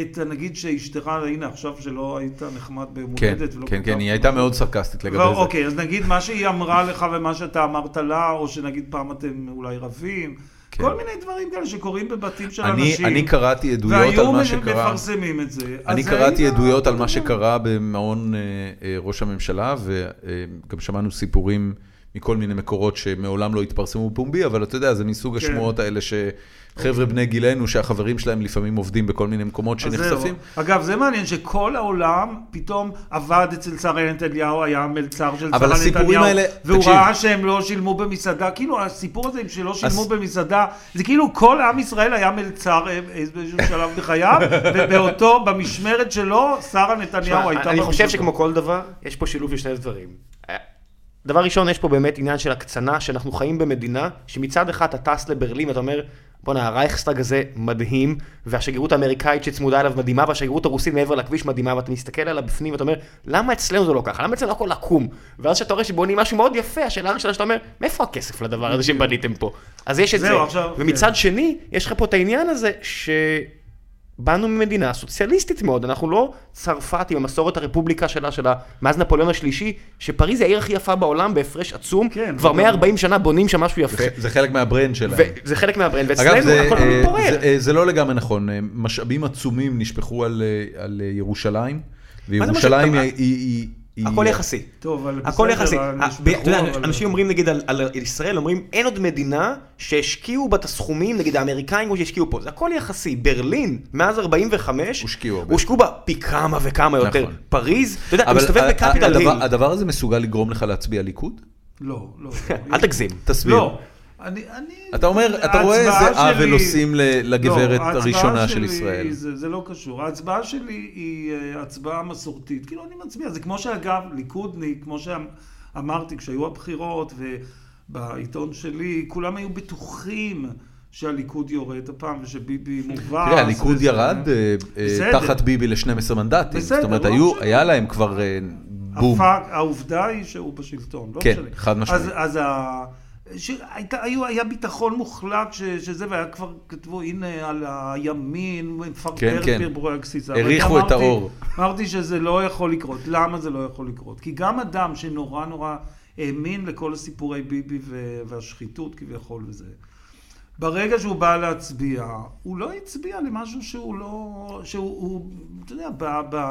Speaker 3: את, נגיד שאשתך, הנה עכשיו שלא היית נחמד ביום
Speaker 1: כן,
Speaker 3: הולדת. ולא
Speaker 1: כן,
Speaker 3: כתבת
Speaker 1: כן, היא הייתה
Speaker 3: משהו.
Speaker 1: מאוד סרקסטית לגבי
Speaker 3: לא,
Speaker 1: זה.
Speaker 3: אוקיי, אז נגיד מה שהיא אמרה לך ומה שאתה אמרת לה, או שנגיד פעם אתם אולי רבים,
Speaker 1: כן.
Speaker 3: כל מיני דברים כאלה שקורים בבתים של
Speaker 1: אני-
Speaker 3: אנשים.
Speaker 1: אני קראתי עדויות על
Speaker 3: והיו
Speaker 1: מה
Speaker 3: מ-
Speaker 1: שקרה.
Speaker 3: מפרסמים את זה.
Speaker 1: אני
Speaker 3: אז
Speaker 1: קראתי
Speaker 3: היה-
Speaker 1: עדויות על מה שקרה במעון אה, אה, ראש הממשלה, וגם שמענו סיפורים מכל מיני מקורות שמעולם לא התפרסמו בפומבי, אבל אתה יודע, זה מסוג
Speaker 3: כן.
Speaker 1: השמועות האלה שחבר'ה בני גילנו, שהחברים שלהם לפעמים עובדים בכל מיני מקומות
Speaker 3: אז
Speaker 1: שנחשפים.
Speaker 3: זהו. אגב, זה מעניין שכל העולם פתאום עבד אצל שרה נתניהו, היה מלצר של
Speaker 1: אבל
Speaker 3: שרה
Speaker 1: הסיפורים
Speaker 3: נתניהו,
Speaker 1: האלה-
Speaker 3: והוא
Speaker 1: תקשיב.
Speaker 3: ראה שהם לא שילמו במסעדה, כאילו הסיפור הזה שלא שילמו
Speaker 1: אז-
Speaker 3: במסעדה, זה כאילו כל עם ישראל היה מלצר אה, באיזשהו שלב
Speaker 1: [laughs]
Speaker 3: בחייו, ובאותו, במשמרת שלו, שרה נתניהו
Speaker 2: תשמע,
Speaker 3: הייתה...
Speaker 2: אני חושב
Speaker 3: במסעדה.
Speaker 2: שכמו כל דבר, יש פה שילוב של שני דברים. דבר ראשון, יש פה באמת עניין של הקצנה, שאנחנו חיים במדינה שמצד אחד אתה טס לברלין ואתה אומר, בואנה, הרייכסטאג הזה מדהים, והשגרירות האמריקאית שצמודה אליו מדהימה, והשגרירות הרוסית מעבר לכביש מדהימה, ואתה מסתכל עליו בפנים ואתה אומר, למה אצלנו זה לא ככה? למה אצלנו לא הכל עקום? ואז כשאתה רואה שבונים משהו מאוד יפה, השאלה הראשונה שאתה אומר, מאיפה הכסף לדבר הזה שבניתם פה? אז יש את
Speaker 3: זהו,
Speaker 2: זה.
Speaker 3: עכשיו, כן.
Speaker 2: ומצד שני, יש לך פה את העניין הזה ש... באנו ממדינה סוציאליסטית מאוד, אנחנו לא צרפת עם המסורת הרפובליקה שלה, שלה מאז נפוליאון השלישי, שפריז היא העיר הכי יפה בעולם בהפרש עצום,
Speaker 3: כן,
Speaker 2: כבר
Speaker 3: וגם-
Speaker 2: 140 שנה בונים שם משהו יפה,
Speaker 1: זה ח- זה חלק מהברנד שלהם.
Speaker 2: וזה חלק מהברנד,
Speaker 1: אגב,
Speaker 2: ואצלנו
Speaker 1: זה,
Speaker 2: הכל
Speaker 1: אה,
Speaker 2: פורר.
Speaker 1: זה, אה, זה לא לגמרי נכון, אה, משאבים עצומים נשפכו על, אה, על אה, ירושלים,
Speaker 2: משאב-
Speaker 1: וירושלים
Speaker 2: אה,
Speaker 1: היא... היא- היא- אה,
Speaker 2: הכל
Speaker 1: היא-
Speaker 2: יחסי.
Speaker 3: טוב, אבל
Speaker 2: הכל
Speaker 3: בסדר,
Speaker 2: יחסי.
Speaker 3: אבל
Speaker 2: ה- ב-
Speaker 3: נשפכו,
Speaker 2: אתה יודע,
Speaker 3: אבל-
Speaker 2: אנשים אומרים נגיד על- על ישראל, אומרים אין עוד מדינה שהשקיעו בה את הסכומים, נגיד האמריקאים כמו שהשקיעו פה, זה הכל יחסי. ברלין, מאז 45,
Speaker 1: הושקעו הרבה.
Speaker 2: הושקעו בה פי כמה וכמה יותר.
Speaker 1: נכון.
Speaker 2: פריז, אתה יודע, אתה
Speaker 1: אבל
Speaker 2: מסתובב
Speaker 1: ה-
Speaker 2: בקפיטל
Speaker 1: הדבר-
Speaker 2: היל.
Speaker 1: הדבר הזה מסוגל לגרום לך להצביע ליכוד?
Speaker 3: לא, לא.
Speaker 2: [laughs] כן, אל תגזים.
Speaker 1: תסביר.
Speaker 3: לא. אני, אני...
Speaker 1: אתה אומר, אתה רואה
Speaker 3: ההצבעה
Speaker 1: איזה עוול
Speaker 3: שלי-
Speaker 1: עושים ל- לגברת
Speaker 3: לא, ההצבעה
Speaker 1: הראשונה של
Speaker 3: שלי
Speaker 1: ישראל.
Speaker 3: זה, זה לא קשור. ההצבעה שלי היא אה, הצבעה מסורתית. כאילו, אני מצביע. זה כמו שאגב, ליכודניק, כמו שאמרתי, כשהיו הבחירות, ובעיתון שלי, כולם היו בטוחים שהליכוד יורד הפעם, ושביבי מובס.
Speaker 1: תראה, הליכוד
Speaker 3: וזה-
Speaker 1: ירד אה, אה,
Speaker 3: בסדר.
Speaker 1: תחת ביבי ל-12 מנדטים. זאת
Speaker 3: בסדר,
Speaker 1: אומרת,
Speaker 3: לא
Speaker 1: היו-
Speaker 3: משנה.
Speaker 1: היה להם כבר אה, בום.
Speaker 3: הפאק, העובדה היא שהוא בשלטון, לא
Speaker 1: כן,
Speaker 3: משנה.
Speaker 1: חד משמעית.
Speaker 3: אז, אז ה... שהייתה, היו, היה ביטחון מוחלט ש, שזה, והיה כבר, כתבו, הנה, על הימין, מפרפר
Speaker 1: כן, כן.
Speaker 3: פרפורי הגסיסה.
Speaker 1: הריחו
Speaker 3: ואני
Speaker 1: את האור.
Speaker 3: אמרתי שזה לא יכול לקרות. למה זה לא יכול לקרות? כי גם אדם שנורא נורא האמין לכל הסיפורי ביבי ו- והשחיתות כביכול וזה, ברגע שהוא בא להצביע, הוא לא הצביע למשהו שהוא לא... שהוא, הוא, אתה יודע, ב... ב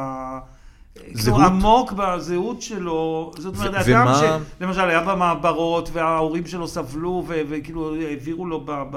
Speaker 1: זהות?
Speaker 3: זהות? עמוק בזהות שלו, זאת אומרת,
Speaker 1: ו-
Speaker 3: אדם
Speaker 1: ומה-
Speaker 3: ש... למשל, היה במעברות, וההורים שלו סבלו, ו- וכאילו העבירו לו ב... ב...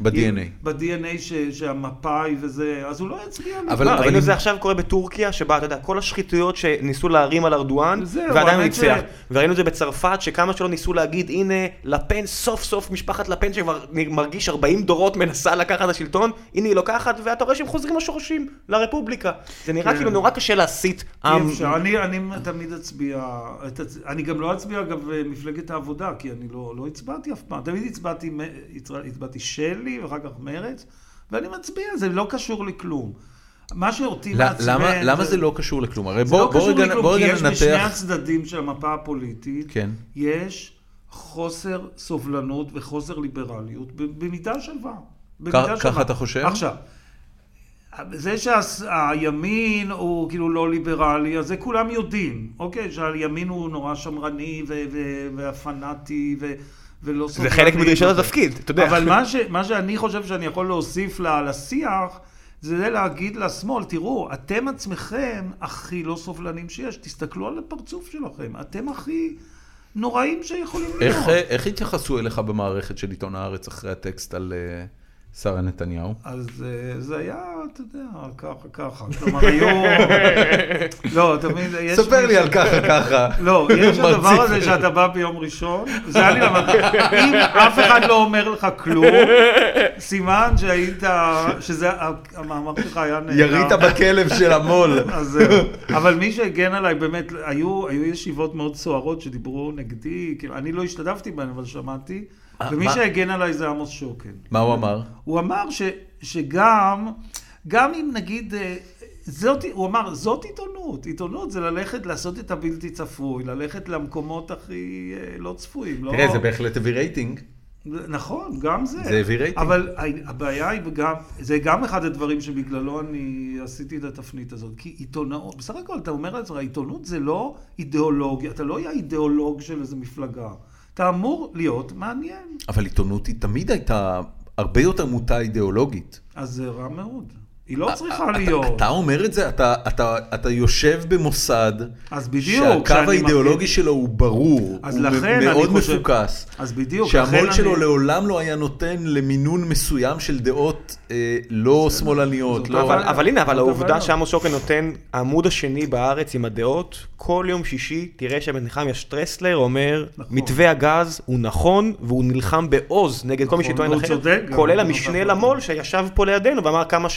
Speaker 1: ב-DNA.
Speaker 3: ב-DNA ש... שהמפאי וזה, אז הוא לא יצביע.
Speaker 1: אבל-
Speaker 2: אבל ראינו
Speaker 1: אם-
Speaker 2: את זה עכשיו קורה בטורקיה, שבה, אתה יודע, כל השחיתויות שניסו להרים על ארדואן,
Speaker 3: זהו,
Speaker 2: ועדיין הוא
Speaker 3: האמת
Speaker 2: הצליח.
Speaker 3: ש-
Speaker 2: וראינו את זה בצרפת, שכמה שלא ניסו להגיד, הנה, לפן, סוף סוף משפחת לפן, שכבר מרגיש 40 דורות מנסה לקחת את השלטון, הנה היא לוקחת, ואתה רואה שהם חוזרים לשורשים, לרפובליקה. זה נראה
Speaker 3: כן.
Speaker 2: כאילו נורא קשה להסית
Speaker 3: אי
Speaker 1: אמ,
Speaker 2: עם.
Speaker 3: אפשר, אני, אני תמיד אצביע, את הצ- אני גם לא אצביע אגב מפלגת העבודה, כי אני לא, לא הצבעתי אף פעם, תמיד הצבעתי, מ- הצבע- הצבעתי שלי ואחר כך מרץ, ואני מצביע, זה לא קשור לכלום. מה שאותי
Speaker 1: ל-
Speaker 3: מעצבן...
Speaker 1: למה- למה זה לא קשור לכלום? הרי
Speaker 3: זה
Speaker 1: בוא
Speaker 3: לא
Speaker 1: בוא
Speaker 3: קשור
Speaker 1: רגע בוא
Speaker 3: לכלום, כי
Speaker 1: רגע
Speaker 3: יש בשני
Speaker 1: ננתח.
Speaker 3: הצדדים של המפה הפוליטית,
Speaker 1: כן.
Speaker 3: יש חוסר סובלנות וחוסר ליברליות ב- במידה שווה.
Speaker 1: כ-
Speaker 3: במידה
Speaker 1: ככה
Speaker 3: שווה.
Speaker 1: אתה חושב?
Speaker 3: עכשיו, זה שהימין הוא כאילו לא ליברלי, אז זה כולם יודעים, אוקיי? שהימין הוא נורא שמרני ו- ו- והפנאטי ו- ולא סובלני.
Speaker 2: זה חלק מדרישות
Speaker 3: וזה.
Speaker 2: התפקיד, אתה יודע.
Speaker 3: אוקיי. אבל מה, ש, מה שאני חושב שאני יכול להוסיף ל- לשיח, זה זה להגיד לשמאל, תראו, אתם עצמכם הכי לא סובלנים שיש, תסתכלו על הפרצוף שלכם, אתם הכי נוראים שיכולים להיות.
Speaker 1: איך, אה, איך התייחסו אליך במערכת של עיתון הארץ אחרי הטקסט על אה, שרה נתניהו?
Speaker 3: אז אה, זה היה, אתה יודע, ככה, ככה. כלומר,
Speaker 2: [laughs]
Speaker 3: היו... לא, תמיד יש...
Speaker 1: ספר לי
Speaker 3: מישהו-
Speaker 1: על ככה ככה.
Speaker 3: [laughs] לא, יש הדבר
Speaker 1: מרציף.
Speaker 3: הזה שאתה בא ביום ראשון, זה היה לי למד, אם אף אחד לא אומר לך כלום, סימן שהיית, שזה, המאמר שלך היה נהדר.
Speaker 1: ירית בכלב של המו"ל.
Speaker 3: [laughs] אז זהו. אבל מי שהגן עליי, באמת, היו, היו ישיבות מאוד סוערות שדיברו נגדי, כאילו, אני לא השתתפתי בהן, אבל שמעתי,
Speaker 1: אה,
Speaker 3: ומי
Speaker 1: מה-
Speaker 3: שהגן עליי זה עמוס שוקן.
Speaker 1: מה הוא אמר?
Speaker 3: הוא אמר ש, שגם, גם אם נגיד, אה, זאת, הוא אמר, זאת עיתונות. עיתונות זה ללכת לעשות את הבלתי צפוי, ללכת למקומות הכי אה, לא צפויים. לא...
Speaker 1: תראה, זה בהחלט הביא רייטינג.
Speaker 3: נכון, גם זה.
Speaker 1: זה הביא רייטינג.
Speaker 3: אבל ה- הבעיה היא גם, זה גם אחד הדברים שבגללו אני עשיתי את התפנית הזאת. כי עיתונאות, בסך הכל אתה אומר לעצמך, עיתונות זה לא אידיאולוגיה, אתה לא יהיה אידיאולוג של איזה מפלגה. אתה אמור להיות מעניין.
Speaker 1: אבל עיתונות היא תמיד הייתה הרבה יותר מוטה אידיאולוגית.
Speaker 3: אז זה רע מאוד. היא לא צריכה
Speaker 1: אתה-
Speaker 3: להיות.
Speaker 1: אה, אתה אומר את זה, אתה, אתה, אתה יושב במוסד,
Speaker 3: אז בדיוק,
Speaker 1: שהקו
Speaker 3: שאני
Speaker 1: האידיאולוגי
Speaker 3: מרגיש-
Speaker 1: שלו הוא ברור,
Speaker 3: אז
Speaker 1: הוא
Speaker 3: לכן אני
Speaker 1: מאוד
Speaker 3: חושב-
Speaker 1: מפוקס.
Speaker 3: אז בדיוק,
Speaker 1: שהמו"ל
Speaker 3: לכן
Speaker 1: שלו
Speaker 3: אני-
Speaker 1: לעולם לא היה נותן למינון מסוים של דעות אה, לא שמאלניות,
Speaker 3: זאת
Speaker 1: לא...
Speaker 2: אבל, אבל הנה, אבל
Speaker 3: זאת לא. הבעיה.
Speaker 2: העובדה שעמוס שוקן נותן העמוד השני בארץ עם הדעות, כל יום שישי תראה שבנחמיה שטרסלר אומר,
Speaker 3: נכון.
Speaker 2: מתווה הגז הוא נכון, והוא נלחם בעוז נגד כל מי
Speaker 3: נכון,
Speaker 2: שטוען
Speaker 3: והוא
Speaker 2: אחרת,
Speaker 3: צודק גם,
Speaker 2: כולל
Speaker 3: הוא
Speaker 2: המשנה
Speaker 3: נכון.
Speaker 2: למו"ל שישב פה לידינו ואמר כמה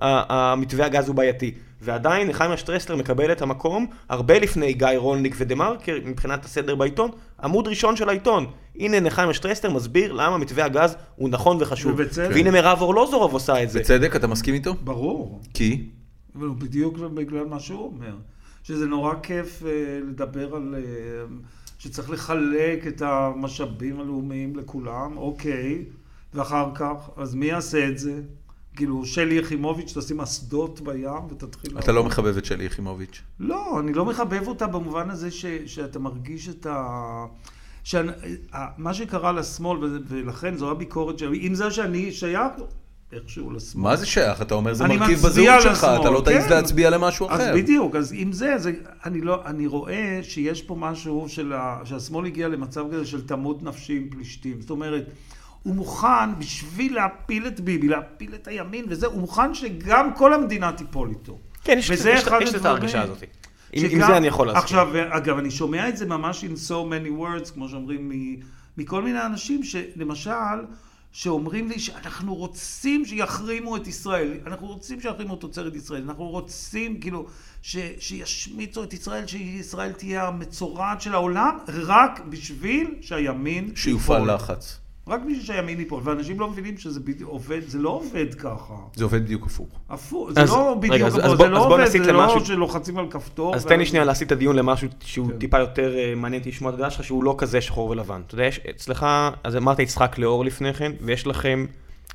Speaker 2: שהמתווה הגז הוא בעייתי. ועדיין נחמיה שטרסלר מקבל את המקום הרבה לפני גיא רולניק ודה מרקר מבחינת הסדר בעיתון, עמוד ראשון של העיתון. הנה נחמיה שטרסלר מסביר למה מתווה הגז הוא נכון וחשוב.
Speaker 3: ובצדק.
Speaker 2: והנה מירב אורלוזורוב עושה את זה.
Speaker 1: בצדק, אתה מסכים איתו?
Speaker 3: ברור.
Speaker 1: כי?
Speaker 3: אבל הוא בדיוק בגלל מה שהוא אומר. שזה נורא כיף אה, לדבר על... אה, שצריך לחלק את המשאבים הלאומיים לכולם, אוקיי. ואחר כך, אז מי יעשה את זה? כאילו, שלי יחימוביץ' תשים אסדות בים ותתחיל...
Speaker 1: אתה לא מחבב את שלי יחימוביץ'.
Speaker 3: לא, אני לא מחבב אותה במובן הזה ש, שאתה מרגיש את ה... שאני, ה- מה שקרה לשמאל, וזה- ולכן זו הביקורת שלי, עם זה שאני שייך איכשהו לשמאל.
Speaker 1: מה זה שייך? אתה אומר, זה
Speaker 3: אני
Speaker 1: מרכיב
Speaker 3: מצביע
Speaker 1: בזהות שלך,
Speaker 3: לשמאל,
Speaker 1: אתה לא תעז
Speaker 3: כן.
Speaker 1: להצביע למשהו
Speaker 3: אז
Speaker 1: אחר.
Speaker 3: בדיוק, אז עם זה, זה אני, לא, אני רואה שיש פה משהו של ה, שהשמאל הגיע למצב כזה של תמות נפשי עם פלישתים. זאת אומרת, הוא מוכן, בשביל להפיל את ביבי, להפיל את הימין וזה, הוא מוכן שגם כל המדינה תיפול איתו.
Speaker 2: כן, יש
Speaker 3: וזה
Speaker 2: יש-
Speaker 3: אחד
Speaker 2: יש את
Speaker 3: הדברים.
Speaker 2: ההרגשה הזאת. עם עם
Speaker 3: שגם-
Speaker 2: זה אני יכול להסכים.
Speaker 3: עכשיו, אגב, אני שומע את זה ממש in so many words, כמו שאומרים, מ- מכל מיני אנשים, שלמשל, שאומרים לי שאנחנו רוצים שיחרימו את ישראל, אנחנו רוצים שיחרימו את תוצרת ישראל, אנחנו רוצים, כאילו, ש, שישמיצו את ישראל, שישראל תהיה המצורעת של העולם, רק בשביל שהימין
Speaker 1: שיופעל
Speaker 3: ייפול.
Speaker 1: לחץ.
Speaker 3: רק בשביל שהימין ייפול. ואנשים לא מבינים שזה בדיוק עובד, זה לא עובד ככה.
Speaker 1: זה עובד בדיוק הפוך.
Speaker 3: הפוך, זה
Speaker 2: אז-
Speaker 3: לא
Speaker 2: רגע,
Speaker 3: בדיוק,
Speaker 2: אז-
Speaker 3: כמו-
Speaker 2: אז בוא-
Speaker 3: זה לא
Speaker 2: אז בוא
Speaker 3: עובד,
Speaker 2: נסיט
Speaker 3: זה לא
Speaker 2: למשהו.
Speaker 3: שלוחצים על כפתור.
Speaker 2: אז תן לי
Speaker 3: ואז-
Speaker 2: שנייה להסיט את הדיון למשהו שהוא
Speaker 3: כן.
Speaker 2: טיפה יותר אה, מעניין אותי לשמוע את הדעה שלך, שהוא לא כזה שחור ולבן. אתה יודע, יש אצלך, אז אמרת יצחק לאור לפני כן, ויש לכם,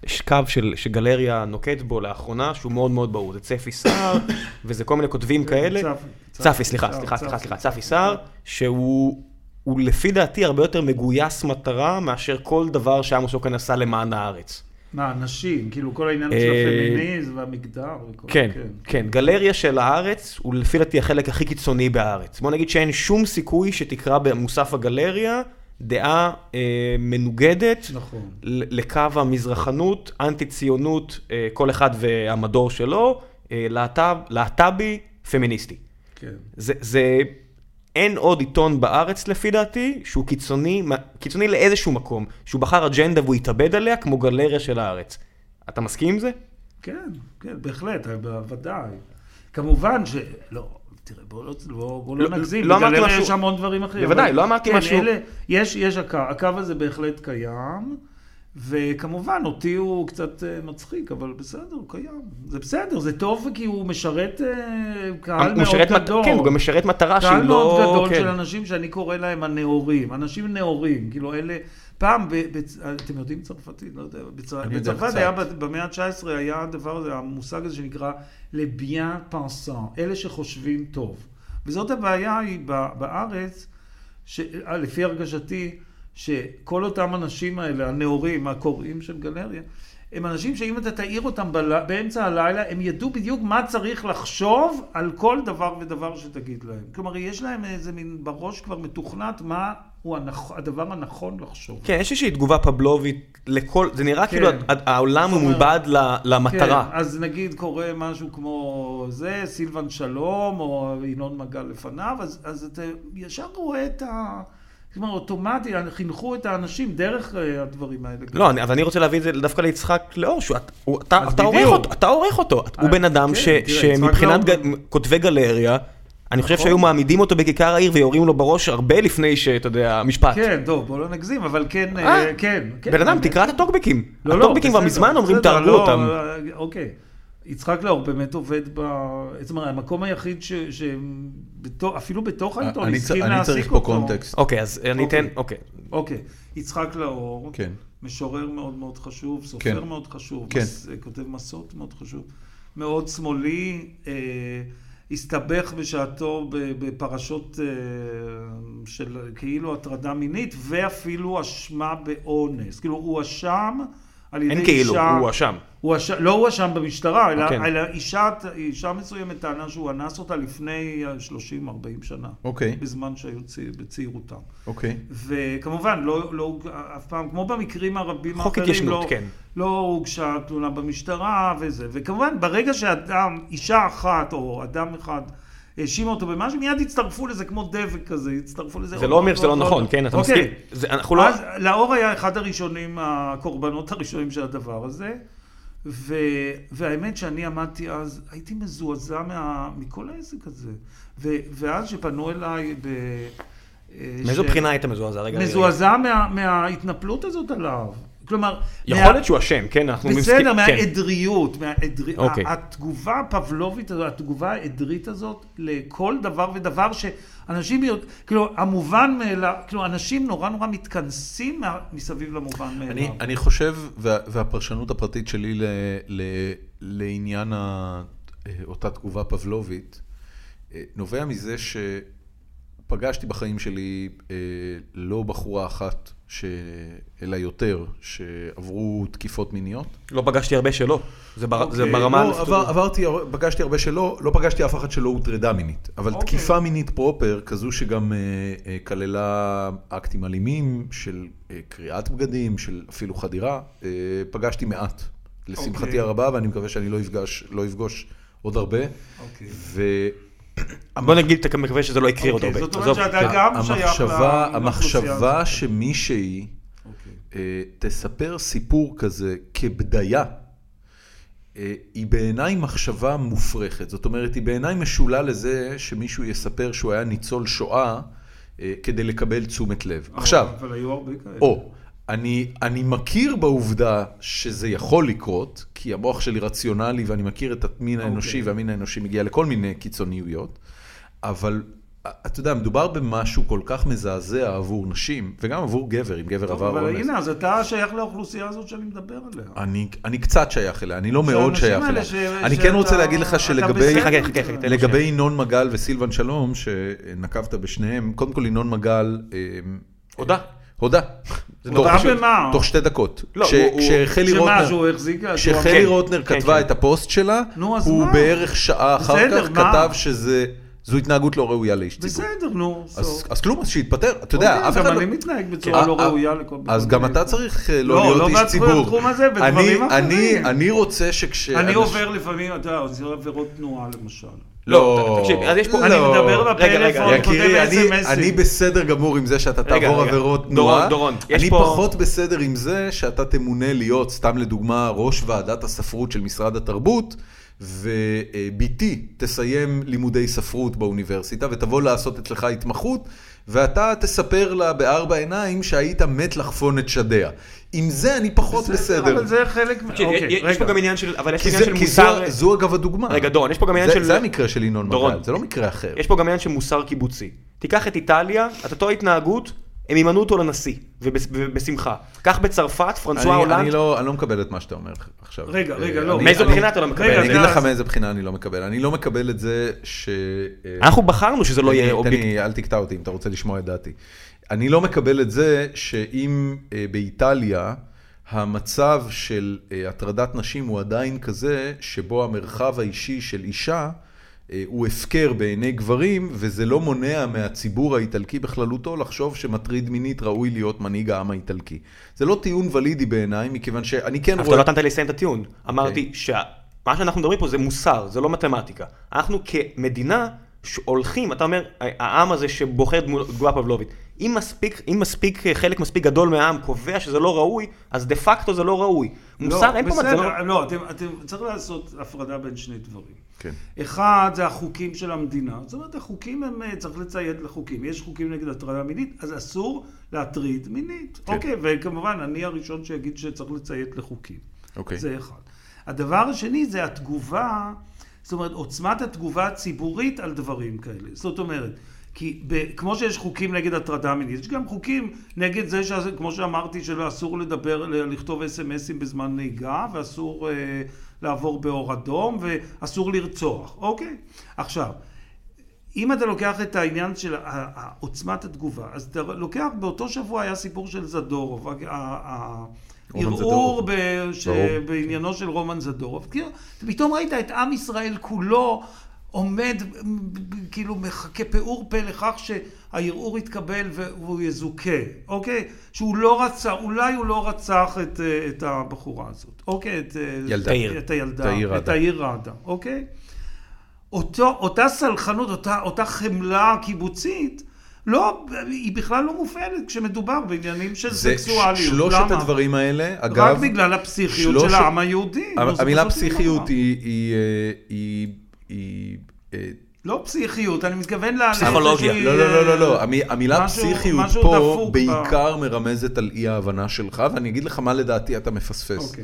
Speaker 2: יש קו של, שגלריה נוקט בו לאחרונה, שהוא מאוד מאוד ברור. זה צפי סער, [coughs] וזה כל מיני כותבים כאלה.
Speaker 3: כן, צפי, צפי,
Speaker 2: צפי, סליחה,
Speaker 3: צפי,
Speaker 2: סליחה, סליחה,
Speaker 3: צפי.
Speaker 2: סליחה, צפי סער, שהוא... הוא לפי דעתי הרבה יותר מגויס מטרה מאשר כל דבר שעמוס אוקן עשה למען הארץ.
Speaker 3: מה, נשים, כאילו כל העניין
Speaker 2: אה,
Speaker 3: של הפמיניזם והמגדר וכל...
Speaker 2: כן, כן. גלריה של הארץ הוא לפי דעתי החלק הכי קיצוני בארץ. בוא נגיד שאין שום סיכוי שתקרא במוסף הגלריה דעה אה, מנוגדת
Speaker 3: נכון.
Speaker 2: ל- לקו המזרחנות, אנטי-ציונות, אה, כל אחד והמדור שלו, אה, להט"ב, להט"בי, פמיניסטי.
Speaker 3: כן.
Speaker 2: זה, זה... אין עוד עיתון בארץ לפי דעתי שהוא קיצוני, מה- קיצוני לאיזשהו מקום, שהוא בחר אג'נדה והוא התאבד עליה כמו גלריה של הארץ. אתה מסכים עם זה?
Speaker 3: כן, כן, בהחלט, ב- ודאי. כמובן ש... לא, תראה, בואו לא, בוא, בוא לא,
Speaker 2: לא-
Speaker 3: נגזים.
Speaker 2: לא אמרתי
Speaker 3: בגלריה
Speaker 2: משהו-
Speaker 3: יש המון דברים אחרים.
Speaker 2: בוודאי, לא אמרתי
Speaker 3: כן,
Speaker 2: משהו-
Speaker 3: אלה, יש, יש הקו, הקו הזה בהחלט קיים, וכמובן, אותי הוא קצת אה, מצחיק, אבל בסדר, הוא קיים. זה בסדר, זה טוב כי הוא משרת אה, קהל
Speaker 2: הוא
Speaker 3: מאוד
Speaker 2: משרת מט-
Speaker 3: גדול.
Speaker 2: כן, הוא גם משרת מטרה שהיא
Speaker 3: קהל מאוד
Speaker 2: לא...
Speaker 3: גדול
Speaker 2: כן.
Speaker 3: של אנשים שאני קורא להם הנאורים, אנשים נאורים, כאילו אלה, פעם, ב, ב, אתם יודעים צרפתית, לא יודע, בצר...
Speaker 1: אני יודע
Speaker 3: בצרפת
Speaker 1: קצת.
Speaker 3: היה ב- במאה ה-19 היה הדבר הזה, המושג הזה שנקרא לביאן פנסן, אלה שחושבים טוב. וזאת הבעיה היא ב- בארץ, ש... אה, לפי הרגשתי, שכל אותם אנשים האלה, הנאורים, הקוראים של גלריה, הם אנשים שאם אתה תעיר אותם בל... באמצע הלילה, הם ידעו בדיוק מה צריך לחשוב על כל דבר ודבר שתגיד להם. כלומר, יש להם איזה מין בראש כבר מתוכנת מה הוא הנכ... הדבר הנכון לחשוב.
Speaker 2: כן, יש איזושהי תגובה פבלובית לכל, זה נראה כאילו הד- העולם
Speaker 3: כן. זאת אומרת-
Speaker 2: מעובד ל- למטרה.
Speaker 3: כן, אז נגיד קורה משהו כמו זה, סילבן שלום, או ינון מגל לפניו, אז, אז אתה ישר רואה את ה... כלומר, אוטומטי, חינכו את האנשים דרך אה, הדברים האלה.
Speaker 2: לא, אני- אבל אני רוצה להביא את זה דווקא ליצחק לאור, שהוא- את- הוא- אתה
Speaker 3: אז
Speaker 2: אתה עורך
Speaker 3: בדיוק.
Speaker 2: אותו, אתה עורך אותו. הוא
Speaker 3: אה,
Speaker 2: בן אדם
Speaker 3: כן,
Speaker 2: ש-
Speaker 3: תראה, יצחק
Speaker 2: שמבחינת
Speaker 3: לאור-
Speaker 2: ג- כותבי גלריה, אני חושב
Speaker 3: נכון.
Speaker 2: שהיו מעמידים אותו בכיכר העיר ויורים לו בראש הרבה לפני שאתה יודע, משפט.
Speaker 3: כן, טוב, בואו לא נגזים, אבל כן,
Speaker 2: אה,
Speaker 3: אה, כן. כן,
Speaker 2: בן אדם,
Speaker 3: באמת.
Speaker 2: תקרא את הטוקבקים.
Speaker 3: לא, לא,
Speaker 2: הטוקבקים כבר
Speaker 3: בסדר,
Speaker 2: מזמן אומרים
Speaker 3: בסדר,
Speaker 2: תהרגו
Speaker 3: לא,
Speaker 2: אותם.
Speaker 3: אה, אוקיי. יצחק לאור באמת עובד ב... זאת אומרת, המקום היחיד ש... ש... בתו- אפילו בתוך העיתון
Speaker 1: אני צ-
Speaker 3: הסכים
Speaker 1: אני
Speaker 3: להעסיק
Speaker 1: צריך פה
Speaker 3: אותו.
Speaker 1: קונטקסט.
Speaker 2: אוקיי, אז אני אתן,
Speaker 3: אוקיי.
Speaker 2: אוקיי.
Speaker 3: אוקיי, יצחק לאור,
Speaker 1: כן.
Speaker 3: משורר מאוד מאוד חשוב, סופר
Speaker 1: כן.
Speaker 3: מאוד חשוב,
Speaker 1: כן.
Speaker 3: מס, אה, כותב מסות מאוד חשוב, מאוד שמאלי, אה, הסתבך בשעתו ב- בפרשות אה, של כאילו הטרדה מינית, ואפילו אשמה באונס. כאילו, הוא אשם על ידי
Speaker 2: אין כאילו,
Speaker 3: אישה...
Speaker 2: הוא הואשם.
Speaker 3: הוא אש... לא הואשם במשטרה, אלא,
Speaker 2: כן.
Speaker 3: אלא אישה, אישה מסוימת טענה שהוא אנס אותה לפני 30-40 שנה.
Speaker 1: אוקיי,
Speaker 3: בזמן שהיו צעיר, בצעירותם.
Speaker 1: אוקיי.
Speaker 3: וכמובן, לא, לא, הוג- אף פעם, כמו במקרים הרבים
Speaker 2: חוק
Speaker 3: האחרים,
Speaker 2: התיישנות,
Speaker 3: לא,
Speaker 2: כן.
Speaker 3: לא הוגשה תלונה במשטרה וזה. וכמובן, ברגע שאדם, אישה אחת או אדם אחד, האשימה אותו במשהו, מיד הצטרפו לזה כמו דבק כזה, הצטרפו לזה.
Speaker 2: זה
Speaker 3: עוד,
Speaker 2: לא אומר
Speaker 3: עוד,
Speaker 2: שזה לא
Speaker 3: עוד, עוד.
Speaker 2: נכון, כן? אתה
Speaker 3: אוקיי.
Speaker 2: מסכים? זה- אנחנו לא...
Speaker 3: אז לאור היה אחד הראשונים, הקורבנות הראשונים של הדבר הזה, ו, והאמת שאני עמדתי אז, הייתי מזועזע מה, מכל העסק הזה. ו, ואז שפנו אליי ב... אה,
Speaker 2: מאיזו
Speaker 3: ש-
Speaker 2: בחינה היית מזועזע? רגע, רגע.
Speaker 3: מזועזע מה, מההתנפלות הזאת עליו. כלומר...
Speaker 2: יכול
Speaker 3: מה-
Speaker 2: להיות שהוא אשם, כן? אנחנו מסכים-
Speaker 3: בסדר,
Speaker 2: כן.
Speaker 3: מהעדריות, מהעדר...
Speaker 2: אוקיי.
Speaker 3: התגובה הפבלובית הזאת, התגובה העדרית הזאת לכל דבר ודבר שאנשים, יודע- כאילו, המובן מאליו, כאילו, אנשים נורא נורא מתכנסים מה- מסביב למובן
Speaker 1: אני,
Speaker 3: מאליו.
Speaker 1: אני חושב, וה, והפרשנות הפרטית שלי ל, ל, לעניין ה, אה, אותה תגובה פבלובית, אה, נובע מזה שפגשתי בחיים שלי אה, לא בחורה אחת, ש, אלא יותר, שעברו תקיפות מיניות.
Speaker 2: לא פגשתי הרבה שלא. זה בר- זה
Speaker 3: אוקיי,
Speaker 2: ברמה...
Speaker 1: לא,
Speaker 2: האלף-
Speaker 1: עבר, עברתי, הר- פגשתי הרבה שלא, לא פגשתי אף אחת שלא הוטרדה מינית. אבל
Speaker 3: אוקיי.
Speaker 1: תקיפה מינית פרופר, כזו שגם אה, אה, כללה אקטים אלימים, של אה, קריעת בגדים, של אפילו חדירה, אה, פגשתי מעט. לשמחתי
Speaker 3: אוקיי.
Speaker 1: הרבה, ואני מקווה שאני לא אפגש, לא אפגוש עוד הרבה.
Speaker 3: אוקיי.
Speaker 1: ו...
Speaker 2: בוא נגיד, אתה מקווה שזה לא יקרה עוד
Speaker 3: אוקיי,
Speaker 2: הרבה.
Speaker 3: זאת אומרת
Speaker 2: עזוב,
Speaker 3: שאתה
Speaker 2: כן.
Speaker 3: גם- שייך
Speaker 1: המחשבה,
Speaker 3: לאוכלוסייה
Speaker 1: המחשבה
Speaker 3: הזאת.
Speaker 1: שמישהי
Speaker 3: אוקיי.
Speaker 1: אה, תספר סיפור כזה כבדיה, אה, היא בעיניי מחשבה מופרכת. זאת אומרת, היא בעיניי משולה לזה שמישהו יספר שהוא היה ניצול שואה אה, כדי לקבל תשומת לב. עכשיו,
Speaker 3: אבל היו הרבה כאלה.
Speaker 1: או, אני, אני מכיר בעובדה שזה יכול לקרות, כי המוח שלי רציונלי ואני מכיר את המין האנושי,
Speaker 3: אוקיי.
Speaker 1: והמין האנושי מגיע לכל מיני קיצוניויות, אבל אתה יודע, מדובר במשהו כל כך מזעזע עבור נשים, וגם עבור גבר, אם גבר
Speaker 3: טוב,
Speaker 1: עבר
Speaker 3: אבל
Speaker 1: אונס.
Speaker 3: הנה, אז אתה שייך לאוכלוסייה הזאת שאני מדבר עליה.
Speaker 1: אני, אני קצת שייך אליה, אני לא מאוד
Speaker 3: שהאנשים
Speaker 1: שייך
Speaker 3: האלה
Speaker 1: אליה.
Speaker 3: ש-
Speaker 1: אני
Speaker 3: שאתה-
Speaker 1: כן רוצה להגיד
Speaker 3: אתה
Speaker 1: לך שלגבי...
Speaker 3: בסדר
Speaker 2: חכה,
Speaker 3: עם
Speaker 2: חכה,
Speaker 3: זה.
Speaker 2: חכה, תן לי
Speaker 1: לגבי ינון מגל וסילבן שלום, שנקבת בשניהם, קודם כל ינון מגל... אה,
Speaker 2: הודה.
Speaker 1: הודה.
Speaker 2: זה
Speaker 1: תוך-
Speaker 2: נורא
Speaker 3: פשוט. במה?
Speaker 1: תוך שתי דקות.
Speaker 2: לא,
Speaker 1: כש-
Speaker 2: הוא- הוא-
Speaker 1: כשחלי
Speaker 3: שמה,
Speaker 1: רוטנר-
Speaker 3: שהוא החזיק... שהוא אמר-
Speaker 1: כשחלי
Speaker 2: כן,
Speaker 1: רוטנר
Speaker 2: כן,
Speaker 1: כתבה
Speaker 2: כן.
Speaker 1: את הפוסט שלה,
Speaker 3: נו, אז
Speaker 1: הוא
Speaker 3: מה?
Speaker 1: בערך שעה אחר
Speaker 3: בסדר,
Speaker 1: כך
Speaker 3: מה?
Speaker 1: כתב שזה... זו התנהגות לא ראויה לאיש ציבור.
Speaker 3: בסדר, נו.
Speaker 1: אז
Speaker 3: so-
Speaker 1: אז כלום, אז שיתפטר, אתה יודע,
Speaker 3: אוקיי,
Speaker 1: אף אחד
Speaker 3: גם
Speaker 1: לא...
Speaker 3: אני מתנהג
Speaker 1: אה,
Speaker 3: בצורה לא
Speaker 1: אה,
Speaker 3: ראויה לכל...
Speaker 1: אז
Speaker 3: בכל
Speaker 1: גם
Speaker 3: מיני-
Speaker 1: אתה צריך אה, לא
Speaker 3: לא,
Speaker 1: להיות
Speaker 3: לא
Speaker 1: איש ציבור.
Speaker 3: בתחום הזה, בדברים
Speaker 1: אני-
Speaker 3: אחרים.
Speaker 1: אני- אני רוצה שכש...
Speaker 3: אני
Speaker 1: אנש-
Speaker 3: עובר לפעמים, אתה יודע, עושה עבירות תנועה למשל.
Speaker 1: לא,
Speaker 2: לא, תקשיב, אז יש פה-
Speaker 1: לא.
Speaker 3: אני מדבר
Speaker 2: רגע, רגע,
Speaker 3: בפלאפון,
Speaker 2: רגע.
Speaker 3: כותב
Speaker 1: יקירי, אני,
Speaker 3: אס.אם.אסים.
Speaker 1: אני בסדר גמור עם זה שאתה
Speaker 2: רגע,
Speaker 1: תעבור
Speaker 2: רגע.
Speaker 1: עבירות
Speaker 2: דורון,
Speaker 1: תנועה.
Speaker 2: דורון, יש
Speaker 1: אני
Speaker 2: פה-
Speaker 1: פחות בסדר עם זה שאתה תמונה להיות, סתם לדוגמה, ראש ועדת הספרות של משרד התרבות, ובתי תסיים לימודי ספרות באוניברסיטה, ותבוא לעשות אצלך התמחות, ואתה תספר לה בארבע עיניים שהיית מת לחפון את שדיה. עם זה אני פחות בסדר.
Speaker 3: אבל זה חלק... מ-
Speaker 2: תקשיב,
Speaker 3: אוקיי,
Speaker 2: יש- יש פה
Speaker 3: רגע.
Speaker 2: גם עניין של... אבל יש
Speaker 1: כי,
Speaker 2: עניין
Speaker 1: זה,
Speaker 2: של
Speaker 1: כי זו,
Speaker 2: מוסר...
Speaker 1: זו אגב הדוגמה.
Speaker 2: רגע, דורון, יש פה גם עניין
Speaker 1: זה,
Speaker 2: של-
Speaker 1: זה המקרה של ינון
Speaker 2: דורון.
Speaker 1: מגל, זה לא מקרה אחר.
Speaker 2: יש פה גם עניין של מוסר קיבוצי. תיקח את איטליה, את אותו התנהגות, הם ימנו אותו לנשיא, ובס- ובשמחה. קח בצרפת, פרנסואה
Speaker 1: אני, אני,
Speaker 2: הולנד,
Speaker 1: לא, אני לא מקבל את מה שאתה אומר עכשיו.
Speaker 3: רגע,
Speaker 1: אה,
Speaker 3: רגע, לא.
Speaker 1: אני-
Speaker 2: מאיזו
Speaker 1: אני-
Speaker 2: בחינה אתה לא מקבל?
Speaker 3: רגע,
Speaker 1: אני אגיד
Speaker 3: אז-
Speaker 1: לך מאיזה בחינה אני לא מקבל. אני לא מקבל את זה ש... אה,
Speaker 2: אנחנו בחרנו שזה לא
Speaker 1: תן לי-
Speaker 2: יהיה
Speaker 1: תן
Speaker 2: אובייקט.
Speaker 1: לי, אל תקטע אותי אם אתה רוצה לשמוע את דעתי. אני לא מקבל את זה שאם אה, באיטליה המצב של אה, הטרדת נשים הוא עדיין כזה שבו המרחב האישי של אישה אה, הוא הפקר בעיני גברים, וזה לא מונע מהציבור האיטלקי בכללותו לחשוב שמטריד מינית ראוי להיות מנהיג העם האיטלקי. זה לא טיעון ולידי בעיניי, מכיוון שאני כן
Speaker 2: אבל אתה לא
Speaker 1: רואה...
Speaker 2: נתת לי לסיים את הטיעון. אמרתי שמה שאנחנו מדברים פה זה מוסר, זה לא מתמטיקה. אנחנו כמדינה שהולכים, אתה אומר, העם הזה שבוחר דמו- תגובה פבלובית, אם מספיק, אם מספיק, אה, חלק מספיק גדול מהעם קובע שזה לא ראוי, אז דה פקטו זה לא ראוי.
Speaker 3: לא,
Speaker 2: מוסר אין פה מצב.
Speaker 3: בסדר, לא, אתם- אתם צריך לעשות הפרדה בין שני דברים.
Speaker 1: כן.
Speaker 3: אחד, זה החוקים של המדינה. זאת אומרת, החוקים הם, אה, צריך לציית לחוקים. יש חוקים נגד הטרדה מינית, אז אסור להטריד מינית.
Speaker 1: כן.
Speaker 3: אוקיי, וכמובן, אני הראשון שיגיד שצריך לציית לחוקים.
Speaker 1: אוקיי.
Speaker 3: זה אחד. הדבר השני זה התגובה, זאת אומרת, עוצמת התגובה הציבורית על דברים כאלה. זאת אומרת, כי ב, כמו שיש חוקים נגד הטרדה מינית, יש גם חוקים נגד זה, ש, כמו שאמרתי, שאסור לדבר, ל- לכתוב אס.אם.אסים בזמן נהיגה, ואסור אה, לעבור באור אדום, ואסור לרצוח, אוקיי? עכשיו, אם אתה לוקח את העניין של ה- ה- עוצמת התגובה, אז אתה לוקח, באותו שבוע היה סיפור של זדורוב, ה- ה- ה-
Speaker 1: רומן
Speaker 3: ערעור
Speaker 1: זדורוב.
Speaker 3: ב- ש-
Speaker 1: ברור.
Speaker 3: בעניינו של רומן זדורוב. כאילו, פתאום ראית את עם ישראל כולו עומד, כאילו מחכה פעור פה לכך שהערעור יתקבל והוא יזוכה, אוקיי? שהוא לא רצה, אולי הוא לא רצח את, אה, את הבחורה הזאת, אוקיי? את, אה,
Speaker 1: ילדה.
Speaker 2: תאיר.
Speaker 3: את הילדה.
Speaker 1: תאיר
Speaker 3: את
Speaker 1: ראדה.
Speaker 3: תאיר ראדה, אוקיי? אותו, אותה סלחנות, אותה, אותה חמלה קיבוצית, לא, היא בכלל לא מופעלת כשמדובר בעניינים של
Speaker 1: זה
Speaker 3: סקסואליות.
Speaker 1: ש- שלושת
Speaker 3: למה?
Speaker 1: הדברים האלה, אגב...
Speaker 3: רק בגלל הפסיכיות
Speaker 1: שלוש-
Speaker 3: של העם היהודי. נו, לא, זה
Speaker 1: המילה
Speaker 3: פשוט נורא.
Speaker 1: פסיכיות היא- היא... אה, היא- היא... אה,
Speaker 3: לא פסיכיות, אני מתכוון ל...
Speaker 2: פסיכולוגיה.
Speaker 1: לא,
Speaker 3: לאיזושהי,
Speaker 1: לא, לא, לא, לא,
Speaker 3: אה,
Speaker 1: המי- המילה
Speaker 3: משהו-
Speaker 1: פסיכיות
Speaker 3: משהו
Speaker 1: פה
Speaker 3: דפוק ב-
Speaker 1: בעיקר מרמזת על אי ההבנה שלך, ואני אגיד לך מה לדעתי אתה מפספס.
Speaker 3: אוקיי.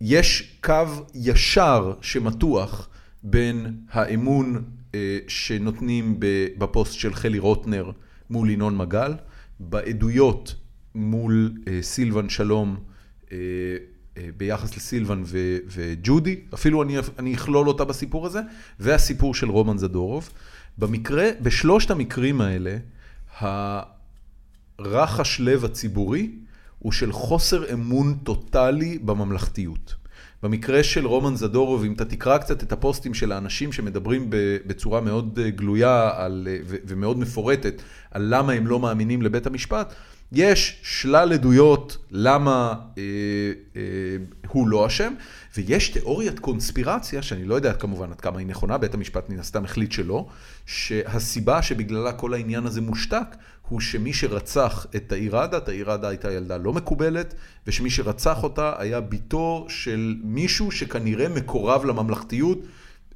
Speaker 1: יש קו ישר שמתוח בין האמון אה, שנותנים ב- בפוסט של חלי רוטנר מול ינון מגל, בעדויות מול אה, סילבן שלום אה, אה, ביחס לסילבן ו- וג'ודי, אפילו אני, אני אכלול אותה בסיפור הזה, והסיפור של רומן זדורוב. במקרה, בשלושת המקרים האלה, ה- רחש לב הציבורי הוא של חוסר אמון טוטאלי בממלכתיות. במקרה של רומן זדורוב, אם אתה תקרא קצת את הפוסטים של האנשים שמדברים ב- בצורה מאוד אה, גלויה על, אה, ו- ומאוד מפורטת על למה הם לא מאמינים לבית המשפט, יש שלל עדויות למה אה, אה, הוא לא אשם, ויש תיאוריית קונספירציה, שאני לא יודע כמובן עד כמה היא נכונה, בית המשפט מן הסתם החליט שלא, שהסיבה שבגללה כל העניין הזה מושתק, הוא שמי שרצח את תאיר ראדה, תאיר ראדה הייתה ילדה לא מקובלת, ושמי שרצח אותה היה בתו של מישהו שכנראה מקורב לממלכתיות.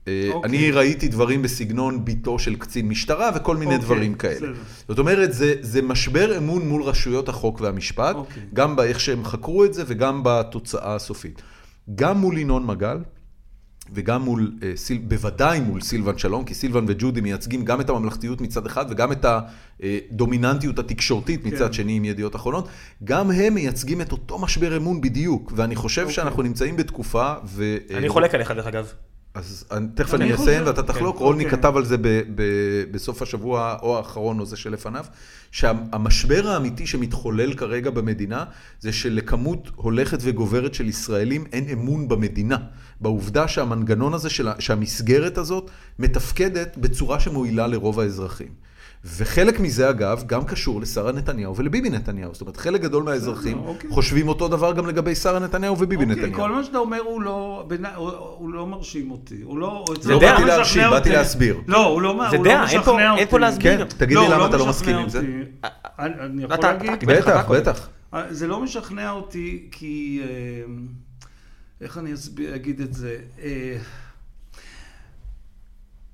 Speaker 1: אה,
Speaker 3: אוקיי.
Speaker 1: אני ראיתי דברים בסגנון בתו של קצין משטרה וכל מיני
Speaker 3: אוקיי,
Speaker 1: דברים כאלה.
Speaker 3: בסדר.
Speaker 1: זאת אומרת, זה, זה משבר אמון מול רשויות החוק והמשפט,
Speaker 3: אוקיי.
Speaker 1: גם באיך שהם חקרו את זה וגם בתוצאה הסופית. גם מול ינון מגל, וגם מול, אה, סיל, בוודאי מול סילבן שלום, כי סילבן וג'ודי מייצגים גם את הממלכתיות מצד אחד וגם את הדומיננטיות התקשורתית מצד
Speaker 3: כן.
Speaker 1: שני עם ידיעות אחרונות, גם הם מייצגים את אותו משבר אמון בדיוק, ואני חושב
Speaker 3: אוקיי.
Speaker 1: שאנחנו נמצאים בתקופה, ו... אה,
Speaker 2: אני חולק עליך, דרך אגב.
Speaker 1: אז אני, תכף
Speaker 3: אני
Speaker 1: אני
Speaker 3: חושב-
Speaker 1: אסיים ואתה
Speaker 3: כן,
Speaker 1: תחלוק, רולני
Speaker 3: אוקיי.
Speaker 1: כתב על זה ב, ב, בסוף השבוע או האחרון או זה שלפניו, שהמשבר האמיתי שמתחולל כרגע במדינה זה שלכמות הולכת וגוברת של ישראלים אין אמון במדינה, בעובדה שהמנגנון הזה, של, ה- שהמסגרת הזאת מתפקדת בצורה שמועילה לרוב האזרחים. וחלק מזה אגב גם קשור לשרה נתניהו ולביבי נתניהו, זאת אומרת חלק גדול מהאזרחים
Speaker 3: אוקיי.
Speaker 1: חושבים אותו דבר גם לגבי שרה נתניהו וביבי
Speaker 3: אוקיי,
Speaker 1: נתניהו.
Speaker 3: כל מה שאתה אומר הוא לא, בעיני- הוא- הוא לא מרשים אותי. הוא לא...
Speaker 2: זה
Speaker 3: הוא
Speaker 2: דעה.
Speaker 3: לא
Speaker 1: באתי
Speaker 3: משכנע
Speaker 1: להרשים, באתי
Speaker 3: אותי.
Speaker 1: להסביר.
Speaker 3: לא, הוא לא הוא לא משכנע
Speaker 2: זה
Speaker 3: אותי.
Speaker 2: דעה, אין פה- אין פה להסביר. אה,
Speaker 1: כן, תגיד לי
Speaker 3: הוא
Speaker 1: למה אתה לא
Speaker 3: משכנע
Speaker 1: מסכים עם זה.
Speaker 3: אותי. אני אני יכול
Speaker 2: אתה- אתה
Speaker 3: להגיד?
Speaker 2: קיבל
Speaker 1: בטח,
Speaker 2: חזק,
Speaker 1: בטח.
Speaker 3: אה, זה לא משכנע אותי כי... אה, איך אני אסביר, אגיד את זה? אה,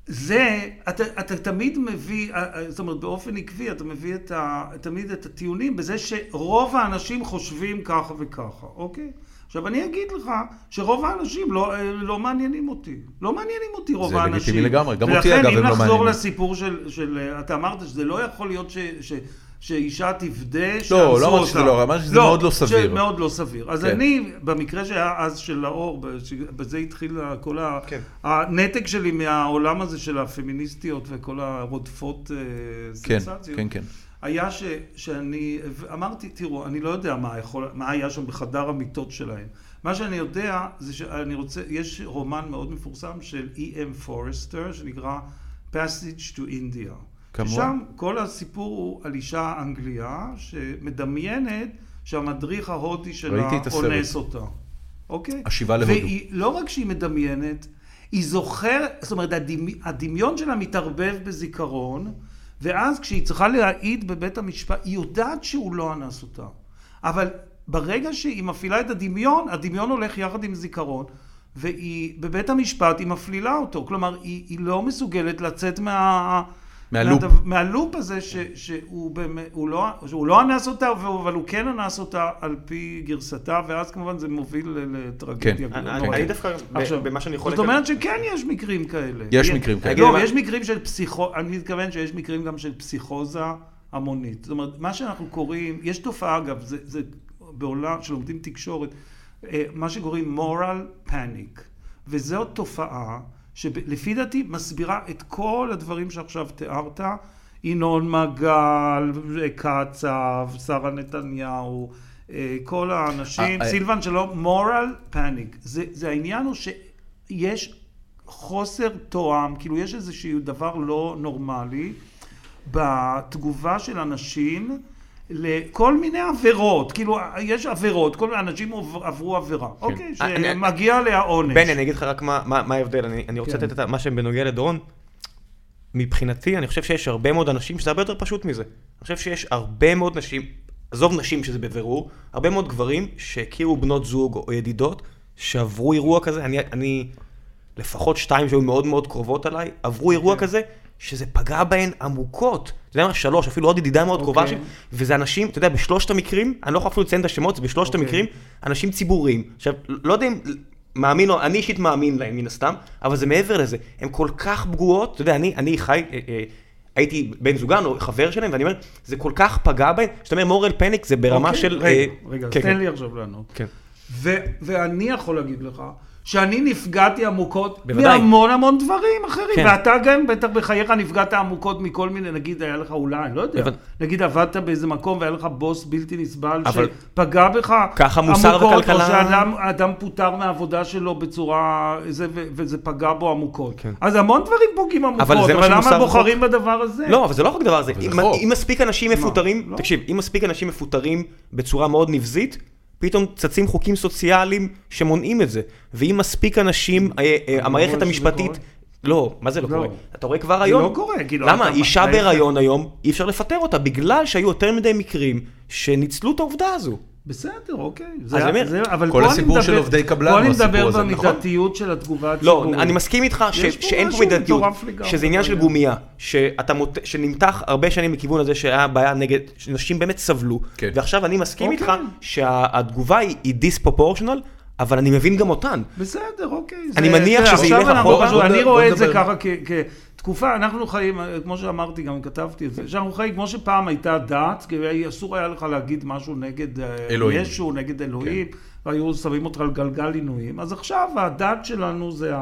Speaker 3: זה, אתה, אתה תמיד מביא, אה, אה, זאת אומרת באופן עקבי, אתה מביא את ה, תמיד את הטיעונים בזה שרוב האנשים חושבים ככה וככה, אוקיי? עכשיו אני אגיד לך שרוב האנשים לא, אה, לא מעניינים אותי. לא מעניינים אותי רוב
Speaker 1: זה
Speaker 3: האנשים.
Speaker 1: לגיטימי לגמרי. גם אותי, אגב, הם לא
Speaker 3: ולכן אם נחזור
Speaker 1: מעניינים.
Speaker 3: לסיפור של, של, אתה אמרת שזה לא יכול להיות ש... ש שאישה תפדה
Speaker 1: לא,
Speaker 3: שאנסו
Speaker 1: לא אמרתי שזה
Speaker 3: אותה.
Speaker 1: לא, אמרתי שזה מאוד לא סביר.
Speaker 3: שמאוד לא סביר. אז
Speaker 1: כן.
Speaker 3: אני, במקרה שהיה אז של לאור, ב- ש- בזה התחיל ה- כל ה...
Speaker 1: כן.
Speaker 3: הנתק שלי מהעולם הזה של הפמיניסטיות וכל הרודפות אה,
Speaker 1: כן,
Speaker 3: סנסציות,
Speaker 1: כן, כן.
Speaker 3: היה ש, שאני אמרתי, תראו, אני לא יודע מה, יכול, מה היה שם בחדר המיטות שלהם. מה שאני יודע זה שאני רוצה, יש רומן מאוד מפורסם של E.M. פורסטר, שנקרא Passage to India.
Speaker 1: כמוה.
Speaker 3: ששם כל הסיפור הוא על אישה אנגליה שמדמיינת שהמדריך ההודי שלה
Speaker 1: ראיתי את הסרט.
Speaker 3: אונס אותה. אוקיי?
Speaker 1: השיבה להודו.
Speaker 3: והיא לא רק שהיא מדמיינת, היא זוכרת, זאת אומרת, הדמי, הדמיון שלה מתערבב בזיכרון, ואז כשהיא צריכה להעיד בבית המשפט, היא יודעת שהוא לא אנס אותה. אבל ברגע שהיא מפעילה את הדמיון, הדמיון הולך יחד עם זיכרון, והיא, בבית המשפט היא מפלילה אותו. כלומר, היא, היא לא מסוגלת לצאת מה...
Speaker 1: מהלופ.
Speaker 3: מהדבר- מהלופ הזה ש, שהוא, באמת, הוא לא, שהוא לא אנס אותה, והוא- אבל הוא כן אנס אותה על פי גרסתה, ואז כמובן זה מוביל ל- לטרגדיה
Speaker 1: כן.
Speaker 3: גדולה.
Speaker 2: אני-
Speaker 1: אוקיי.
Speaker 2: אני דווקא, ב-
Speaker 3: עכשיו,
Speaker 2: במה שאני חולק...
Speaker 3: זאת אומרת שכן יש מקרים כאלה.
Speaker 1: יש מקרים כאלה.
Speaker 3: לא,
Speaker 2: אני-
Speaker 3: יש מקרים של פסיכו... אני מתכוון שיש מקרים גם של פסיכוזה המונית. זאת אומרת, מה שאנחנו קוראים, יש תופעה אגב, זה, זה בעולם, כשלומדים תקשורת, אה, מה שקוראים moral panic, וזו תופעה שלפי דעתי מסבירה את כל הדברים שעכשיו תיארת. ינון מגל, קצב, שרה נתניהו, אה, כל האנשים,
Speaker 1: אה, אה.
Speaker 3: סילבן שלו, מורל פאניק. זה העניין הוא שיש חוסר תואם, כאילו יש איזשהו דבר לא נורמלי בתגובה של אנשים לכל מיני עבירות. כאילו, יש עבירות, כל מיני אנשים עוב- עברו עבירה. אוקיי,
Speaker 2: אה, אני-
Speaker 3: שמגיע עליה עונש.
Speaker 2: בני, אני אגיד לך רק מה- מה מה ההבדל, אני אני רוצה
Speaker 3: כן.
Speaker 2: לתת את ה- מה שבנוגע לדורון. מבחינתי, אני חושב שיש הרבה מאוד אנשים שזה הרבה יותר פשוט מזה. אני חושב שיש הרבה מאוד נשים, עזוב נשים שזה בבירור, הרבה מאוד גברים שהכירו בנות זוג או ידידות, שעברו אירוע כזה, אני, אני לפחות שתיים שהיו מאוד מאוד קרובות אליי, עברו אירוע
Speaker 3: אוקיי.
Speaker 2: כזה, שזה פגע בהן עמוקות. אתה יודע מה, שלוש, אפילו עוד ידידה מאוד קרובה
Speaker 3: אוקיי.
Speaker 2: שלי, וזה אנשים, אתה יודע, בשלושת המקרים, אני לא יכול אפילו לציין את השמות, זה בשלושת
Speaker 3: אוקיי.
Speaker 2: המקרים, אנשים ציבוריים. עכשיו, לא יודע אם... מאמין לו, אני אישית מאמין להם מן הסתם, אבל זה מעבר לזה, הם כל כך פגועות, אתה יודע, אני, אני חי, אה, אה, הייתי בן זוגן או חבר שלהם, ואני אומר, זה כל כך פגע בהם, שאתה אומר מורל פניק זה ברמה
Speaker 3: אוקיי,
Speaker 2: של...
Speaker 3: רגע,
Speaker 2: אה,
Speaker 3: רגע, אז
Speaker 2: כן,
Speaker 3: תן
Speaker 2: כן.
Speaker 3: לי עכשיו לענות.
Speaker 2: כן.
Speaker 3: ו- ואני יכול להגיד לך שאני נפגעתי עמוקות
Speaker 2: בוודאי.
Speaker 3: מהמון המון דברים אחרים.
Speaker 2: כן.
Speaker 3: ואתה גם בטח בחייך נפגעת עמוקות מכל מיני, נגיד היה לך אולי, אני לא יודע,
Speaker 2: בוודאי.
Speaker 3: נגיד עבדת באיזה מקום והיה לך בוס בלתי נסבל
Speaker 2: אבל-
Speaker 3: שפגע בך
Speaker 2: ככה מוסר
Speaker 3: או
Speaker 2: וכלכלה-
Speaker 3: שאדם אדם פוטר מהעבודה שלו בצורה, זה, ו- וזה פגע בו עמוקות.
Speaker 2: כן.
Speaker 3: אז המון דברים פוגעים עמוקות,
Speaker 2: אבל זה מה
Speaker 3: אבל למה
Speaker 2: שמוסר
Speaker 3: בוחרים בדבר הזה?
Speaker 2: לא, אבל זה לא רק הדבר הזה.
Speaker 1: זה
Speaker 2: אם-
Speaker 1: חוק.
Speaker 2: אם מספיק אנשים מפוטרים,
Speaker 3: לא.
Speaker 2: תקשיב, אם מספיק אנשים מפוטרים בצורה מאוד נבזית, פתאום צצים חוקים סוציאליים שמונעים את זה. ואם מספיק אנשים, אה, אה,
Speaker 3: לא רואה
Speaker 2: המערכת
Speaker 3: שזה
Speaker 2: המשפטית...
Speaker 3: קורה.
Speaker 2: לא, מה זה לא
Speaker 3: לא.
Speaker 2: קורה? אתה רואה כבר
Speaker 3: זה
Speaker 2: היום.
Speaker 3: לא קורה, כאילו,
Speaker 2: למה?
Speaker 3: אתה-
Speaker 2: אישה
Speaker 3: ההפך.
Speaker 2: בהיריון היום, אי אפשר לפטר אותה, בגלל שהיו יותר מדי מקרים שניצלו את העובדה הזו.
Speaker 3: בסדר, אוקיי.
Speaker 2: אני
Speaker 3: זה,
Speaker 2: אומר,
Speaker 3: זה, אבל
Speaker 1: כל
Speaker 3: פה אני
Speaker 1: הסיפור
Speaker 3: מדבר,
Speaker 1: של עובדי קבלן
Speaker 3: פה
Speaker 1: הוא
Speaker 3: אני
Speaker 1: הסיפור
Speaker 3: מדבר
Speaker 1: הזה, נכון?
Speaker 3: במידתיות של התגובה
Speaker 2: לא,
Speaker 3: הציבורית.
Speaker 2: אני מסכים איתך ש-
Speaker 3: יש פה
Speaker 2: שאין פה
Speaker 3: משהו
Speaker 2: מידתיות,
Speaker 3: מטורף לגמרי
Speaker 2: שזה עניין של
Speaker 3: בעניין.
Speaker 2: גומייה, שאתה מות... שנמתח הרבה שנים מכיוון הזה שהיה בעיה נגד, שנשים באמת סבלו,
Speaker 1: כן.
Speaker 2: ועכשיו אני מסכים
Speaker 3: אוקיי.
Speaker 2: איתך שהתגובה היא, היא דיספרופורשנל, אבל אני מבין גם אותן.
Speaker 3: בסדר, אוקיי.
Speaker 2: אני
Speaker 3: זה-
Speaker 2: מניח
Speaker 3: תראה,
Speaker 2: שזה ילך
Speaker 3: עכשיו
Speaker 2: אחורה.
Speaker 3: אנחנו,
Speaker 1: בוא נ-
Speaker 3: אני
Speaker 1: בוא
Speaker 3: רואה את זה
Speaker 1: נדבר.
Speaker 3: ככה כ- כתקופה, אנחנו חיים, אה, כמו שאמרתי, גם כתבתי את זה, שאנחנו חיים כמו שפעם הייתה דת, כי היה- אסור היה לך להגיד משהו נגד אה,
Speaker 1: אלוהים. כן.
Speaker 3: ישו, נגד אלוהים, והיו שמים אותך על גלגל עינויים, אז עכשיו הדת שלנו זה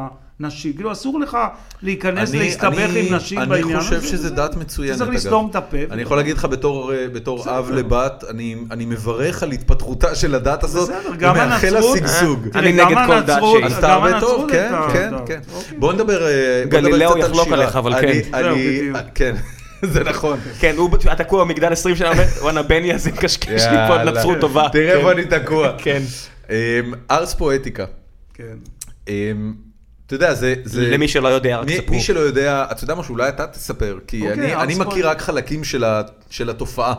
Speaker 3: הנשים, כאילו אסור לך להיכנס, להסתבך עם נשים בעניין הזה.
Speaker 1: אני חושב שזה
Speaker 3: וזה-
Speaker 1: דת מצוינת,
Speaker 3: אתה צריך לסתום את הפה.
Speaker 1: אני יכול להגיד לך בתור, אה, בתור
Speaker 3: בסדר.
Speaker 1: אב לבת, אני, אני מברך על התפתחותה של הדת הזאת,
Speaker 3: בסדר, גם
Speaker 1: ומאחל לה
Speaker 3: הנצרות-
Speaker 1: שגשוג.
Speaker 2: אה, אני נגד כל דת שהיא.
Speaker 1: אז
Speaker 2: אז
Speaker 1: אתה הרבה טוב, כן, כן, כן. בוא נדבר אה, בוא נדבר
Speaker 2: גלילאו
Speaker 1: קצת על
Speaker 2: יחלוק
Speaker 1: שירה.
Speaker 2: עליך, אבל
Speaker 1: אני-
Speaker 2: כן.
Speaker 1: אני-
Speaker 3: אוקיי. זהו, בדיוק.
Speaker 1: כן, [laughs] זה נכון.
Speaker 2: כן, הוא היה תקוע במגדל 20 שנה, אומר, וואנה בני הזה מקשקש לי פה על
Speaker 1: יאללה.
Speaker 2: נצרות טובה.
Speaker 1: תראה
Speaker 2: כן.
Speaker 1: איפה אני תקוע.
Speaker 2: [laughs] כן.
Speaker 1: אמ, ארס פואטיקה.
Speaker 3: כן.
Speaker 1: אמ, אתה יודע, זה... זה-
Speaker 2: למי שלא יודע, רק
Speaker 1: מי-
Speaker 2: ספרו.
Speaker 1: מי שלא יודע, אתה יודע משהו, אולי אתה תספר, כי
Speaker 3: אוקיי,
Speaker 1: אני-
Speaker 3: ארס
Speaker 1: אני מכיר
Speaker 3: פואטיקה.
Speaker 1: רק חלקים של ה- של התופעה.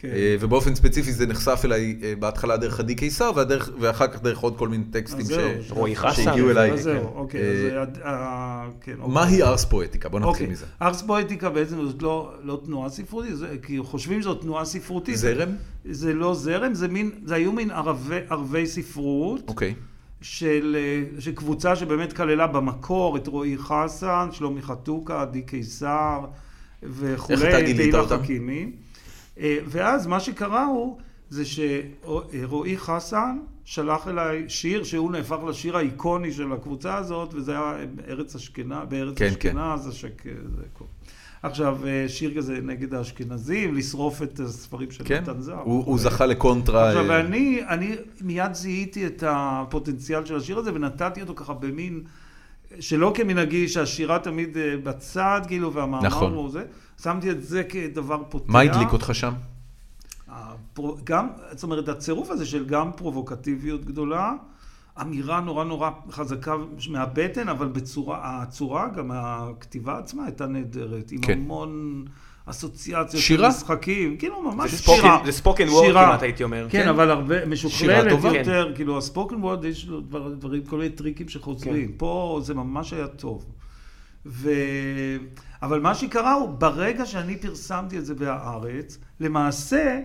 Speaker 3: כן.
Speaker 1: אה, ובאופן ספציפי זה נחשף אליי אה, בהתחלה דרך עדי קיסר, והדרך- ואחר כך דרך עוד כל מיני טקסטים
Speaker 3: אז זהו,
Speaker 1: ש-
Speaker 2: רועי חסן.
Speaker 1: שהגיעו אליי.
Speaker 3: אז זהו,
Speaker 1: כן.
Speaker 3: אוקיי,
Speaker 1: אה,
Speaker 3: אז הד- ה- כן, אוקיי.
Speaker 1: מהי ארס פואטיקה? בוא נתחיל
Speaker 3: אוקיי,
Speaker 1: מזה.
Speaker 3: ארס פואטיקה בעצם זאת לא, לא תנועה ספרותית, זה, כי חושבים שזו תנועה ספרותית.
Speaker 1: זרם?
Speaker 3: זה לא זרם, זה, מין, זה היו מין ערבי, ערבי ספרות
Speaker 1: אוקיי.
Speaker 3: של, אה, של קבוצה שבאמת כללה במקור את רועי חסן, שלומי חתוקה, עדי קיסר וכולי,
Speaker 1: איך אתה גילית
Speaker 3: תהילה
Speaker 1: אותם?
Speaker 3: חכימי. אה, ואז מה שקרה הוא, זה שרועי חסן שלח אליי שיר שהוא נהפך לשיר האיקוני של הקבוצה הזאת, וזה היה ארץ אשכנז, בארץ
Speaker 1: כן,
Speaker 3: אשכנז, השק... אה, זה כל. עכשיו, אה, שיר כזה נגד האשכנזים, לשרוף את הספרים של
Speaker 1: כן?
Speaker 3: נתן זר.
Speaker 1: הוא הוא זכה לקונטרה.
Speaker 3: אוקיי. עכשיו,
Speaker 1: אה,
Speaker 3: ואני אני מיד זיהיתי את הפוטנציאל של השיר הזה, ונתתי אותו ככה במין, שלא כמנהגי, שהשירה תמיד אה, בצד, כאילו, והמאמר
Speaker 1: נכון.
Speaker 3: הוא זה, שמתי את זה כדבר פותח.
Speaker 1: מה הדליק אותך שם?
Speaker 3: הפרו- גם, זאת אומרת, הצירוף הזה של גם פרובוקטיביות גדולה, אמירה נורא נורא חזקה מהבטן, אבל בצורה, הצורה, גם הכתיבה עצמה הייתה נהדרת, עם
Speaker 1: כן.
Speaker 3: כן. המון אסוציאציות,
Speaker 1: שירה?
Speaker 3: של משחקים, כאילו ממש
Speaker 2: זה spoken-
Speaker 3: שירה.
Speaker 2: זה spoken word
Speaker 3: שירה.
Speaker 2: כמעט, הייתי אומר. כן.
Speaker 3: כן,
Speaker 1: כן.
Speaker 3: אבל הרבה, משוכללת
Speaker 1: טובה.
Speaker 3: יותר, כאילו הספוקן וורד יש לו דבר- דברים, כל מיני טריקים
Speaker 2: כן.
Speaker 3: שחוזרים, פה זה ממש היה טוב. ו... אבל מה שקרה הוא, ברגע שאני פרסמתי את זה בהארץ, למעשה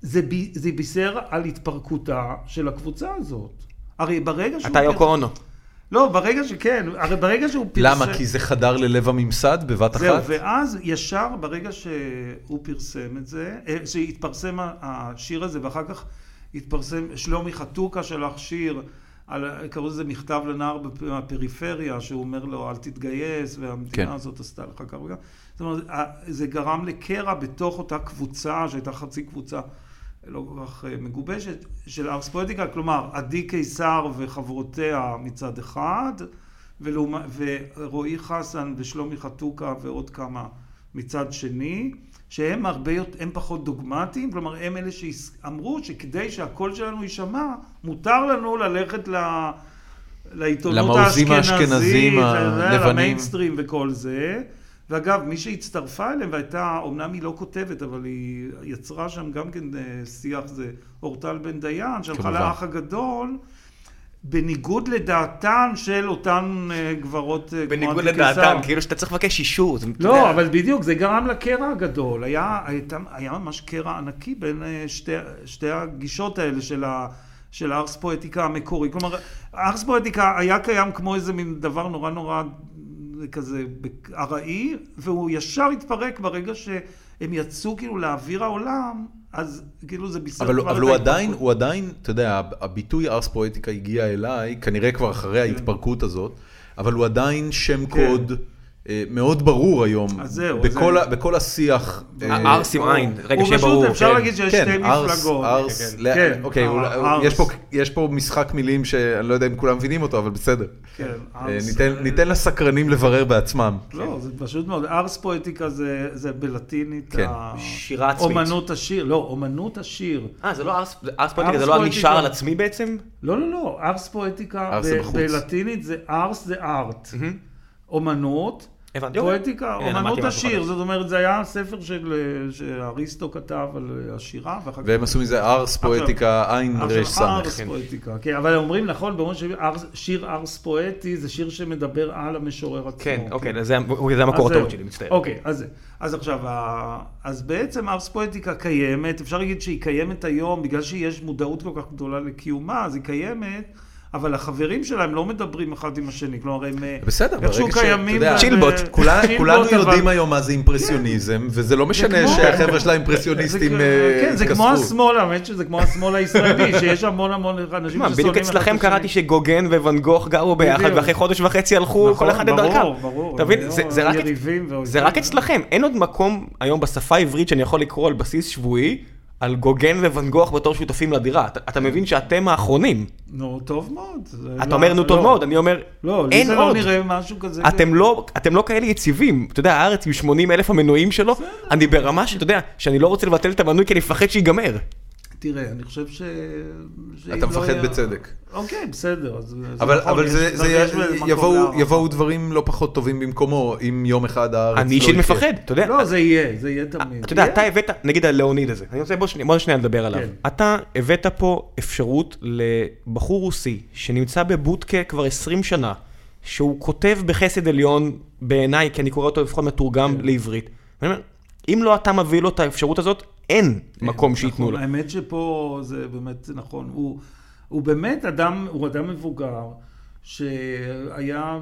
Speaker 3: זה, בי, זה בישר על התפרקותה של הקבוצה הזאת. הרי ברגע שהוא...
Speaker 2: אתה יוקו
Speaker 3: פרס-
Speaker 2: אונו.
Speaker 3: לא, ברגע שכן, הרי ברגע שהוא פרסם...
Speaker 1: למה? כי זה חדר ללב הממסד בבת
Speaker 3: זהו,
Speaker 1: אחת?
Speaker 3: ואז ישר ברגע שהוא פרסם את זה, אה, שהתפרסם ה- השיר הזה, ואחר כך התפרסם, שלומי חתוקה שלח שיר, על, קראו לזה מכתב לנער בפ- מהפריפריה, שהוא אומר לו, אל תתגייס, והמדינה
Speaker 1: כן.
Speaker 3: כן. הזאת עשתה לך ככה וככה. זאת אומרת, ה- זה גרם לקרע בתוך אותה קבוצה, שהייתה חצי קבוצה לא כל כך אה, מגובשת, של ארס פואטיקה, כלומר, עדי קיסר וחברותיה מצד אחד, ולעומת, ורועי חסן ושלומי חתוקה ועוד כמה מצד שני, שהם הרבה יותר, הם פחות דוגמטיים, כלומר, הם אלה שאמרו שכדי שהקול שלנו יישמע, מותר לנו ללכת ל... לעיתונות
Speaker 1: למעוזים
Speaker 3: האשכנזית,
Speaker 1: האשכנזים
Speaker 3: אתה יודע,
Speaker 1: הלבנים.
Speaker 3: למיינסטרים וכל זה. ואגב, מי שהצטרפה אליהם והייתה, אמנם היא לא כותבת, אבל היא יצרה שם גם כן אה, שיח, זה אורטל בן דיין, שהלכה
Speaker 1: כמובן.
Speaker 3: לאח הגדול, בניגוד לדעתן של אותן אה, גברות אה, כמו
Speaker 2: בניגוד
Speaker 3: עדי קיסר.
Speaker 2: לדעתם, כאילו שאתה צריך לבקש אישור. זה- אתה
Speaker 3: לא,
Speaker 2: יודע.
Speaker 3: אבל בדיוק, זה גרם לקרע הגדול. היה, היה, היה ממש קרע ענקי בין אה, שתי, שתי הגישות האלה של ה... של הארס פואטיקה המקורי. כלומר, הארס פואטיקה היה קיים כמו איזה מין דבר נורא נורא אה, כזה בק- ארעי, והוא ישר התפרק ברגע שהם יצאו כאילו לאוויר העולם, אז כאילו זה בישר
Speaker 1: אבל,
Speaker 3: כבר
Speaker 1: אבל
Speaker 3: את
Speaker 1: הוא עדיין,
Speaker 3: ההתפרקות.
Speaker 1: הוא עדיין, אתה יודע, הביטוי ארס פואטיקה הגיע אליי, כנראה כבר אחרי ההתפרקות הזאת, אבל הוא עדיין שם
Speaker 3: כן.
Speaker 1: קוד אה, מאוד ברור היום,
Speaker 3: אז זהו,
Speaker 1: בכל,
Speaker 3: זה-
Speaker 1: ה, בכל השיח. אה,
Speaker 2: הארס עם עין, רגע,
Speaker 3: הוא
Speaker 2: שיהיה
Speaker 3: פשוט,
Speaker 2: ברור.
Speaker 3: אפשר
Speaker 2: כן.
Speaker 3: להגיד שיש שתי
Speaker 1: כן, ארס,
Speaker 3: מפלגות.
Speaker 1: ארס,
Speaker 2: כן,
Speaker 1: לא-
Speaker 3: כן.
Speaker 1: אוקיי,
Speaker 3: אה,
Speaker 1: אולי-
Speaker 3: ארס.
Speaker 1: יש פה- יש פה משחק מילים שאני לא יודע אם כולם מבינים אותו, אבל בסדר.
Speaker 3: כן,
Speaker 1: אה,
Speaker 3: ארס.
Speaker 1: ניתן- ניתן לסקרנים לברר בעצמם.
Speaker 3: לא, זה פשוט מאוד. ארס פואטיקה זה, זה בלטינית.
Speaker 1: כן.
Speaker 2: שירה עצמית.
Speaker 3: אומנות השיר, לא, אומנות השיר.
Speaker 2: אה, זה לא ארס, ארס פוליטיקה, זה
Speaker 3: ארס
Speaker 2: לא אני
Speaker 3: פוליטיקה.
Speaker 2: שר על עצמי בעצם?
Speaker 3: לא, לא, לא, ארס פואטיקה
Speaker 1: ארס
Speaker 3: ב-
Speaker 1: זה בחוץ.
Speaker 3: בלטינית זה ארס זה ארט. אומנות,
Speaker 2: הבנתי.
Speaker 3: פואטיקה,
Speaker 2: אוקיי. הנה,
Speaker 3: אומנות
Speaker 2: למדתי משהו
Speaker 3: השיר.
Speaker 2: חדש.
Speaker 3: זאת אומרת, זה היה ספר של, אה, שאריסטו כתב על אה, השירה, ואחר כך...
Speaker 1: והם עשו מזה ארס פואטיקה, עין
Speaker 3: עכשיו,
Speaker 1: רס.
Speaker 3: ארס
Speaker 2: כן.
Speaker 3: פואטיקה, כן, אבל אומרים נכון, באומרים ששיר ארס פואטי זה שיר שמדבר על המשורר עצמו.
Speaker 2: כן, אוקיי, זה אוקיי, זה המקור
Speaker 3: אז
Speaker 2: הטעות
Speaker 3: זהו.
Speaker 2: שלי, מצטער.
Speaker 3: אוקיי, אז, אז עכשיו, ה- אז בעצם ארס פואטיקה קיימת, אפשר להגיד שהיא קיימת היום, בגלל שיש מודעות כל כך גדולה לקיומה, אז היא קיימת, אבל החברים שלה הם לא מדברים אחד עם השני, כלומר הם... אה,
Speaker 1: בסדר, ברגע
Speaker 3: איכשהו
Speaker 1: שאתה
Speaker 3: קיימים
Speaker 1: יודע,
Speaker 3: ו-
Speaker 2: צ'ילבוט.
Speaker 3: ו-
Speaker 1: כולה-
Speaker 3: צ'ילבוט,
Speaker 1: כולנו
Speaker 3: אבל-
Speaker 1: יודעים היום מה זה אימפרסיוניזם, וזה לא משנה
Speaker 3: כן. כמו-
Speaker 1: שהחבר'ה של
Speaker 3: זה
Speaker 1: האימפרסיוניסטים
Speaker 3: כ-
Speaker 1: אה,
Speaker 3: כן, זה כמו
Speaker 1: התכסחו.
Speaker 3: השמאל, האמת שזה כמו השמאל
Speaker 2: [laughs]
Speaker 3: הישראלי, שיש המון המון אנשים
Speaker 2: מה,
Speaker 3: ששונאים...
Speaker 2: בדיוק
Speaker 3: אחד את
Speaker 2: אצלכם
Speaker 3: השני.
Speaker 2: קראתי שגוגן וואן גוך גרו ביחד,
Speaker 3: בדיוק.
Speaker 2: ואחרי חודש וחצי הלכו
Speaker 3: נכון,
Speaker 2: כל אחד לדרכם.
Speaker 3: ברור, ברור.
Speaker 2: אתה מבין?
Speaker 3: הם
Speaker 2: זה-
Speaker 3: היו
Speaker 2: זה רק אצ-
Speaker 3: יריבים ואויבים.
Speaker 2: זה רק אצלכם, אין עוד מקום היום בשפה העברית שאני יכול לקרוא על בסיס שבועי. על גוגן וואן גוך בתור שותפים לדירה. אתה, אתה מבין שאתם האחרונים.
Speaker 3: נו, טוב מאוד. זה
Speaker 2: אתה
Speaker 3: לא-
Speaker 2: אומר נו טוב
Speaker 3: לא.
Speaker 2: מאוד, אני אומר,
Speaker 3: לא, לי
Speaker 2: אין
Speaker 3: זה
Speaker 2: עוד.
Speaker 3: לא נראה משהו כזה.
Speaker 2: אתם לא, אתם לא כאלה יציבים, אתה יודע, הארץ עם 80 אלף המנויים שלו, אני ברמה שאתה יודע, שאני לא רוצה לבטל את המנוי כי אני מפחד שיגמר.
Speaker 3: תראה, אני חושב ש... שאם
Speaker 1: אתה
Speaker 3: לא
Speaker 1: מפחד בצדק.
Speaker 3: אוקיי, בסדר. אז, אז
Speaker 1: אבל,
Speaker 3: נכון,
Speaker 1: אבל
Speaker 3: יש-
Speaker 1: זה, זה
Speaker 3: יש
Speaker 1: י-
Speaker 3: מקום
Speaker 1: יבואו,
Speaker 3: להערכה.
Speaker 1: יבואו דברים לא פחות טובים במקומו, אם יום אחד הארץ לא
Speaker 2: אני אישית מפחד, אתה יודע.
Speaker 3: לא, זה יהיה, זה יהיה תמיד.
Speaker 2: אתה יודע,
Speaker 3: יהיה.
Speaker 2: אתה הבאת, נגיד הלאוניד הזה, אני רוצה, בוא שנייה- בוא שנייה נדבר עליו.
Speaker 3: כן.
Speaker 2: אתה הבאת פה אפשרות לבחור רוסי שנמצא בבודקה כבר 20 שנה, שהוא כותב בחסד עליון בעיניי, כי אני קורא אותו לפחות מתורגם
Speaker 3: כן.
Speaker 2: לעברית. אני אומר, אם לא אתה מביא לו את האפשרות הזאת, אין מקום שייתנו
Speaker 3: נכון,
Speaker 2: לו.
Speaker 3: האמת שפה זה באמת נכון. הוא, הוא באמת אדם, הוא אדם מבוגר. שהיה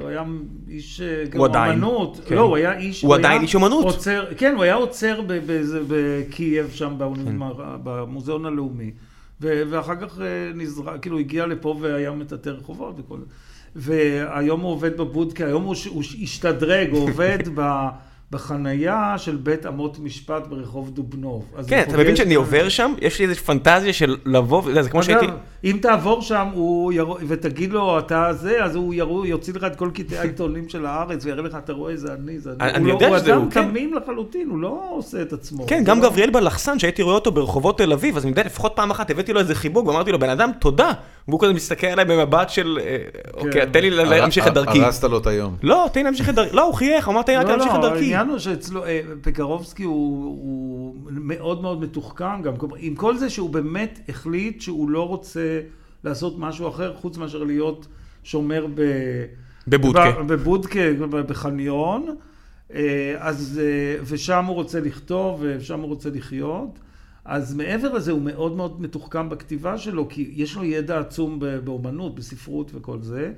Speaker 3: הוא היה איש אה, גם
Speaker 2: הוא עדיין,
Speaker 3: אמנות,
Speaker 2: כן.
Speaker 3: לא, הוא היה איש,
Speaker 2: הוא עדיין
Speaker 3: היה
Speaker 2: איש אמנות.
Speaker 3: עוצר, כן, הוא היה עוצר ב- באיזה- בקייב
Speaker 2: כן.
Speaker 3: שם באוניבר- במוזיאון הלאומי, ו- ואחר כך אה, נזרק, כאילו הגיע לפה והיה מטאטא רחובות וכל זה, והיום הוא עובד בבודקה, היום הוא, ש- הוא ש- השתדרג, הוא
Speaker 2: [laughs]
Speaker 3: עובד ב- בחנייה של בית אמות משפט ברחוב דובנוב. אז
Speaker 2: כן,
Speaker 3: הוא
Speaker 2: אתה מבין
Speaker 3: פוגש-
Speaker 2: שאני עובר שם, יש לי איזו פנטזיה של לבוא, וזה- זה כמו
Speaker 3: אגב,
Speaker 2: שהייתי...
Speaker 3: אם תעבור שם הוא יר... ותגיד לו אתה זה, אז הוא ירו... יוציא לך את כל קטעי העיתונים של הארץ ויראה לך, אתה רואה, זה אני, זה אני.
Speaker 2: אני
Speaker 3: הוא
Speaker 2: יודע
Speaker 3: לא,
Speaker 2: שזה
Speaker 3: הוא.
Speaker 2: הוא,
Speaker 3: אדם
Speaker 2: כן.
Speaker 3: תמים לחלוטין, הוא לא עושה את עצמו.
Speaker 2: כן,
Speaker 3: זה
Speaker 2: גם
Speaker 3: לא...
Speaker 2: גבריאל בלחסן, שהייתי רואה אותו ברחובות תל אביב, אז אני יודע, לפחות פעם אחת הבאתי לו איזה חיבוק, ואמרתי לו, בן אדם, תודה. והוא כזה מסתכל עליי במבט של, אה,
Speaker 3: כן.
Speaker 2: אוקיי, תן לי ל-
Speaker 1: הר-
Speaker 2: להמשיך את
Speaker 1: הר-
Speaker 2: דרכי.
Speaker 1: הרסת לו את היום.
Speaker 2: לא, תן לי להמשיך את דרכי. לא, הוא חייך, אמר, תן לי
Speaker 3: לא,
Speaker 2: להמשיך את
Speaker 3: לא,
Speaker 2: דרכי.
Speaker 3: העניין הוא שאצלו, אה, פקרובסקי הוא, הוא מאוד מאוד מתוחכם גם, כלומר, עם כל זה שהוא באמת החליט שהוא לא רוצה לעשות משהו אחר חוץ מאשר להיות שומר ב...
Speaker 2: בבודקה.
Speaker 3: ב- בבודקה, ב- בחניון, אה, אז, אה, ושם הוא רוצה לכתוב ושם הוא רוצה לחיות. אז מעבר לזה הוא מאוד מאוד מתוחכם בכתיבה שלו, כי יש לו ידע עצום ב- באומנות, בספרות וכל זה.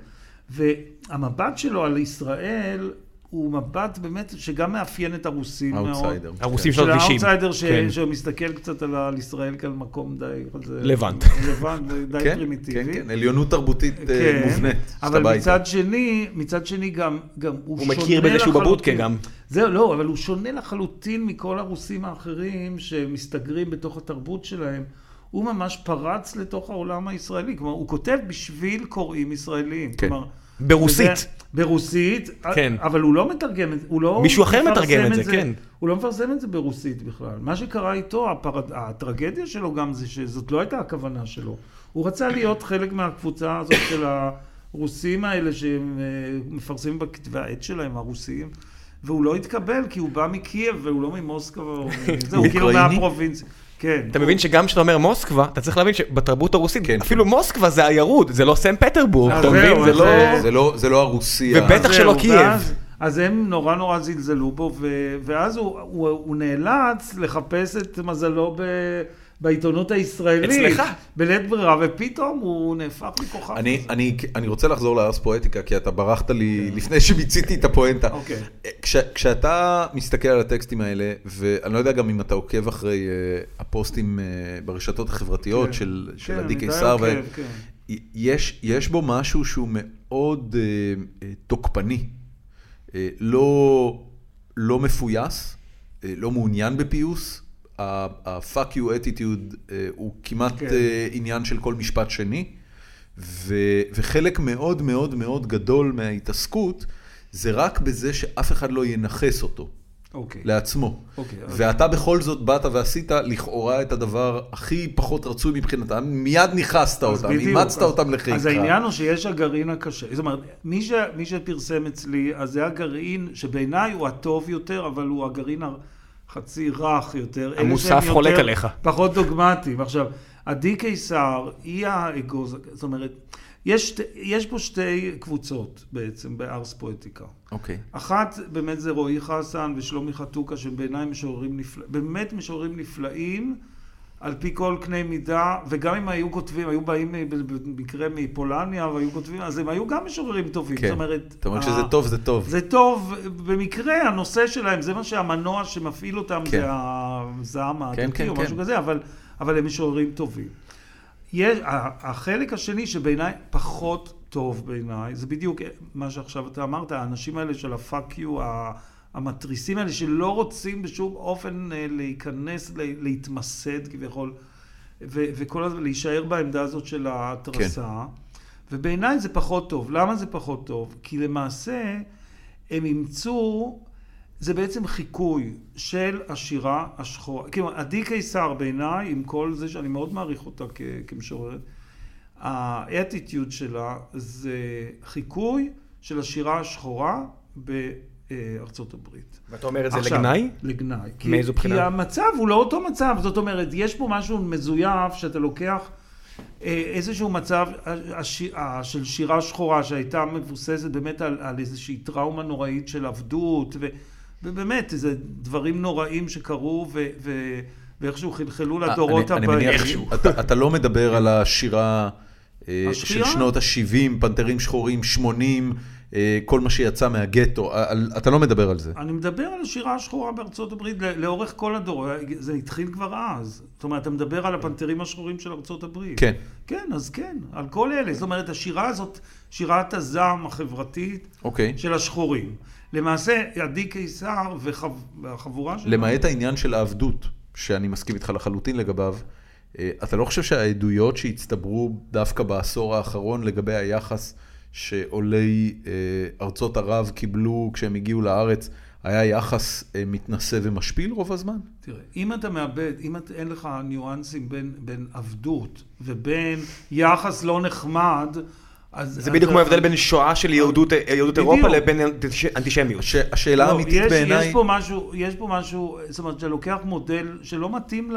Speaker 3: והמבט שלו על ישראל הוא מבט באמת שגם מאפיין את הרוסים מאוד.
Speaker 1: אאוטסיידר.
Speaker 2: הרוסים
Speaker 3: של
Speaker 2: שנות ה-90.
Speaker 3: האוטסיידר ש-
Speaker 2: כן.
Speaker 3: שמסתכל קצת על, ה- על ישראל כאל מקום די... כזה-
Speaker 2: לבנט.
Speaker 3: לבנט, די
Speaker 1: כן,
Speaker 3: פרימיטיבי. כן.
Speaker 1: כן, כן, עליונות תרבותית אה, מובנית. שאתה
Speaker 3: אבל
Speaker 1: בא
Speaker 3: מצד
Speaker 1: איתה.
Speaker 3: שני, מצד שני גם, גם
Speaker 2: הוא
Speaker 3: הוא, שונה
Speaker 2: מכיר בזה שהוא בבודקה
Speaker 3: לחלוטין.
Speaker 2: גם.
Speaker 3: זהו, לא, אבל הוא שונה לחלוטין מכל הרוסים האחרים שמסתגרים בתוך התרבות שלהם. הוא ממש פרץ לתוך העולם הישראלי. כלומר, הוא כותב בשביל קוראים ישראלים.
Speaker 1: כן.
Speaker 3: כלומר,
Speaker 2: ברוסית.
Speaker 3: וזה- ברוסית,
Speaker 2: כן.
Speaker 3: אבל הוא לא מתרגם את זה, הוא לא...
Speaker 2: מישהו אחר מתרגם
Speaker 3: מפרסם
Speaker 2: את זה, כן.
Speaker 3: הוא לא מפרסם את זה ברוסית בכלל. מה שקרה איתו, הפרד... הטרגדיה שלו גם זה שזאת לא הייתה הכוונה שלו. הוא רצה להיות חלק מהקבוצה הזאת של הרוסים האלה שהם אה, מפרסמים בכתבי העת שלהם, הרוסים, והוא לא התקבל כי הוא בא מקייב והוא לא ממוסקבה, או מ- זה, הוא כאילו
Speaker 1: אוקראיני?
Speaker 3: מהפרובינציה. כן.
Speaker 2: אתה מבין שגם כשאתה אומר מוסקבה, אתה צריך להבין שבתרבות הרוסית,
Speaker 1: כן.
Speaker 2: אפילו מוסקבה זה עיירות, זה לא סן פטרבורג,
Speaker 3: אז
Speaker 2: אתה מבין?
Speaker 3: זהו,
Speaker 2: זה
Speaker 3: אז
Speaker 2: לא...
Speaker 3: זה-
Speaker 1: זה לא- זה לא הרוסי. ה-
Speaker 2: ובטח-
Speaker 3: זהו,
Speaker 2: שלא קייב.
Speaker 3: ואז- אז הם נורא נורא זלזלו בו, ו... ואז הוא, הוא, הוא נאלץ לחפש את מזלו ב... בעיתונות הישראלית.
Speaker 2: אצלך.
Speaker 3: בלית ברירה, ופתאום הוא נהפך לכוכב.
Speaker 1: אני,
Speaker 3: כזה.
Speaker 1: אני, אני רוצה לחזור לארס פואטיקה, כי אתה ברחת לי לפני שמיציתי את הפואנטה.
Speaker 3: כן.
Speaker 1: אה,
Speaker 3: אוקיי.
Speaker 1: כש, כשאתה מסתכל על הטקסטים האלה, ואני לא יודע גם אם אתה עוקב אחרי uh, הפוסטים uh, ברשתות החברתיות
Speaker 3: כן.
Speaker 1: של, של
Speaker 3: כן,
Speaker 1: עדי
Speaker 3: אני די
Speaker 1: קיסר,
Speaker 3: עוקב,
Speaker 1: ו-
Speaker 3: כן.
Speaker 1: יש, יש בו משהו שהוא מאוד אה, אה, תוקפני, אה, לא, לא מפויס, אה, לא מעוניין בפיוס. ה-fuck you attitude אה, הוא כמעט
Speaker 3: כן.
Speaker 1: אה, עניין של כל משפט שני, ו, וחלק מאוד מאוד מאוד גדול מההתעסקות זה רק בזה שאף אחד לא ינכס אותו
Speaker 3: אוקיי.
Speaker 1: לעצמו.
Speaker 3: אוקיי, אז-
Speaker 1: ואתה בכל זאת באת ועשית לכאורה את הדבר הכי פחות רצוי מבחינתם, מיד נכסת
Speaker 3: אז
Speaker 1: אותם,
Speaker 3: בדיוק,
Speaker 1: אימצת
Speaker 3: אז-
Speaker 1: אותם לחיקך.
Speaker 3: אז העניין הוא שיש הגרעין הקשה. זאת אומרת, מי, ש, מי שפרסם אצלי, אז זה הגרעין שבעיניי הוא הטוב יותר, אבל הוא הגרעין החצי רך יותר. אלה שהם
Speaker 2: המוסף
Speaker 3: יותר-
Speaker 2: חולק עליך.
Speaker 3: פחות דוגמטיים. עכשיו, עדי קיסר היא האגוז, זאת אומרת, יש, שתי- יש פה שתי קבוצות בעצם בארס פואטיקה.
Speaker 1: אוקיי.
Speaker 3: אחת באמת זה רועי חסן ושלומי חתוקה, שהם בעיניי משוררים נפלאים, באמת משוררים נפלאים, על פי כל קנה מידה, וגם אם היו כותבים, היו באים אה, במקרה מפולניה והיו כותבים, אז הם היו גם משוררים טובים.
Speaker 1: כן.
Speaker 3: זאת אומרת...
Speaker 1: אתה אומר
Speaker 3: ה-
Speaker 1: שזה טוב, זה טוב.
Speaker 3: זה טוב, במקרה הנושא שלהם, זה מה שהמנוע שמפעיל אותם,
Speaker 1: כן.
Speaker 3: זה הזעם
Speaker 1: כן,
Speaker 3: העתיקי או
Speaker 1: כן.
Speaker 3: משהו כזה, אבל, אבל הם משוררים טובים. יש, ה- החלק השני שבעיניי פחות טוב בעיניי, זה בדיוק מה שעכשיו אתה אמרת, האנשים האלה של הפאק יו, המתריסים האלה שלא רוצים בשום אופן אה, להיכנס, ל- להתמסד כביכול, ו- וכל הזמן להישאר בעמדה הזאת
Speaker 1: כן.
Speaker 3: של ההתרסה. כן. ובעיניי זה פחות טוב. למה זה פחות טוב? כי למעשה הם אימצו, זה בעצם חיקוי של השירה השחורה. כאילו, עדי קיסר בעיניי, עם כל זה שאני מאוד מעריך אותה כ- כמשוררת, האטיטיוד שלה זה חיקוי של השירה השחורה בארצות הברית.
Speaker 2: ואתה אומר את זה
Speaker 3: עכשיו,
Speaker 2: לגנאי?
Speaker 3: לגנאי. כי-
Speaker 2: מאיזו בחינה?
Speaker 3: כי המצב הוא לא אותו מצב, זאת אומרת, יש פה משהו מזויף שאתה לוקח אה, איזשהו מצב אה, הש- אה, של שירה שחורה שהייתה מבוססת באמת על, על איזושהי טראומה נוראית של עבדות, ו, ובאמת, איזה דברים נוראים שקרו, ו, ו, ואיכשהו חלחלו
Speaker 2: אה,
Speaker 3: לדורות
Speaker 1: אה, אני- אני
Speaker 3: הבאים.
Speaker 1: מניח אתה- אתה לא מדבר על השירה אה, של
Speaker 3: השחייה?
Speaker 1: שנות ה-70, פנתרים שחורים, 80, אה, כל מה שיצא מהגטו, אה, על- אתה לא מדבר על זה.
Speaker 3: אני מדבר על השירה השחורה בארצות הברית ל- לאורך כל הדור, זה התחיל כבר אז. זאת אומרת, אתה מדבר על הפנתרים השחורים של ארצות הברית.
Speaker 1: כן.
Speaker 3: כן, אז כן, על כל אלה. זאת אומרת, השירה הזאת, שירת הזעם החברתית
Speaker 1: אוקיי.
Speaker 3: של השחורים. למעשה, עדי קיסר וחב- והחבורה שלו...
Speaker 1: למעט העניין של העבדות, שאני מסכים איתך לחלוטין לגביו, אה, אתה לא חושב שהעדויות שהצטברו דווקא בעשור האחרון לגבי היחס שעולי אה, ארצות ערב קיבלו כשהם הגיעו לארץ, היה יחס אה, מתנשא ומשפיל רוב הזמן?
Speaker 3: תראה, אם אתה מאבד, אם את, אין לך ניואנסים בין, בין עבדות ובין יחס לא נחמד, אז...
Speaker 2: זה בדיוק כמו ההבדל בין שואה של יהודות יהודות אירופה
Speaker 3: בדיוק.
Speaker 2: לבין אנטיש- אנטישמיות.
Speaker 1: ש- השאלה האמיתית
Speaker 3: לא, יש,
Speaker 1: בעיניי...
Speaker 3: יש פה משהו, יש פה משהו, זאת אומרת, אתה לוקח מודל שלא מתאים ל...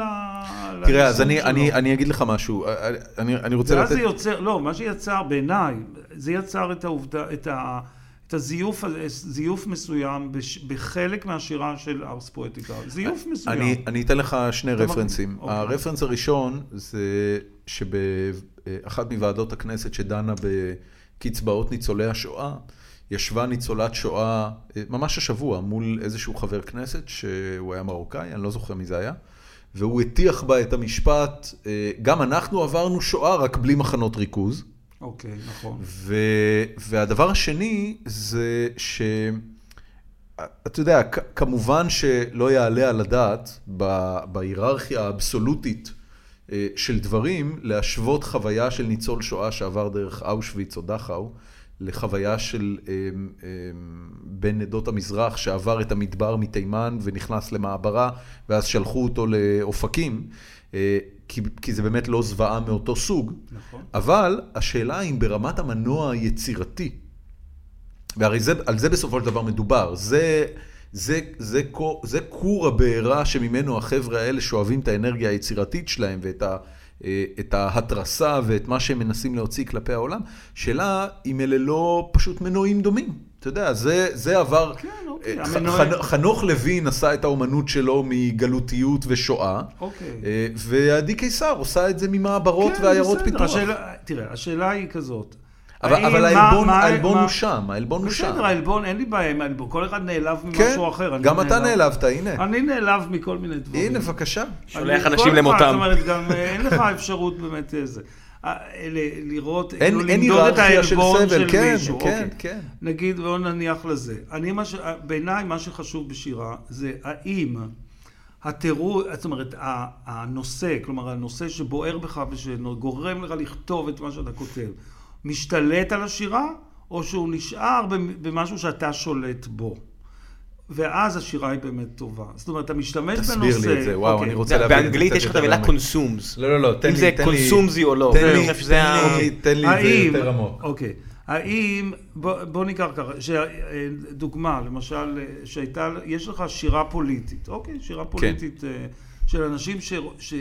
Speaker 1: תראה, אז
Speaker 3: ליישום
Speaker 1: אני,
Speaker 3: שלו.
Speaker 1: אני, אני אגיד לך משהו, אה, אה, אני, אני רוצה
Speaker 3: ואז
Speaker 1: לתת...
Speaker 3: זה יוצר, לא, מה שיצר בעיניי, זה יצר את העובדה, את, ה, את הזיוף, הזה, זיוף מסוים בש, בחלק מהשירה של ארס פואטיקה. זיוף מסוים.
Speaker 1: אני, אני אתן לך שני
Speaker 3: אתה מ-
Speaker 1: רפרנסים.
Speaker 3: אוקיי.
Speaker 1: הרפרנס הראשון זה שבאחת מוועדות הכנסת שדנה בקצבאות ניצולי השואה, ישבה ניצולת שואה, אה, ממש השבוע, מול איזשהו חבר כנסת, שהוא היה מרוקאי, אני לא זוכר מי זה היה, והוא הטיח בה את המשפט, אה, גם אנחנו עברנו שואה רק בלי מחנות ריכוז.
Speaker 3: אוקיי, נכון.
Speaker 1: ו, והדבר השני זה ש... אתה יודע, כ- כמובן שלא יעלה על הדעת ב- בהיררכיה האבסולוטית אה, של דברים, להשוות חוויה של ניצול שואה שעבר דרך אושוויץ או דכאו, לחוויה של אה, אה, בן עדות המזרח שעבר את המדבר מתימן ונכנס למעברה, ואז שלחו אותו לאופקים, אה, כי, כי זה באמת לא זוועה מאותו סוג.
Speaker 3: נכון.
Speaker 1: אבל השאלה אם ברמת המנוע היצירתי, והרי זה, על זה בסופו של דבר מדובר, זה, זה, זה, קו- זה כור הבעירה שממנו החבר'ה האלה שואבים את האנרגיה היצירתית שלהם ואת ה, אה, את ההתרסה ואת מה שהם מנסים להוציא כלפי העולם, שאלה אם אלה לא פשוט מנועים דומים. אתה יודע, זה, זה עבר,
Speaker 3: כן, אוקיי,
Speaker 1: אה,
Speaker 3: המנוע-
Speaker 1: חנ- חנוך לוין עשה את האומנות שלו מגלותיות ושואה,
Speaker 3: אוקיי.
Speaker 1: אה, ועדי קיסר עושה את זה ממעברות
Speaker 3: כן,
Speaker 1: ועיירות
Speaker 3: בסדר.
Speaker 1: פיתוח.
Speaker 3: השאלה- תראה, השאלה היא כזאת.
Speaker 1: אבל,
Speaker 3: האם-
Speaker 1: אבל
Speaker 3: מה-
Speaker 1: העלבון,
Speaker 3: מה-
Speaker 1: העלבון
Speaker 3: מה-
Speaker 1: הוא שם, העלבון הוא שם.
Speaker 3: בסדר, העלבון, אין לי בעיה עם העלבון. כל אחד נעלב
Speaker 1: כן,
Speaker 3: ממשהו אחר. אני לא
Speaker 1: גם אתה
Speaker 3: נעלב-
Speaker 1: נעלבת, הנה.
Speaker 3: אני נעלב מכל מיני דברים.
Speaker 1: הנה, בבקשה.
Speaker 2: שולח
Speaker 3: אני-
Speaker 2: אנשים
Speaker 3: כל אחד, זאת
Speaker 2: למותם.
Speaker 3: אומרת, גם אה, אין לך אפשרות באמת איזה. אה, ל- לראות,
Speaker 1: אין-
Speaker 3: כאילו,
Speaker 1: אין
Speaker 3: למדוד את
Speaker 1: היררכיה של
Speaker 3: העלבון
Speaker 1: סבל,
Speaker 3: של
Speaker 1: כן,
Speaker 3: מישהו.
Speaker 1: כן,
Speaker 3: אוקיי.
Speaker 1: כן.
Speaker 3: נגיד, בואו נניח לזה. אני, מה ש- אה, בעיניי, מה שחשוב בשירה זה האם התיאור, זאת אומרת, ה- הנושא, כלומר, הנושא שבוער בך ושגורם לך לכתוב את מה שאתה כותב, משתלט על השירה, או שהוא נשאר במ- במשהו שאתה שולט בו. ואז השירה היא באמת טובה. זאת אומרת, אתה משתמש בנושא...
Speaker 1: תסביר לי את זה, וואו,
Speaker 3: אוקיי.
Speaker 1: אני רוצה להבין את זה
Speaker 2: באנגלית
Speaker 1: קצת
Speaker 2: יש לך את
Speaker 1: יותר
Speaker 2: המילה
Speaker 1: לעומק.
Speaker 2: קונסומס.
Speaker 1: לא, לא, לא, תן
Speaker 2: אם
Speaker 1: לי,
Speaker 2: זה
Speaker 1: תן לי-
Speaker 2: קונסומזי או לא.
Speaker 1: תן
Speaker 2: אני
Speaker 1: לי- אוקיי.
Speaker 2: חושב שזה ה-
Speaker 1: תן לי- תן לי את זה
Speaker 3: האם-
Speaker 1: יותר עמוק.
Speaker 3: אוקיי. האם, בוא, בוא ניקח ככה, ש- אה, דוגמה, למשל, אה, שהייתה, יש לך שירה פוליטית, אוקיי? שירה פוליטית כן. של אנשים ש... ש...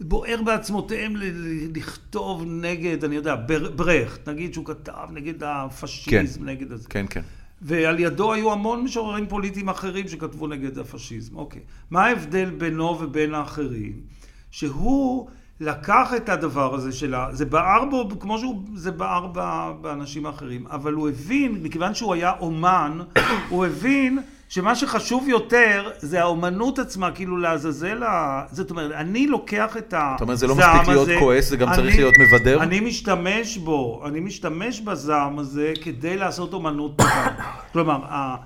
Speaker 3: בוער בעצמותיהם ל- ל- לכתוב נגד, אני יודע, בר- ברכט, נגיד שהוא כתב נגד הפשיזם,
Speaker 1: כן.
Speaker 3: נגד הזה.
Speaker 1: כן, כן.
Speaker 3: ועל ידו היו המון משוררים פוליטיים אחרים שכתבו נגד הפשיזם. אוקיי. מה ההבדל בינו ובין האחרים? שהוא לקח את הדבר הזה שלה, זה בער בו כמו שהוא, זה בער ב- באנשים האחרים, אבל הוא הבין, מכיוון שהוא היה אומן, [coughs] הוא הבין שמה שחשוב יותר זה האומנות עצמה, כאילו לעזאזל, ה- זאת אומרת, אני לוקח את ה...
Speaker 1: אתה אומר, זה לא
Speaker 3: זעם
Speaker 1: מספיק להיות
Speaker 3: הזה,
Speaker 1: כועס, זה גם צריך להיות מבדר?
Speaker 3: אני משתמש בו, אני משתמש בזעם הזה כדי לעשות אומנות טובה. [coughs] כלומר, ה-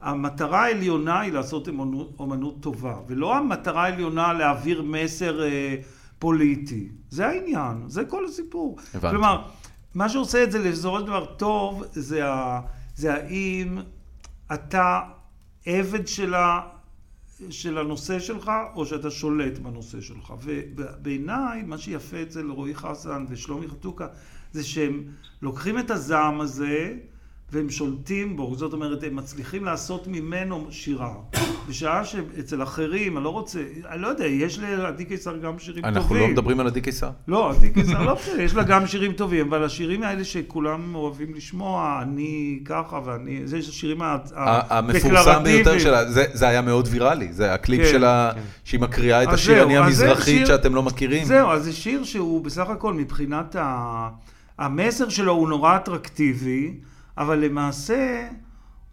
Speaker 3: המטרה העליונה היא לעשות אומנות, אומנות טובה, ולא המטרה העליונה להעביר מסר אה, פוליטי. זה העניין, זה כל הסיפור.
Speaker 1: הבנתי.
Speaker 3: כלומר, מה שעושה את זה לזורת דבר טוב, זה, ה, זה האם אתה עבד של, ה, של הנושא שלך, או שאתה שולט בנושא שלך. ובעיניי, מה שיפה אצל רועי חסן ושלומי חתוקה, זה שהם לוקחים את הזעם הזה, והם שולטים בו, זאת אומרת, הם מצליחים לעשות ממנו שירה. בשעה שאצל אחרים, אני לא רוצה, אני לא יודע, יש לעדי קיסר גם שירים
Speaker 1: אנחנו
Speaker 3: טובים.
Speaker 1: לא מדברים על עדי קיסר?
Speaker 3: לא, עדי קיסר לא בסדר, יש לה גם שירים טובים, אבל השירים האלה שכולם אוהבים לשמוע, אני ככה ואני, זה השירים ה-
Speaker 1: ה- המפורסם
Speaker 3: הדקלרטיביים.
Speaker 1: ביותר שלה, זה- זה היה מאוד ויראלי, זה הקליפ
Speaker 3: כן,
Speaker 1: שלה, שהיא מקריאה את
Speaker 3: אז
Speaker 1: השיר
Speaker 3: זהו,
Speaker 1: "אני
Speaker 3: אז זה
Speaker 1: המזרחית"
Speaker 3: שיר-
Speaker 1: שאתם לא מכירים.
Speaker 3: זהו, אז זה שיר שהוא בסך הכל מבחינת ה... המסר שלו הוא נורא אטרקטיבי, אבל למעשה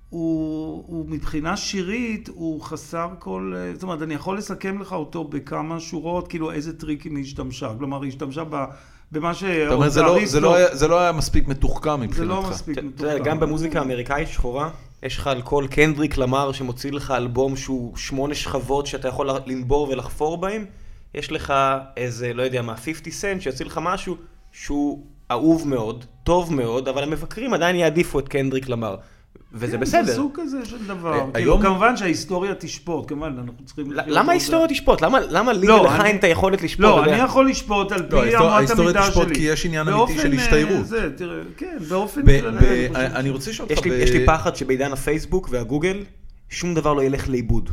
Speaker 3: הוא, הוא מבחינה שירית הוא חסר כל... זאת אומרת, אני יכול לסכם לך אותו בכמה שורות, כאילו איזה טריקים היא השתמשה. כלומר, היא השתמשה ב, במה שאותה
Speaker 1: אתה אומר, זה לא- זה לא היה- זה לא היה מספיק מתוחכם מבחינתך.
Speaker 3: זה לא מספיק
Speaker 2: אתה יודע,
Speaker 3: מתוחכם.
Speaker 2: כן, גם במוזיקה האמריקאית שחורה, יש לך על כל קנדריק למר שמוציא לך אלבום שהוא שמונה שכבות שאתה יכול לנבור ולחפור בהם, יש לך איזה, לא יודע מה, 50 סנט שיוציא לך משהו שהוא אהוב מאוד, טוב מאוד, אבל המבקרים עדיין יעדיפו את קנדריק למר, וזה
Speaker 3: כן, זה
Speaker 2: בסדר.
Speaker 3: סוג כזה של
Speaker 1: אה,
Speaker 3: דבר. כאילו,
Speaker 1: היום-
Speaker 3: כמובן שההיסטוריה תשפוט, כמובן, אנחנו צריכים...
Speaker 2: ל-
Speaker 3: לחיות על
Speaker 2: למה
Speaker 3: זה.
Speaker 2: ההיסטוריה תשפוט? למה- למה לי
Speaker 3: לא,
Speaker 2: ולך
Speaker 3: אני-
Speaker 2: אין את היכולת לשפוט?
Speaker 3: לא,
Speaker 2: אתה
Speaker 3: אני
Speaker 2: יודע?
Speaker 3: יכול לשפוט על
Speaker 1: לא,
Speaker 3: פי
Speaker 1: ההיסטור-
Speaker 3: אמות
Speaker 1: ההיסטוריה
Speaker 3: המידה
Speaker 1: תשפוט
Speaker 3: שלי.
Speaker 1: כי יש עניין אמיתי
Speaker 3: באופן,
Speaker 1: של
Speaker 3: אה,
Speaker 1: השתיירות.
Speaker 3: זה, תראה, כן, באופן
Speaker 1: ב-
Speaker 3: כללי.
Speaker 1: ב-
Speaker 3: אני חושב ש-
Speaker 1: אני רוצה לשאול
Speaker 2: יש
Speaker 1: אותך...
Speaker 2: לי-
Speaker 1: ב-
Speaker 2: יש לי פחד שבעידן הפייסבוק והגוגל, שום דבר לא ילך לאיבוד.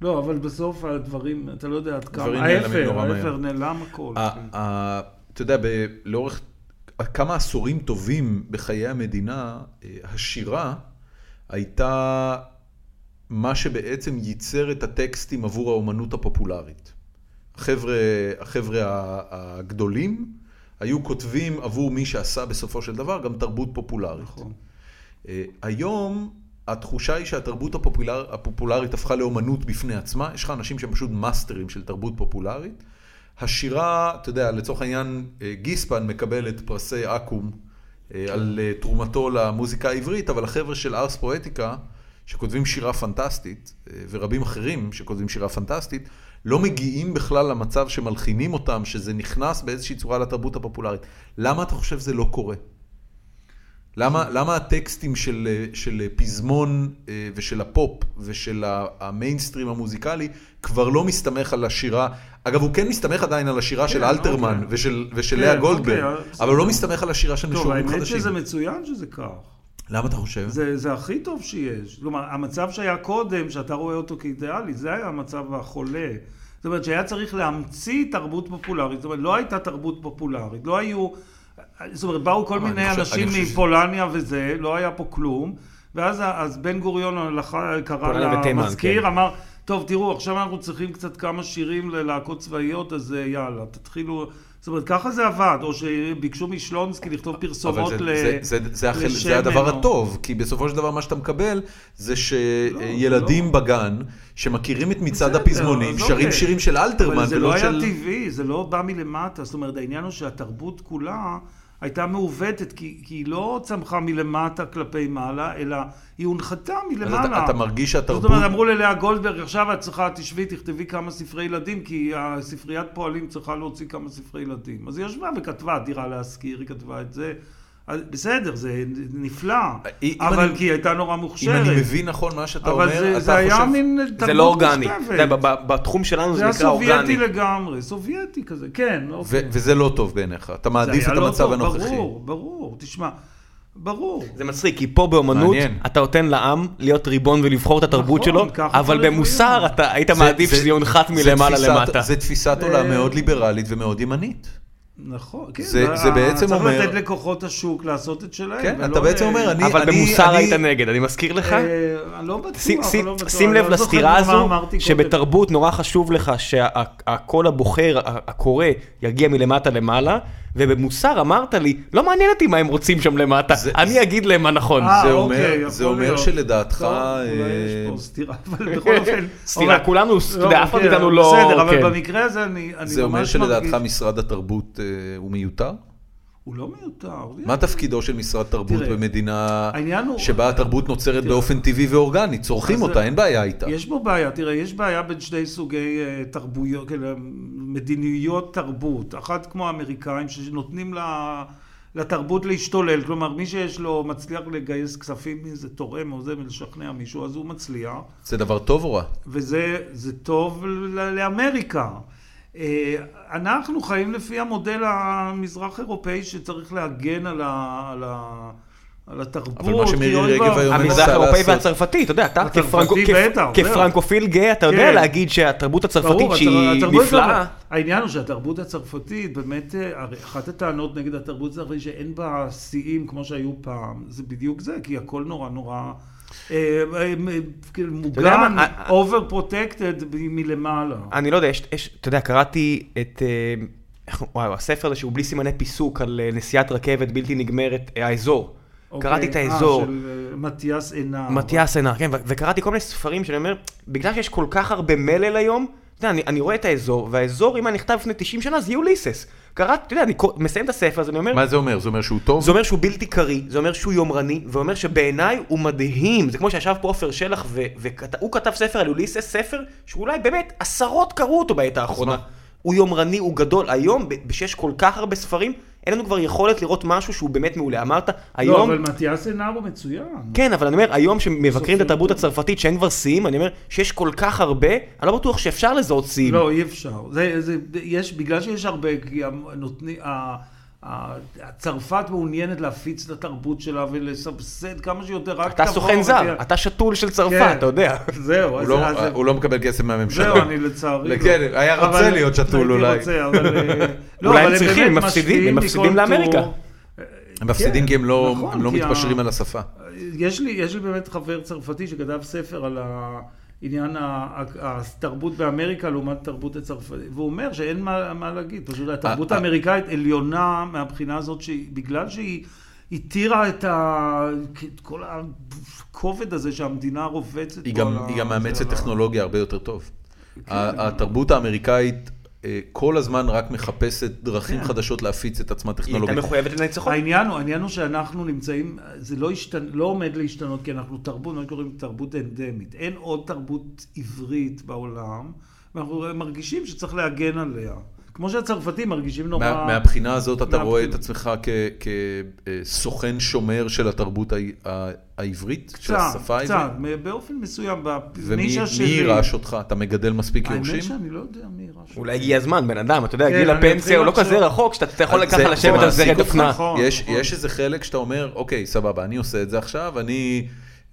Speaker 3: לא, אבל בסוף הדברים, אתה לא יודע עד כמה.
Speaker 1: דברים
Speaker 3: ההפך,
Speaker 1: נעלמים נורא
Speaker 3: ההפך,
Speaker 1: מהר. אה,
Speaker 3: נעלם הכל.
Speaker 1: ה- ה- אתה יודע, ב- לאורך כמה עשורים טובים בחיי המדינה, אה, השירה הייתה מה שבעצם ייצר את הטקסטים עבור האומנות הפופולרית. החבר'ה, החבר'ה ה- הגדולים היו כותבים עבור מי שעשה בסופו של דבר גם תרבות פופולרית.
Speaker 3: נכון.
Speaker 1: אה, אה, היום התחושה היא שהתרבות הפופולר, הפופולרית הפכה לאומנות בפני עצמה, יש לך אנשים שהם פשוט מאסטרים של תרבות פופולרית. השירה, אתה יודע, לצורך העניין, אה, גיספן מקבל את פרסי אקו"ם אה, על אה, תרומתו למוזיקה העברית, אבל החבר'ה של ארס פואטיקה, שכותבים שירה פנטסטית, אה, ורבים אחרים שכותבים שירה פנטסטית, לא מגיעים בכלל למצב שמלחינים אותם, שזה נכנס באיזושהי צורה לתרבות הפופולרית. למה אתה חושב שזה לא קורה? למה, למה הטקסטים של, אה, של אה, פזמון אה, ושל הפופ ושל ה- המיינסטרים המוזיקלי כבר לא מסתמך על השירה, אגב הוא כן מסתמך עדיין על השירה של
Speaker 3: כן,
Speaker 1: אלתרמן
Speaker 3: אוקיי.
Speaker 1: ושל, ושל
Speaker 3: כן,
Speaker 1: לאה גולדברג,
Speaker 3: אוקיי, אז-
Speaker 1: אבל הוא לא מסתמך על השירה של
Speaker 3: טוב,
Speaker 1: משוררים
Speaker 3: האמת
Speaker 1: חדשים.
Speaker 3: שזה מצוין שזה כך.
Speaker 1: למה אתה חושב?
Speaker 3: זה, זה הכי טוב שיש. כלומר, המצב שהיה קודם, שאתה רואה אותו כאידיאלי, זה היה המצב החולה. זאת אומרת, שהיה צריך להמציא תרבות פופולרית. זאת אומרת, לא הייתה תרבות פופולרית. לא היו... זאת אומרת, באו כל
Speaker 1: אבל אה, אני
Speaker 3: מיני
Speaker 1: חושב-
Speaker 3: אנשים
Speaker 1: אני חושב שזה-
Speaker 3: מפולניה וזה, לא היה פה כלום. ואז ה- אז בן גוריון הלכה-
Speaker 2: פולניה
Speaker 3: קרא
Speaker 2: ותימן,
Speaker 3: למזכיר,
Speaker 2: כן.
Speaker 3: אמר, טוב, תראו, עכשיו אנחנו צריכים קצת כמה שירים ללהקות צבאיות, אז אה, יאללה, תתחילו... זאת אומרת, ככה זה עבד, או שביקשו משלונסקי לכתוב פרסומות
Speaker 1: אבל זה,
Speaker 3: ל...
Speaker 1: זה, זה, זה, החל, זה
Speaker 3: לשמן
Speaker 1: הדבר
Speaker 3: או-
Speaker 1: הטוב, כי בסופו של דבר מה שאתה מקבל זה שילדים
Speaker 3: לא.
Speaker 1: בגן שמכירים את מצעד
Speaker 3: בסדר,
Speaker 1: הפזמונים,
Speaker 3: אז
Speaker 1: שרים
Speaker 3: אוקיי.
Speaker 1: שירים של אלתרמן
Speaker 3: אבל זה
Speaker 1: ולא
Speaker 3: לא
Speaker 1: של...
Speaker 3: היה טבעי, זה לא בא מלמטה. זאת אומרת, העניין הוא שהתרבות כולה הייתה מעוותת, כי, כי היא לא צמחה מלמטה כלפי מעלה, אלא היא הונחתה מלמעלה.
Speaker 1: אתה- אתה מרגיש שהתרבות-
Speaker 3: זאת אומרת, אמרו ללאה גולדברג, עכשיו את צריכה, תשבי, תכתבי כמה ספרי ילדים, כי הספריית פועלים צריכה להוציא כמה ספרי ילדים. אז היא ישבה וכתבה, דירה להשכיר, היא כתבה את זה. אז בסדר, זה נפלא,
Speaker 1: אם
Speaker 3: אבל
Speaker 1: אני-
Speaker 3: כי היא הייתה נורא
Speaker 1: אם
Speaker 3: מוכשרת.
Speaker 1: אני מבין נכון מה שאתה
Speaker 3: אבל
Speaker 1: אומר,
Speaker 3: זה,
Speaker 1: אתה
Speaker 3: זה היה
Speaker 1: חושב...
Speaker 3: מין
Speaker 2: זה
Speaker 3: תרבות
Speaker 2: לא אורגני. אתה
Speaker 3: מושתפת.
Speaker 2: יודע, ב- ב- בתחום שלנו
Speaker 3: זה
Speaker 2: זה
Speaker 3: היה
Speaker 2: נקרא
Speaker 3: סובייטי
Speaker 2: אורגני.
Speaker 3: לגמרי, סובייטי כזה, כן,
Speaker 1: ו-
Speaker 3: אוקיי.
Speaker 1: וזה לא טוב בעיניך, אתה מעדיף
Speaker 3: זה
Speaker 1: את
Speaker 3: היה לא
Speaker 1: המצב
Speaker 3: טוב,
Speaker 1: הנוכחי.
Speaker 3: ברור, ברור, תשמע, ברור.
Speaker 2: זה מצחיק, כי פה באמנות,
Speaker 1: מעניין.
Speaker 2: אתה נותן לעם להיות ריבון ולבחור את התרבות
Speaker 3: נכון,
Speaker 2: שלו,
Speaker 3: ככה
Speaker 2: אבל
Speaker 3: צריך להיות.
Speaker 2: במוסר אתה היית
Speaker 1: זה-
Speaker 2: מעדיף
Speaker 1: זה-
Speaker 2: שזה יונחת
Speaker 1: זה
Speaker 2: מלמעלה
Speaker 1: תפיסת-
Speaker 2: למטה.
Speaker 1: זה תפיסת עולם
Speaker 3: זה-
Speaker 1: מאוד ליברלית ומאוד ימנית.
Speaker 3: נכון, כן.
Speaker 1: זה- זה בעצם אומר-
Speaker 3: צריך לתת לכוחות השוק לעשות את שלהם.
Speaker 1: כן,
Speaker 3: ולא
Speaker 1: אתה בעצם
Speaker 3: ל-
Speaker 1: אומר, אני-
Speaker 2: אבל במוסר
Speaker 1: אני-
Speaker 2: היית נגד, אני מזכיר לך.
Speaker 3: אה, אני לא בטוח,
Speaker 2: שים-
Speaker 3: אני
Speaker 2: שים-
Speaker 3: לא בטוח,
Speaker 2: שים
Speaker 3: אני
Speaker 2: לב
Speaker 3: לא זוכר
Speaker 2: לסתירה
Speaker 3: מה
Speaker 2: הזו,
Speaker 3: אמרתי קודם.
Speaker 2: שבתרבות נורא חשוב לך שהקול הבוחר, ה- הקורא, יגיע מלמטה למעלה, ובמוסר אמרת לי, לא מעניין אותי מה הם רוצים שם למטה,
Speaker 1: זה-
Speaker 2: אני אגיד להם מה נכון.
Speaker 3: אה,
Speaker 1: זה
Speaker 3: אוקיי,
Speaker 1: אומר-
Speaker 3: יכול
Speaker 1: זה אומר
Speaker 3: להיות.
Speaker 1: שלדעתך,
Speaker 3: טוב, אולי
Speaker 1: אה,
Speaker 3: יש פה סתירה, [laughs] אבל
Speaker 1: [laughs]
Speaker 3: בכל אופן...
Speaker 2: כן. סתירה,
Speaker 3: אבל-
Speaker 2: כולנו, אתה יודע, אף אחד
Speaker 3: כן,
Speaker 2: מאיתנו לא-
Speaker 3: בסדר,
Speaker 2: כן.
Speaker 3: אבל במקרה הזה אני אני ממש מרגיש...
Speaker 1: זה אומר שלדעתך משרד התרבות אה, הוא מיותר?
Speaker 3: הוא לא מיותר.
Speaker 1: מה תפקידו של משרד תרבות
Speaker 3: תראה,
Speaker 1: במדינה
Speaker 3: העניין הוא-
Speaker 1: שבה התרבות נוצרת
Speaker 3: תראה.
Speaker 1: באופן טבעי ואורגני? צורכים
Speaker 3: אז-
Speaker 1: אותה, אין בעיה איתה.
Speaker 3: יש פה בעיה, תראה, יש בעיה בין שני סוגי אה, תרבויות, כאילו, מדיניות תרבות. אחת כמו האמריקאים, שנותנים לה, לתרבות להשתולל. כלומר, מי שיש לו, מצליח לגייס כספים מאיזה תורם או זה, ולשכנע מישהו, אז הוא מצליח.
Speaker 1: זה דבר טוב או רע?
Speaker 3: וזה זה טוב ל- לאמריקה. אה, אנחנו חיים לפי המודל המזרח אירופאי שצריך להגן על, ה, על, ה, על התרבות.
Speaker 1: אבל מה שמירי
Speaker 3: כי אוי
Speaker 1: רגב היום
Speaker 3: ואבוי.
Speaker 1: מנסה
Speaker 2: המזרח האירופאי
Speaker 1: לעשות.
Speaker 2: והצרפתי, אתה יודע, אתה
Speaker 3: הצרפתי
Speaker 2: כפרנקו-
Speaker 3: בטח,
Speaker 2: כפ- כפרנקופיל גאה, אתה יודע
Speaker 3: כן.
Speaker 2: להגיד שהתרבות הצרפתית
Speaker 3: ברור,
Speaker 2: שהיא
Speaker 3: התרבות
Speaker 2: נפלאה.
Speaker 3: הצרפתית- העניין הוא שהתרבות הצרפתית, באמת, אה, הרי אחת הטענות נגד התרבות הצרפתית, שאין בה שיאים כמו שהיו פעם, זה בדיוק זה, כי הכל נורא נורא... אה, אה, אה, כאילו,
Speaker 2: יודע
Speaker 3: מוגן,
Speaker 2: מה, אה,
Speaker 3: אובר פרוטקטד מלמעלה.
Speaker 2: אני לא יודע, יש, יש, אתה יודע, קראתי את, אה, איך- וואו, הספר הזה שהוא בלי סימני פיסוק על אה, נסיעת רכבת בלתי נגמרת, אה, האזור.
Speaker 3: אוקיי,
Speaker 2: קראתי את
Speaker 3: אה,
Speaker 2: האזור.
Speaker 3: של אה, מתיאס עינב.
Speaker 2: מתיאס עינר, כן, ו- וקראתי כל מיני ספרים שאני אומר, בגלל שיש כל כך הרבה מלל היום, אתה יודע, אני, אני רואה את האזור, והאזור, אם היה נכתב לפני 90 שנה, זה יוליסס. קראתי, אתה יודע, אני קור- מסיים את הספר, אז אני אומר,
Speaker 1: מה זה אומר? זה אומר שהוא טוב?
Speaker 2: זה אומר שהוא בלתי קריא, זה אומר שהוא יומרני, ואומר שבעיניי הוא מדהים. זה כמו שישב פה עופר שלח, והוא כתב ספר על אוליסס, ספר שאולי באמת עשרות קראו אותו בעת האחרונה.
Speaker 1: מה?
Speaker 2: הוא יומרני, הוא גדול. היום, ב- שיש כל כך הרבה ספרים, אין לנו כבר יכולת לראות משהו שהוא באמת מעולה. אמרת,
Speaker 3: לא,
Speaker 2: היום...
Speaker 3: אבל מתיאס עינב הוא מצוין.
Speaker 2: כן, אבל אני אומר, היום שמבקרים את
Speaker 3: סופרים
Speaker 2: התרבות
Speaker 3: טוב.
Speaker 2: הצרפתית, שאין כבר שיאים, אני אומר שיש כל כך הרבה, אני לא בטוח שאפשר לזהות שיאים.
Speaker 3: לא, אי אפשר. זה, זה, יש, בגלל שיש הרבה, כי הנותני, ה, ה, צרפת מעוניינת להפיץ את התרבות שלה ולסבסד כמה שיותר, רק
Speaker 2: אתה
Speaker 3: תבוא
Speaker 2: סוכן זר,
Speaker 3: ותהיה-
Speaker 2: אתה שתול של צרפת,
Speaker 3: כן.
Speaker 2: אתה יודע.
Speaker 3: זהו,
Speaker 1: הוא
Speaker 3: אז,
Speaker 1: לא-
Speaker 3: אז
Speaker 1: הוא לא מקבל כסף מהממשלה.
Speaker 3: זהו, אני לצערי. לא.
Speaker 1: כן, היה רוצה
Speaker 3: אבל-
Speaker 1: להיות שתול
Speaker 3: הייתי
Speaker 1: אולי.
Speaker 3: רוצה, אבל... אה, לא,
Speaker 2: אולי הם
Speaker 3: אבל באמת
Speaker 2: צריכים, הם מפסידים,
Speaker 3: משקיעים
Speaker 2: הם מפסידים
Speaker 3: מכל
Speaker 2: לאמריקה.
Speaker 3: טור.
Speaker 1: הם מפסידים
Speaker 3: כן,
Speaker 1: כי הם לא
Speaker 3: נכון,
Speaker 1: הם לא
Speaker 3: כי ה-
Speaker 1: מתפשרים על השפה.
Speaker 3: יש לי, יש לי באמת חבר צרפתי שכתב ספר על העניין ה- ה- התרבות באמריקה לעומת תרבות הצרפתית, והוא אומר שאין מה, מה להגיד, פשוט התרבות
Speaker 1: ה- ה-
Speaker 3: האמריקאית עליונה מהבחינה הזאת שבגלל שהיא... התירה את ה... את כל הכובד הזה שהמדינה רובצת.
Speaker 1: היא
Speaker 3: בו
Speaker 1: גם,
Speaker 3: על ה-
Speaker 1: היא גם
Speaker 3: זה
Speaker 1: מאמצת
Speaker 3: על ה-
Speaker 1: טכנולוגיה הרבה יותר טוב.
Speaker 3: כן.
Speaker 1: ה- התרבות האמריקאית אה, כל הזמן רק מחפשת דרכים
Speaker 3: כן.
Speaker 1: חדשות להפיץ את עצמה
Speaker 2: היא הייתה
Speaker 1: טכנולוגית.
Speaker 2: מחויבת
Speaker 1: נכון.
Speaker 2: לניצחון.
Speaker 3: העניין הוא, העניין הוא שאנחנו נמצאים, זה לא, השתנ... לא עומד להשתנות, כי אנחנו תרבות, מה שקוראים תרבות אנדמית. אין עוד תרבות עברית בעולם, ואנחנו מרגישים שצריך להגן עליה. כמו שהצרפתים מרגישים נורא...
Speaker 1: מה- מהבחינה הזאת אתה
Speaker 3: מהבחינה-
Speaker 1: רואה את עצמך כסוכן שומר של התרבות ה- ה- העברית, של השפה העברית?
Speaker 3: קצת, מ- באופן מסוים,
Speaker 1: ומי
Speaker 3: בנישה
Speaker 1: מי
Speaker 3: שלי.
Speaker 1: יירש אותך? אתה מגדל מספיק יורשים?
Speaker 3: האמת שאני לא יודע מי יירש.
Speaker 2: אולי הגיע הזמן, בן אדם, אתה יודע,
Speaker 3: כן,
Speaker 2: גיל
Speaker 3: אני
Speaker 2: הפנסיה
Speaker 3: אתחיל
Speaker 2: הוא לא כזה
Speaker 3: לחשוב.
Speaker 2: רחוק, שאתה יכול
Speaker 1: אז זה-
Speaker 2: ככה
Speaker 1: זה
Speaker 2: לשבת על
Speaker 1: מעסיק
Speaker 2: זרי
Speaker 1: אותך.
Speaker 2: דפנה.
Speaker 3: נכון,
Speaker 1: יש,
Speaker 3: נכון.
Speaker 1: יש איזה חלק שאתה אומר, אוקיי, סבבה, אני עושה את זה עכשיו, אני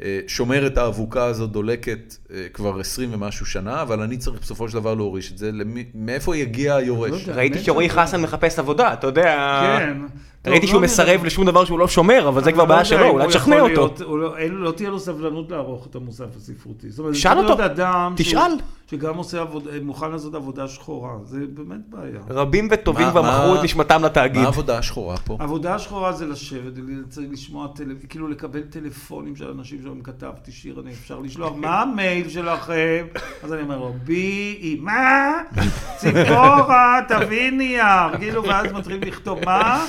Speaker 1: אה, שומר את האבוקה הזאת דולקת אה, כבר 20 ומשהו שנה, אבל אני צריך בסופו של דבר להוריש את זה. למי, מאיפה יגיע
Speaker 3: לא
Speaker 1: היורש?
Speaker 3: יודע.
Speaker 2: ראיתי
Speaker 3: האמת
Speaker 2: שרועי
Speaker 3: שאני-
Speaker 2: חסן מחפש עבודה, אתה יודע...
Speaker 3: כן. טוב,
Speaker 2: ראיתי
Speaker 3: לא
Speaker 2: שהוא
Speaker 3: נראה.
Speaker 2: מסרב לשום דבר שהוא לא שומר, אבל זה
Speaker 3: אני
Speaker 2: כבר
Speaker 3: לא
Speaker 2: בעיה
Speaker 3: יודע
Speaker 2: שלו,
Speaker 3: אם
Speaker 2: אולי
Speaker 3: הוא
Speaker 2: תשכנע
Speaker 3: יכול
Speaker 2: אותו.
Speaker 3: להיות- הוא לא- אין- לא תהיה לו סבלנות לערוך את המוסף הספרותי. זאת אומרת,
Speaker 2: שאל
Speaker 3: צריך להיות
Speaker 2: אותו.
Speaker 3: אדם שהוא-
Speaker 2: תשאל.
Speaker 3: שגם עושה עבודה, מוכן לעשות עבודה שחורה, זה באמת בעיה.
Speaker 2: רבים וטובים
Speaker 1: מה-
Speaker 2: כבר מכרו
Speaker 1: מה-
Speaker 2: את נשמתם לתאגיד.
Speaker 1: מה העבודה השחורה פה?
Speaker 3: עבודה שחורה זה לשבת, צריך לשמוע, טל... כאילו לקבל טלפונים של אנשים שאומרים, כתבתי שיר, אני אפשר לשלוח,
Speaker 1: [laughs]
Speaker 3: מה המייל שלכם? אז אני אומר לו, בי, אי, מה? ציפורה, תביא נייר. כאילו, ואז מתחילים לכתוב, מה?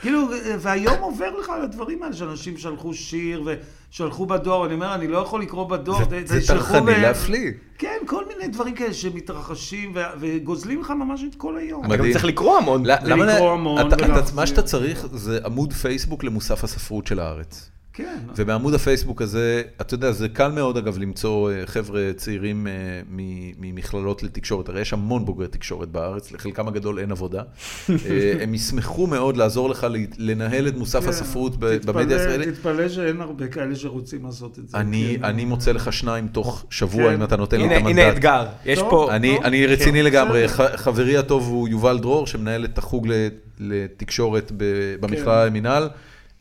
Speaker 3: כאילו, והיום עובר לך על הדברים האלה, שאנשים שלחו שיר ושלחו בדואר, אני אומר, אני לא יכול לקרוא בדואר.
Speaker 1: זה-
Speaker 3: ת-
Speaker 1: זה
Speaker 3: תשלחו
Speaker 1: טרחני
Speaker 3: ב-
Speaker 1: להפליא.
Speaker 3: כן, כל מיני דברים כאלה שמתרחשים ו- וגוזלים לך ממש את כל היום.
Speaker 2: אתה גם
Speaker 1: מדהים. לא,
Speaker 2: צריך לקרוא המון.
Speaker 1: ל-
Speaker 3: ולקרוא
Speaker 1: למה-
Speaker 3: המון
Speaker 1: אתה- אתה-
Speaker 3: ולהחזיר.
Speaker 1: מה שאתה צריך זה עמוד פייסבוק למוסף הספרות של הארץ.
Speaker 3: כן.
Speaker 1: ובעמוד הפייסבוק הזה, אתה יודע, זה קל מאוד אגב למצוא אה, חבר'ה צעירים אה, מ- ממכללות לתקשורת, הרי יש המון בוגרי תקשורת בארץ, לחלקם הגדול אין
Speaker 2: [laughs]
Speaker 1: עבודה. אה, הם ישמחו מאוד לעזור לך ל- לנהל את מוסף
Speaker 3: כן,
Speaker 1: הספרות ב-
Speaker 3: תתפלא-
Speaker 1: במדיה הישראלית.
Speaker 3: תתפלא שאין הרבה כאלה שרוצים לעשות את זה.
Speaker 1: אני
Speaker 3: כן.
Speaker 1: אני מוצא לך שניים תוך שבוע,
Speaker 3: כן.
Speaker 1: אם אתה נותן לי את
Speaker 2: הנה, הנה
Speaker 1: המנדט.
Speaker 2: אתגר, יש
Speaker 3: טוב.
Speaker 2: פה... לא?
Speaker 1: אני,
Speaker 3: טוב.
Speaker 1: אני רציני
Speaker 3: כן,
Speaker 1: לגמרי,
Speaker 3: בסדר.
Speaker 1: ח, חברי הטוב הוא יובל דרור, שמנהל את החוג ל- לתקשורת ב- במכללה למינהל.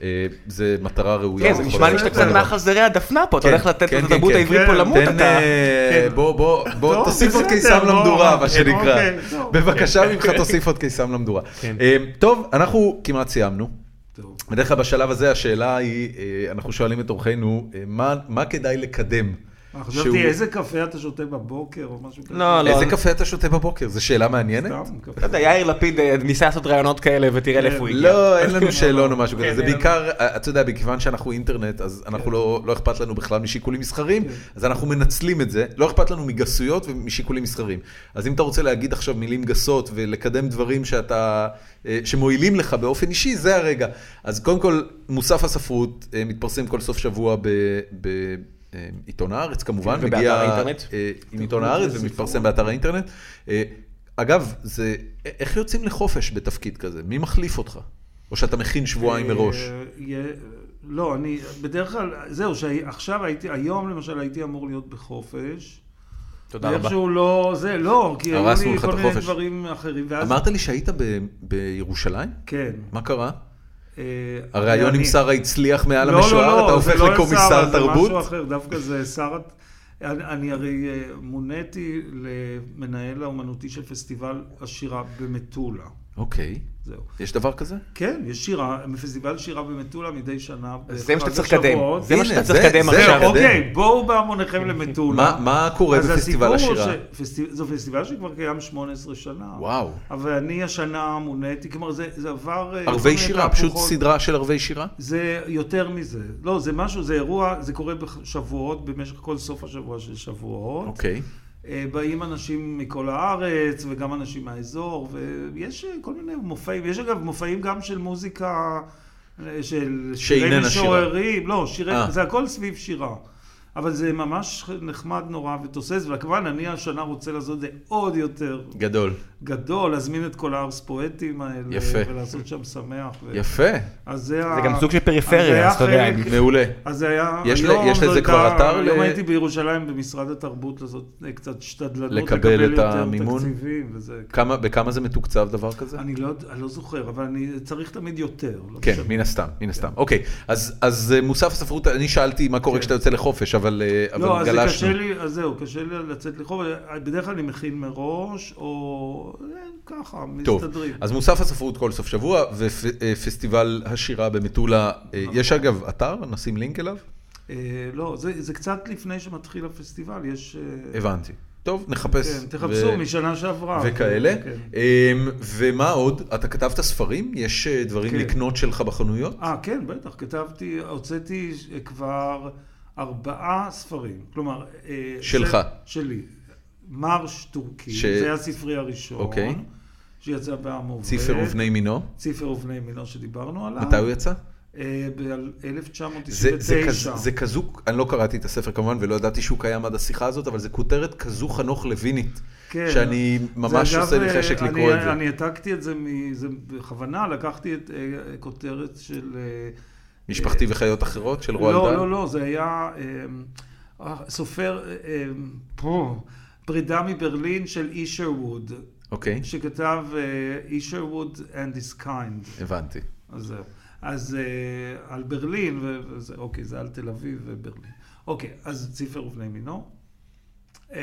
Speaker 1: אה, זה מטרה ראויה.
Speaker 3: לא
Speaker 2: כן, זה
Speaker 1: לכל
Speaker 2: נשמע לי
Speaker 1: דבר.
Speaker 2: שאתה
Speaker 1: כל
Speaker 2: קצת
Speaker 1: דבר.
Speaker 2: מהחזרי הדפנה פה, אתה
Speaker 1: כן,
Speaker 2: הולך לתת
Speaker 1: כן, כן,
Speaker 2: לתרבות
Speaker 1: כן.
Speaker 2: העברית פה
Speaker 3: כן,
Speaker 2: למות,
Speaker 1: תן,
Speaker 2: אתה...
Speaker 1: אה,
Speaker 3: כן.
Speaker 1: בוא, בוא, בוא,
Speaker 3: טוב,
Speaker 1: תוסיף עוד
Speaker 3: בסדר,
Speaker 1: קיסם
Speaker 3: בוא,
Speaker 1: למדורה, מה
Speaker 3: אוקיי,
Speaker 1: שנקרא.
Speaker 3: אוקיי,
Speaker 1: [laughs]
Speaker 3: טוב.
Speaker 1: בבקשה ממך תוסיף עוד קיסם למדורה.
Speaker 2: כן.
Speaker 1: אה, טוב, אנחנו כמעט סיימנו.
Speaker 3: טוב.
Speaker 1: בדרך כלל בשלב הזה השאלה היא, אה, אנחנו שואלים את אורחינו, אה, מה- מה כדאי לקדם?
Speaker 3: אה,
Speaker 1: שהוא-
Speaker 3: חשבתי איזה קפה אתה שותה בבוקר או משהו כזה.
Speaker 2: לא, לא.
Speaker 1: איזה קפה אתה שותה בבוקר? זו שאלה מעניינת.
Speaker 3: סתם קפה.
Speaker 2: לא יודע, יאיר לפיד אה, ניסה לעשות רעיונות כאלה ותראה
Speaker 3: כן.
Speaker 2: לאיפה הוא הגיע.
Speaker 1: לא, אין לנו שאלון או משהו
Speaker 2: כן,
Speaker 1: כזה, זה
Speaker 2: אין לנו. כן.
Speaker 1: בעיקר, אה, אתה יודע, מכיוון שאנחנו אינטרנט, אז אנחנו לא לא אכפת לנו בכלל משיקולים מסחריים,
Speaker 3: כן.
Speaker 1: אז אנחנו מנצלים את זה, לא אכפת לנו מגסויות ומשיקולים מסחריים. אז אם אתה רוצה להגיד עכשיו מילים גסות ולקדם דברים שאתה, אה, שמועילים לך באופן אישי, זה הרגע. אז קודם כל, מוסף הספרות אה, מתפרסם כל סוף שבוע ב- ב- אה, עיתון הארץ כמובן,
Speaker 2: כן, ובאתר
Speaker 1: מגיע,
Speaker 2: האינטרנט.
Speaker 1: אה, עם עיתון הארץ ומתפרסם באתר האינטרנט. אה, אגב, זה, א- איך יוצאים לחופש בתפקיד כזה? מי מחליף אותך? או שאתה מכין שבועיים
Speaker 3: אה,
Speaker 1: מראש?
Speaker 3: יה- לא, אני בדרך כלל, זהו, שעכשיו הייתי, היום למשל הייתי אמור להיות בחופש.
Speaker 2: תודה רבה.
Speaker 3: איכשהו לא, זה, לא, כי היו
Speaker 1: הרסנו
Speaker 3: לי
Speaker 1: לך
Speaker 3: כל
Speaker 1: את
Speaker 3: מיני
Speaker 1: החופש.
Speaker 3: דברים אחרים. ואז-
Speaker 1: אמרת לי שהיית ב- בירושלים?
Speaker 3: כן.
Speaker 1: מה קרה?
Speaker 3: אה,
Speaker 1: הרעיון עם
Speaker 3: אני-
Speaker 1: שרה הצליח מעל
Speaker 3: לא, לא,
Speaker 1: המשוער?
Speaker 3: לא,
Speaker 1: אתה
Speaker 3: זה
Speaker 1: הופך
Speaker 3: לא
Speaker 1: לקומיסר
Speaker 3: לשרה, זה משהו
Speaker 1: תרבות?
Speaker 3: אחר, דווקא זה שר... אני, אני הרי אה, מוניתי למנהל האומנותי של פסטיבל השירה במטולה.
Speaker 1: אוקיי.
Speaker 3: זהו.
Speaker 1: יש דבר כזה?
Speaker 3: כן, יש שירה, פסטיבל שירה במטולה מדי שנה.
Speaker 2: זה מה שאתה
Speaker 3: בחג
Speaker 2: צריך לקדם.
Speaker 3: השבועות.
Speaker 2: זה מה
Speaker 1: הנה,
Speaker 2: שאתה צריך
Speaker 1: זה-
Speaker 2: לקדם
Speaker 1: זה-
Speaker 2: עכשיו.
Speaker 1: לקדם.
Speaker 3: אוקיי, בואו בהמוניכם למטולה.
Speaker 1: מה- מה קורה
Speaker 3: אז
Speaker 1: בפסטיבל
Speaker 3: הסיפור הוא
Speaker 1: השירה?
Speaker 3: שפסטיב- זה פסטיבל שכבר קיים 18 שנה.
Speaker 1: וואו.
Speaker 3: אבל אני השנה מוניתי, כלומר זה, זה עבר... אה, כל
Speaker 1: ערבי
Speaker 3: מיני
Speaker 1: שירה, פשוט
Speaker 3: תהפוכות. נכון.
Speaker 1: סדרה של ערבי שירה?
Speaker 3: זה יותר מזה. לא, זה משהו, זה אירוע, זה קורה בשבועות, במשך כל סוף השבוע של שבועות.
Speaker 1: אוקיי.
Speaker 3: אה, באים אנשים מכל הארץ, וגם אנשים מהאזור, ויש אה, כל מיני מופעים. יש אגב מופעים גם של מוזיקה, אה, של שירי
Speaker 1: שאיננה שירה.
Speaker 3: משוררים. לא,
Speaker 1: אה.
Speaker 3: שירי, זה הכל סביב שירה. אבל זה ממש נחמד נורא ותוסס, וכמובן אני השנה רוצה לעשות את זה עוד יותר
Speaker 1: גדול.
Speaker 3: גדול, להזמין את כל הארס פואטים האלה,
Speaker 1: יפה.
Speaker 3: ולעשות שם שמח. ו-
Speaker 1: יפה.
Speaker 3: אז זה,
Speaker 2: זה גם סוג של פריפריה, אז אתה יודע.
Speaker 3: חלק-
Speaker 1: מעולה.
Speaker 3: אז זה היה,
Speaker 1: יש ל-
Speaker 3: היום
Speaker 1: יש לזה
Speaker 3: זו
Speaker 1: כבר
Speaker 3: הייתה-
Speaker 1: אתר ל-
Speaker 3: היום הייתי בירושלים במשרד התרבות לעשות אה, קצת שתדלנות,
Speaker 1: לקבל את
Speaker 3: יותר
Speaker 1: המימון?
Speaker 3: תקציבים וזה.
Speaker 1: כמה- בכמה זה מתוקצב דבר כזה?
Speaker 3: אני לא, יודע- אני לא זוכר, אבל אני צריך תמיד יותר. לא
Speaker 1: כן,
Speaker 3: משנה.
Speaker 1: מן הסתם, מן הסתם. אוקיי, אז אז, אה, מוסף הספרות, אני שאלתי מה קורה
Speaker 3: כן.
Speaker 1: כשאתה יוצא לחופש, אבל אה, אבל
Speaker 3: לא, אז זה
Speaker 1: גלשנו.
Speaker 3: קשה לי, אז זהו, קשה לי לצאת לחוב, בדרך כלל אני מכין מראש, או אה, ככה,
Speaker 1: טוב,
Speaker 3: מסתדרים.
Speaker 1: אז מוסף הספרות כל סוף שבוע, ופסטיבל השירה במטולה. אה,
Speaker 3: נכון.
Speaker 1: יש אגב אתר, נשים לינק אליו?
Speaker 3: אה, לא, זה זה קצת לפני שמתחיל הפסטיבל, יש... אה,
Speaker 1: הבנתי. טוב, נחפש.
Speaker 3: כן, תחפשו
Speaker 1: ו-
Speaker 3: משנה שעברה.
Speaker 1: וכאלה.
Speaker 3: כן.
Speaker 1: אמ, ומה עוד? אתה כתבת ספרים? יש אה, דברים
Speaker 3: כן.
Speaker 1: לקנות שלך בחנויות?
Speaker 3: אה, כן, בטח, כתבתי, הוצאתי אה, כבר ארבעה ספרים. כלומר... אה,
Speaker 1: שלך.
Speaker 3: זה- שלי. מרש טורקי,
Speaker 1: ש-
Speaker 3: זה היה ספרי הראשון.
Speaker 1: אוקיי.
Speaker 3: שיצא בעם עובד.
Speaker 1: ציפר ובני מינו?
Speaker 3: ציפר ובני מינו שדיברנו עליו. אה,
Speaker 1: מתי הוא יצא? זה, זה, כז,
Speaker 3: ב-1999.
Speaker 1: זה כזו, אני לא קראתי את הספר כמובן ולא ידעתי שהוא קיים עד השיחה הזאת, אבל זו כותרת כזו חנוך לוינית, שאני ממש עושה לי חשק לקרוא את זה.
Speaker 3: כן. אה, אני העתקתי את זה, מ- זה בכוונה, לקחתי את אה, כותרת של... אה,
Speaker 1: משפחתי וחיות אחרות של רועל
Speaker 3: לא,
Speaker 1: דן?
Speaker 3: לא, לא, זה היה אה, אה, סופר אה, פה, פרידה מברלין של אישרווד,
Speaker 1: אוקיי,
Speaker 3: שכתב אישרווד and his kind.
Speaker 1: הבנתי.
Speaker 3: אז זהו. אז אה, על ברלין, ו- וזה, אוקיי, זה על תל אביב וברלין. אוקיי, אז ציפר ובני מינו. אה,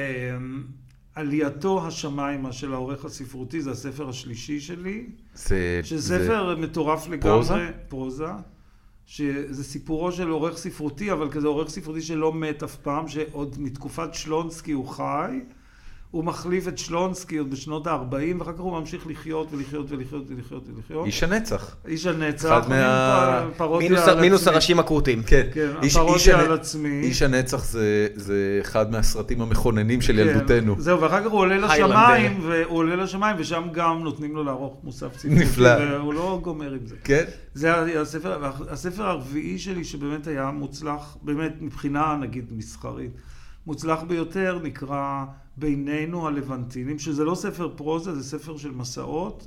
Speaker 3: עלייתו השמיימה של העורך הספרותי, זה הספר השלישי שלי,
Speaker 1: כן, זה...
Speaker 3: שספר מטורף לגמרי.
Speaker 1: פרוזה?
Speaker 3: פרוזה. שזה סיפורו של עורך ספרותי, אבל כזה עורך ספרותי שלא מת אף פעם, שעוד מתקופת שלונסקי הוא חי. הוא מחליף את שלונסקי עוד בשנות ה-40, ואחר כך הוא ממשיך לחיות ולחיות ולחיות ולחיות
Speaker 1: זה
Speaker 3: ולחיות.
Speaker 1: איש הנצח.
Speaker 3: איש הנצח,
Speaker 1: אחד מה-
Speaker 3: מין פ- פרודיה
Speaker 2: מינוס-
Speaker 3: על
Speaker 2: מינוס
Speaker 3: עצמי.
Speaker 2: הראשים הכורתים.
Speaker 1: כן,
Speaker 3: כן,
Speaker 1: איש-
Speaker 3: הפרודיה
Speaker 1: איש הנ-
Speaker 3: על עצמי.
Speaker 1: איש הנצח זה- זה אחד מהסרטים המכוננים של ילדותנו.
Speaker 3: כן, זהו, ואחר כך הוא עולה
Speaker 2: היילנדר.
Speaker 3: לשמיים, והוא עולה לשמיים, ושם גם נותנים לו לערוך מוסף ציבורי.
Speaker 1: נפלא.
Speaker 3: והוא לא גומר עם זה.
Speaker 1: כן?
Speaker 3: זה היה הספר, הספר הרביעי שלי, שבאמת היה מוצלח, באמת מבחינה, נגיד, מסחרית, מוצלח ביותר, נקרא בינינו הלבנטינים, שזה לא ספר פרוזה, זה ספר של מסעות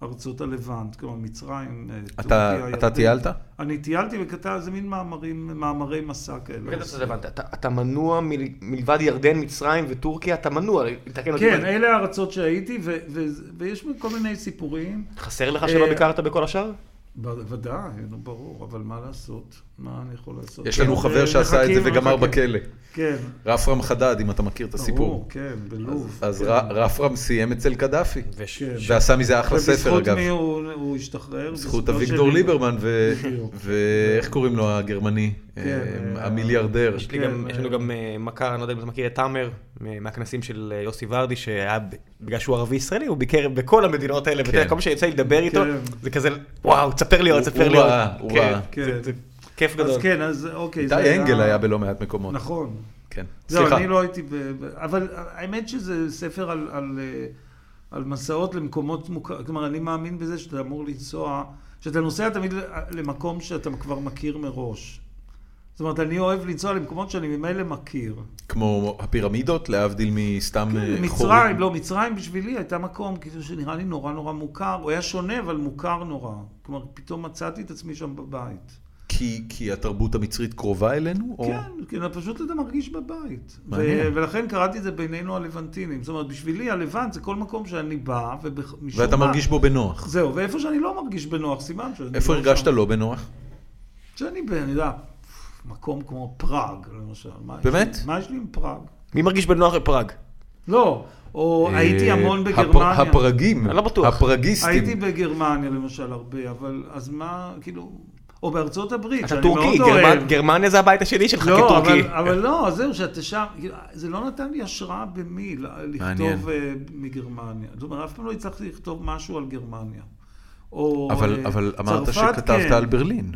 Speaker 3: בארצות הלבנט, כלומר מצרים, אה,
Speaker 1: אתה-
Speaker 3: טורקיה,
Speaker 1: אתה
Speaker 3: ירדן.
Speaker 1: טיילת?
Speaker 3: אני טיילתי וכתב, זה מין מאמרים, מאמרי מסע כאלה.
Speaker 2: בקטע הזה הבנת, אתה- אתה מנוע מל- מלבד ירדן, מצרים וטורקיה, אתה מנוע, תקן אותי.
Speaker 3: כן, אלה הארצות שהייתי, ו- ו- ויש כל מיני סיפורים.
Speaker 2: חסר לך שלא
Speaker 3: אה,
Speaker 2: ביקרת בכל השאר?
Speaker 3: בוודאי, נו, ברור, אבל מה לעשות? מה אני יכול לעשות?
Speaker 1: יש לנו
Speaker 3: כן,
Speaker 1: חבר שעשה את
Speaker 3: מחכים
Speaker 1: זה וגמר
Speaker 3: ומחכים.
Speaker 1: בכלא.
Speaker 3: כן,
Speaker 1: רפרם חדד, אם אתה מכיר את הסיפור.
Speaker 3: ברור, כן, בלוב.
Speaker 1: אז
Speaker 3: כן.
Speaker 1: ר- רפרם סיים אצל קדאפי.
Speaker 2: וש-
Speaker 3: כן.
Speaker 1: ועשה מזה אחלה ספר,
Speaker 3: ובזכות
Speaker 1: אגב.
Speaker 3: מי הוא הוא השתחרר?
Speaker 1: בזכות
Speaker 3: בזכותו
Speaker 1: אביגדור
Speaker 3: של-
Speaker 1: ליברמן ו-
Speaker 3: בדיוק.
Speaker 1: ואיך קוראים לו הגרמני? אה,
Speaker 3: אה,
Speaker 1: המיליארדר.
Speaker 2: יש לי
Speaker 3: כן,
Speaker 2: גם, יש לנו
Speaker 3: אה.
Speaker 2: גם אה, מכר, אני לא יודע אם אתה מכיר את תאמר, אה, מהכנסים של אה, יוסי ורדי, שהיה, ב- בגלל שהוא ערבי ישראלי, הוא ביקר בכל המדינות האלה, ואתה
Speaker 1: כן.
Speaker 2: יודע, כל מה שיצא לי לדבר איתו,
Speaker 3: כן.
Speaker 2: זה כזה, וואו, תספר לי עוד,
Speaker 1: הוא-
Speaker 2: תספר
Speaker 1: הוא
Speaker 2: לי עוד.
Speaker 1: ראה, הוא
Speaker 2: כן,
Speaker 1: ראה.
Speaker 3: כן.
Speaker 2: זה- זה כיף גדול.
Speaker 3: אז כן, אז אוקיי. זה
Speaker 1: איתי אנגל היה בלא מעט מקומות.
Speaker 3: נכון.
Speaker 1: כן.
Speaker 3: זהו,
Speaker 1: סליחה.
Speaker 3: אני לא הייתי ב... ב- אבל האמת שזה ספר על, על, אה, על מסעות למקומות מוכרים. כלומר, אני מאמין בזה שאתה אמור לנסוע, שאתה נוסע תמיד למקום שאתה כבר מכיר מראש. זאת אומרת, אני אוהב לנסוע למקומות שאני ממילא מכיר.
Speaker 1: כמו הפירמידות, להבדיל מסתם אה, חורים.
Speaker 3: כן, מצרים, לא, מצרים בשבילי הייתה מקום כאילו שנראה לי נורא נורא מוכר. הוא היה שונה, אבל מוכר נורא. כלומר, פתאום מצאתי את עצמי שם בבית.
Speaker 1: כי, כי התרבות המצרית קרובה אלינו? או...
Speaker 3: כן, כן, פשוט אתה מרגיש בבית. ו-
Speaker 1: מעניין.
Speaker 3: ולכן קראתי את זה בינינו הלבנטינים. זאת אומרת, בשבילי הלבנט זה כל מקום שאני בא, ומשום
Speaker 1: ואתה מרגיש בו בנוח.
Speaker 3: זהו, ואיפה שאני לא מרגיש בנוח, סימן שאני
Speaker 1: איפה
Speaker 3: לא
Speaker 1: הרגשת
Speaker 3: שם.
Speaker 1: לא בנוח?
Speaker 3: שאני, ב- אני יודע, מקום כמו פראג, למשל. מה יש
Speaker 1: באמת?
Speaker 3: לי- מה יש לי עם פראג?
Speaker 2: מי מרגיש בנוח בפראג?
Speaker 3: לא, או הייתי
Speaker 1: אה,
Speaker 3: המון
Speaker 1: הפר-
Speaker 3: בגרמניה.
Speaker 1: הפרגים.
Speaker 2: אני לא בטוח.
Speaker 1: הפרגיסטים.
Speaker 3: הייתי בגרמניה למשל הרבה, אבל אז מה, כאילו... או בארצות הברית,
Speaker 2: אתה
Speaker 3: שאני מאוד
Speaker 2: טורקי, גרמנ-
Speaker 3: אוהב.
Speaker 2: גרמניה זה הבית השני שלך
Speaker 3: לא,
Speaker 2: כטורקי.
Speaker 3: אבל, אבל לא, זהו, שאתה שם, כאילו, זה לא נתן לי השראה במי ל-
Speaker 1: מעניין.
Speaker 3: לכתוב אה, מגרמניה. זאת אומרת, אף פעם לא הצלחתי לכתוב משהו על גרמניה. או
Speaker 1: אבל,
Speaker 3: אה,
Speaker 1: אבל אמרת
Speaker 3: צרפת,
Speaker 1: שכתבת
Speaker 3: כן.
Speaker 1: על ברלין.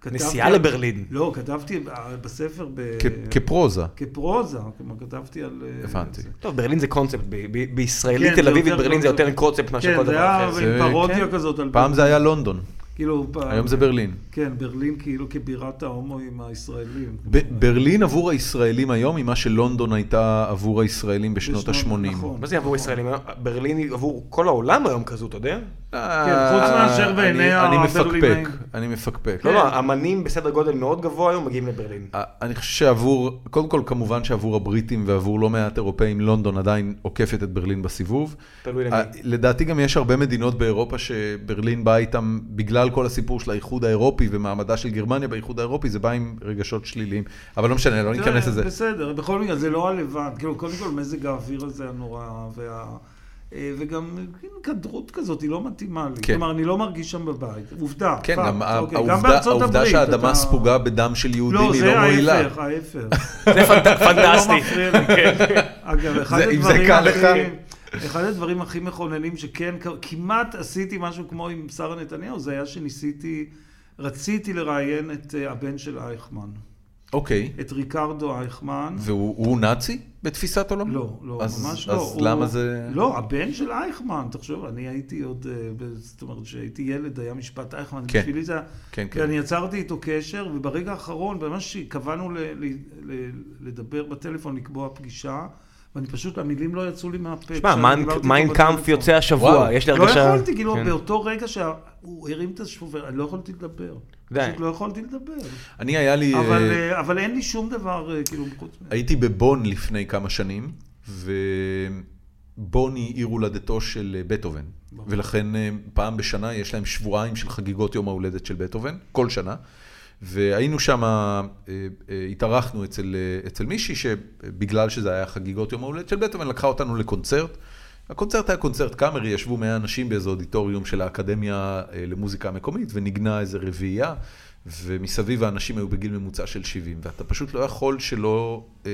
Speaker 3: כתבתי
Speaker 2: נסיעה
Speaker 3: על-
Speaker 2: לברלין.
Speaker 3: לא, כתבתי אה, בספר ב...
Speaker 1: כ- כפרוזה.
Speaker 3: כפרוזה, כלומר, כתבתי על... אה,
Speaker 1: הבנתי.
Speaker 3: זה.
Speaker 2: טוב, ברלין זה קונספט, ב- ב- בישראלי
Speaker 3: כן,
Speaker 2: תל
Speaker 3: זה
Speaker 2: אביבית
Speaker 3: יותר
Speaker 2: ברלין זה יותר
Speaker 3: קונספט.
Speaker 2: קונספט מאשר כל
Speaker 3: כן, זה
Speaker 2: דבר
Speaker 3: היה
Speaker 2: אחר.
Speaker 1: זה-
Speaker 3: פרודיה
Speaker 1: כן.
Speaker 3: כזאת על...
Speaker 1: פעם זה היה לונדון,
Speaker 3: כאילו, פעם...
Speaker 1: היום זה ברלין.
Speaker 3: כן, ברלין כאילו כבירת ההומואים הישראלים.
Speaker 1: ב- ברלין עבור הישראלים היום היא מה שלונדון הייתה עבור הישראלים בשנות
Speaker 3: בשנות-
Speaker 1: ה-80.
Speaker 3: נכון.
Speaker 2: מה זה עבור ישראלים? ברלין היא עבור כל העולם היום כזו, אתה יודע? לא,
Speaker 3: כן, חוץ מאשר
Speaker 1: אה, אני-
Speaker 3: בעיני כן.
Speaker 1: אני
Speaker 3: הברלינאים.
Speaker 1: מפקפק, אני מפקפק.
Speaker 2: לא, לא, אמנים בסדר גודל מאוד גבוה היום מגיעים לברלין.
Speaker 1: אה, אני חושב שעבור, קודם כל כמובן שעבור הבריטים ועבור לא מעט אירופאים, לונדון עדיין עוקפת את ברלין בסיבוב.
Speaker 2: תלוי למי.
Speaker 1: אה, לדעתי גם יש הרבה מדינות באירופה שברלין באה איתם בגלל כל הסיפור של האיחוד האירופי ומעמדה של גרמניה באיחוד האירופי, זה בא עם רגשות שליליים. אבל לא משנה, לא ניכנס לזה.
Speaker 3: בסדר, בכל מקרה זה לא הלבן. כאילו, קודם כל מזג האוויר הזה הנורא, וה... אה, וגם מין כדרות כזאת, היא לא מתאימה לי.
Speaker 1: כן.
Speaker 3: כלומר, אני לא מרגיש שם בבית. עובדה.
Speaker 1: כן,
Speaker 3: פאק,
Speaker 1: גם ה-
Speaker 3: אוקיי.
Speaker 1: העובדה
Speaker 3: בארצות
Speaker 1: העובדה
Speaker 3: הברית,
Speaker 1: שהאדמה
Speaker 3: אתה-
Speaker 1: ספוגה בדם של יהודים
Speaker 3: לא,
Speaker 1: היא
Speaker 3: זה
Speaker 1: לא מועילה.
Speaker 3: ההפך, ההפך.
Speaker 2: זה פנט-
Speaker 3: זה לא
Speaker 2: פנטסטי.
Speaker 3: מפריע לי. אגב, אחד
Speaker 1: זה- אם זה
Speaker 3: הדברים
Speaker 1: קל
Speaker 3: הכי... אחד הדברים הכי מכוננים שכן, ק- כמעט עשיתי משהו כמו עם שרה נתניהו, זה היה שניסיתי, רציתי לראיין את אה, הבן של אייכמן,
Speaker 1: אוקיי,
Speaker 3: את ריקרדו אייכמן.
Speaker 1: והוא הוא נאצי בתפיסת עולם?
Speaker 3: לא, לא,
Speaker 1: אז-
Speaker 3: ממש לא.
Speaker 1: אז
Speaker 3: הוא-
Speaker 1: למה זה...
Speaker 3: לא, הבן של אייכמן, תחשוב, אני הייתי עוד, אה, ב- זאת אומרת, כשהייתי ילד היה משפט אייכמן,
Speaker 1: כן.
Speaker 3: בשבילי זה היה...
Speaker 1: כן, כן.
Speaker 3: ואני יצרתי איתו קשר, וברגע האחרון, ממש קבענו ל- ל- ל- לדבר בטלפון, לקבוע פגישה, ואני פשוט, המילים לא יצאו לי מהפה.
Speaker 2: שמע,
Speaker 3: כשאני
Speaker 2: מיין-
Speaker 3: דיברתי איתו
Speaker 2: מיין קאמפ
Speaker 3: בטלפון.
Speaker 2: יוצא
Speaker 1: וואו.
Speaker 2: השבוע, יש לי
Speaker 3: לא
Speaker 2: הרגשה...
Speaker 3: יכולתי, כאילו,
Speaker 2: כן.
Speaker 3: באותו רגע שהוא הרים את השובר, אני לא יכולתי לדבר.
Speaker 2: די.
Speaker 3: פשוט לא יכולתי לדבר.
Speaker 1: אני היה לי...
Speaker 3: אבל,
Speaker 1: אה,
Speaker 3: אה, אבל אין לי שום דבר, אה, כאילו, חוץ מ...
Speaker 1: הייתי בבון לפני כמה שנים, ובון היא עיר הולדתו של אה, בטהובן. ולכן אה, פעם בשנה יש להם שבועיים של חגיגות יום ההולדת של בטהובן, כל שנה. והיינו שם, אה, התארחנו אצל, אה, אצל מישהי שבגלל שזה היה חגיגות יום ההולדת של בטהובן, לקחה אותנו לקונצרט. הקונצרט היה קונצרט קאמרי, ישבו 100 אנשים באיזה אודיטוריום של האקדמיה אה, למוזיקה המקומית, ונגנה איזה רביעייה, ומסביב האנשים היו בגיל ממוצע של 70, ואתה פשוט לא יכול שלא אה,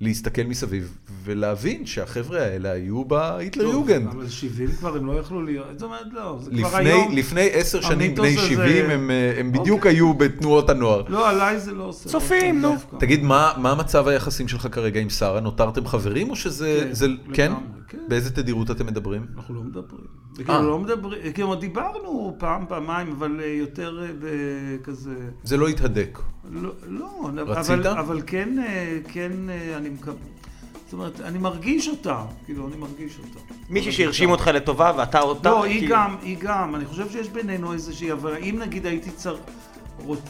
Speaker 1: להסתכל מסביב ולהבין שהחבר'ה האלה היו בהיטלר
Speaker 3: טוב, אה,
Speaker 1: יוגנד.
Speaker 3: אבל 70 כבר הם לא יכלו להיות, זאת אומרת, לא, זה כבר
Speaker 1: לפני,
Speaker 3: היום...
Speaker 1: לפני עשר שנים,
Speaker 3: המיתוס
Speaker 1: בני
Speaker 3: הזה-
Speaker 1: 70, הם, אה, הם בדיוק
Speaker 3: אוקיי.
Speaker 1: היו בתנועות הנוער.
Speaker 3: לא, עליי זה לא עושה.
Speaker 2: צופים,
Speaker 3: לא
Speaker 2: נו.
Speaker 3: דווקא.
Speaker 1: תגיד, מה, מה מצב היחסים שלך כרגע עם שרה? נותרתם חברים או שזה...
Speaker 3: כן,
Speaker 1: זה, כן?
Speaker 3: לגמרי, כן.
Speaker 1: באיזה תדירות אתם מדברים?
Speaker 3: אנחנו לא מדברים.
Speaker 1: אה.
Speaker 3: וכאילו לא מדברים, כאילו דיברנו פעם, פעמיים, אבל אה, יותר אה, בכזה...
Speaker 1: זה לא התהדק.
Speaker 3: לא, לא,
Speaker 1: רצית?
Speaker 3: אבל, אבל כן, אה, כן, אה, אני מקבל... זאת אומרת, אני מרגיש אותה, כאילו, אני מרגיש אותה.
Speaker 2: מישהי שהרשים אותך לטובה ואתה אותה...
Speaker 3: לא, היא
Speaker 2: כאילו-
Speaker 3: גם, היא גם. אני חושב שיש בינינו איזושהי הבנה. אם נגיד הייתי צר... רוצ...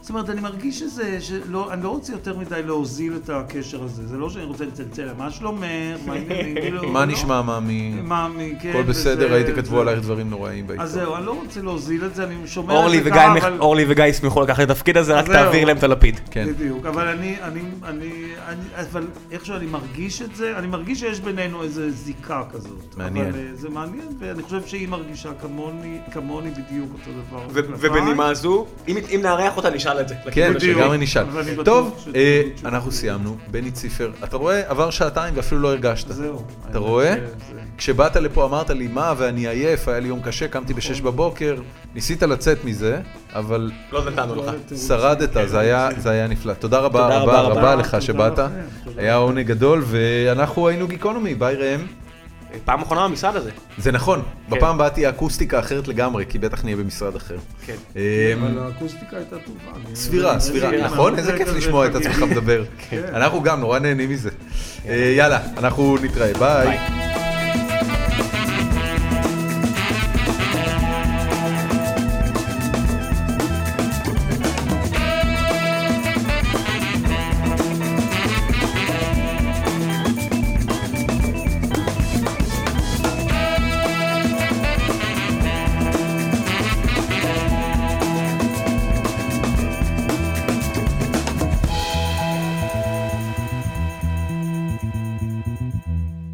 Speaker 3: זאת אומרת, אני מרגיש שזה, שלא, אני לא רוצה יותר מדי להוזיל את הקשר הזה. זה לא שאני רוצה לצלצל, מה שלומך? מה העניינים?" כאילו,
Speaker 1: [laughs] מה
Speaker 3: לא.
Speaker 1: נשמע, מאמי?
Speaker 3: מה, מי, כן,
Speaker 1: הכל בסדר,
Speaker 3: וזה-
Speaker 1: הייתי כתבו
Speaker 3: זה-
Speaker 1: עלייך דברים נוראים
Speaker 3: אז
Speaker 1: בעיתון.
Speaker 3: זהו, אני לא רוצה להוזיל את זה, אני שומע את
Speaker 2: אורלי
Speaker 3: זה
Speaker 2: וגיא
Speaker 3: ככה,
Speaker 2: מח-
Speaker 3: אבל...
Speaker 2: אורלי וגיא ישמחו לקחת את התפקיד הזה, רק
Speaker 3: אז זהו.
Speaker 2: תעביר להם את הלפיד.
Speaker 1: כן.
Speaker 3: בדיוק, אבל אני, אני, אני, אני, אבל איכשהו אני מרגיש את זה, אני מרגיש שיש בינינו איזו זיקה כזאת.
Speaker 1: מעניין.
Speaker 3: אבל אה, זה מעניין, ואני חושב שהיא מרגישה כמוני, כמוני בדיוק אותו דבר.
Speaker 2: ו-
Speaker 3: כלפיי.
Speaker 2: ובנימה זו, אם אם נארח אותה נשאל את זה. לכיוון
Speaker 1: כן,
Speaker 2: השני.
Speaker 3: בדיוק.
Speaker 1: שגם אני נשאל.
Speaker 3: אבל אני בטוח
Speaker 1: טוב,
Speaker 3: שתגיד
Speaker 1: אה,
Speaker 3: תשובה.
Speaker 1: אנחנו סיימנו. בני ציפר, אתה רואה? עבר שעתיים ואפילו לא הרגשת.
Speaker 3: זהו.
Speaker 1: אתה רואה?
Speaker 3: זה- זה-
Speaker 1: כשבאת לפה אמרת לי, מה, ואני עייף, היה לי יום קשה, קמתי בשש
Speaker 3: נכון.
Speaker 1: בבוקר, ניסית לצאת מזה, אבל
Speaker 2: לא נתנו לך.
Speaker 1: שרדת, זה היה, זה היה נפלא. תודה רבה
Speaker 2: תודה
Speaker 1: רבה
Speaker 2: רבה,
Speaker 1: רבה
Speaker 2: תודה
Speaker 1: לך
Speaker 3: לכם,
Speaker 1: שבאת.
Speaker 3: תודה.
Speaker 1: היה עונג גדול, ואנחנו היינו גיקונומי, ביי ראם.
Speaker 3: לא.
Speaker 2: פעם אחרונה במשרד הזה.
Speaker 1: זה נכון,
Speaker 2: כן.
Speaker 1: בפעם הבאה תהיה אקוסטיקה אחרת לגמרי, כי בטח נהיה במשרד אחר.
Speaker 2: כן.
Speaker 1: אה,
Speaker 3: אבל כן. האקוסטיקה הייתה טובה. אני-
Speaker 1: סבירה,
Speaker 3: אני-
Speaker 1: סבירה,
Speaker 3: אני-
Speaker 1: נכון?
Speaker 3: אני-
Speaker 1: איזה
Speaker 3: זה
Speaker 1: כיף
Speaker 3: כזה
Speaker 1: לשמוע את
Speaker 3: חגיגי.
Speaker 1: עצמך מדבר. אנחנו גם נורא נהנים מזה. אה, יאללה, אנחנו נתראה, ביי.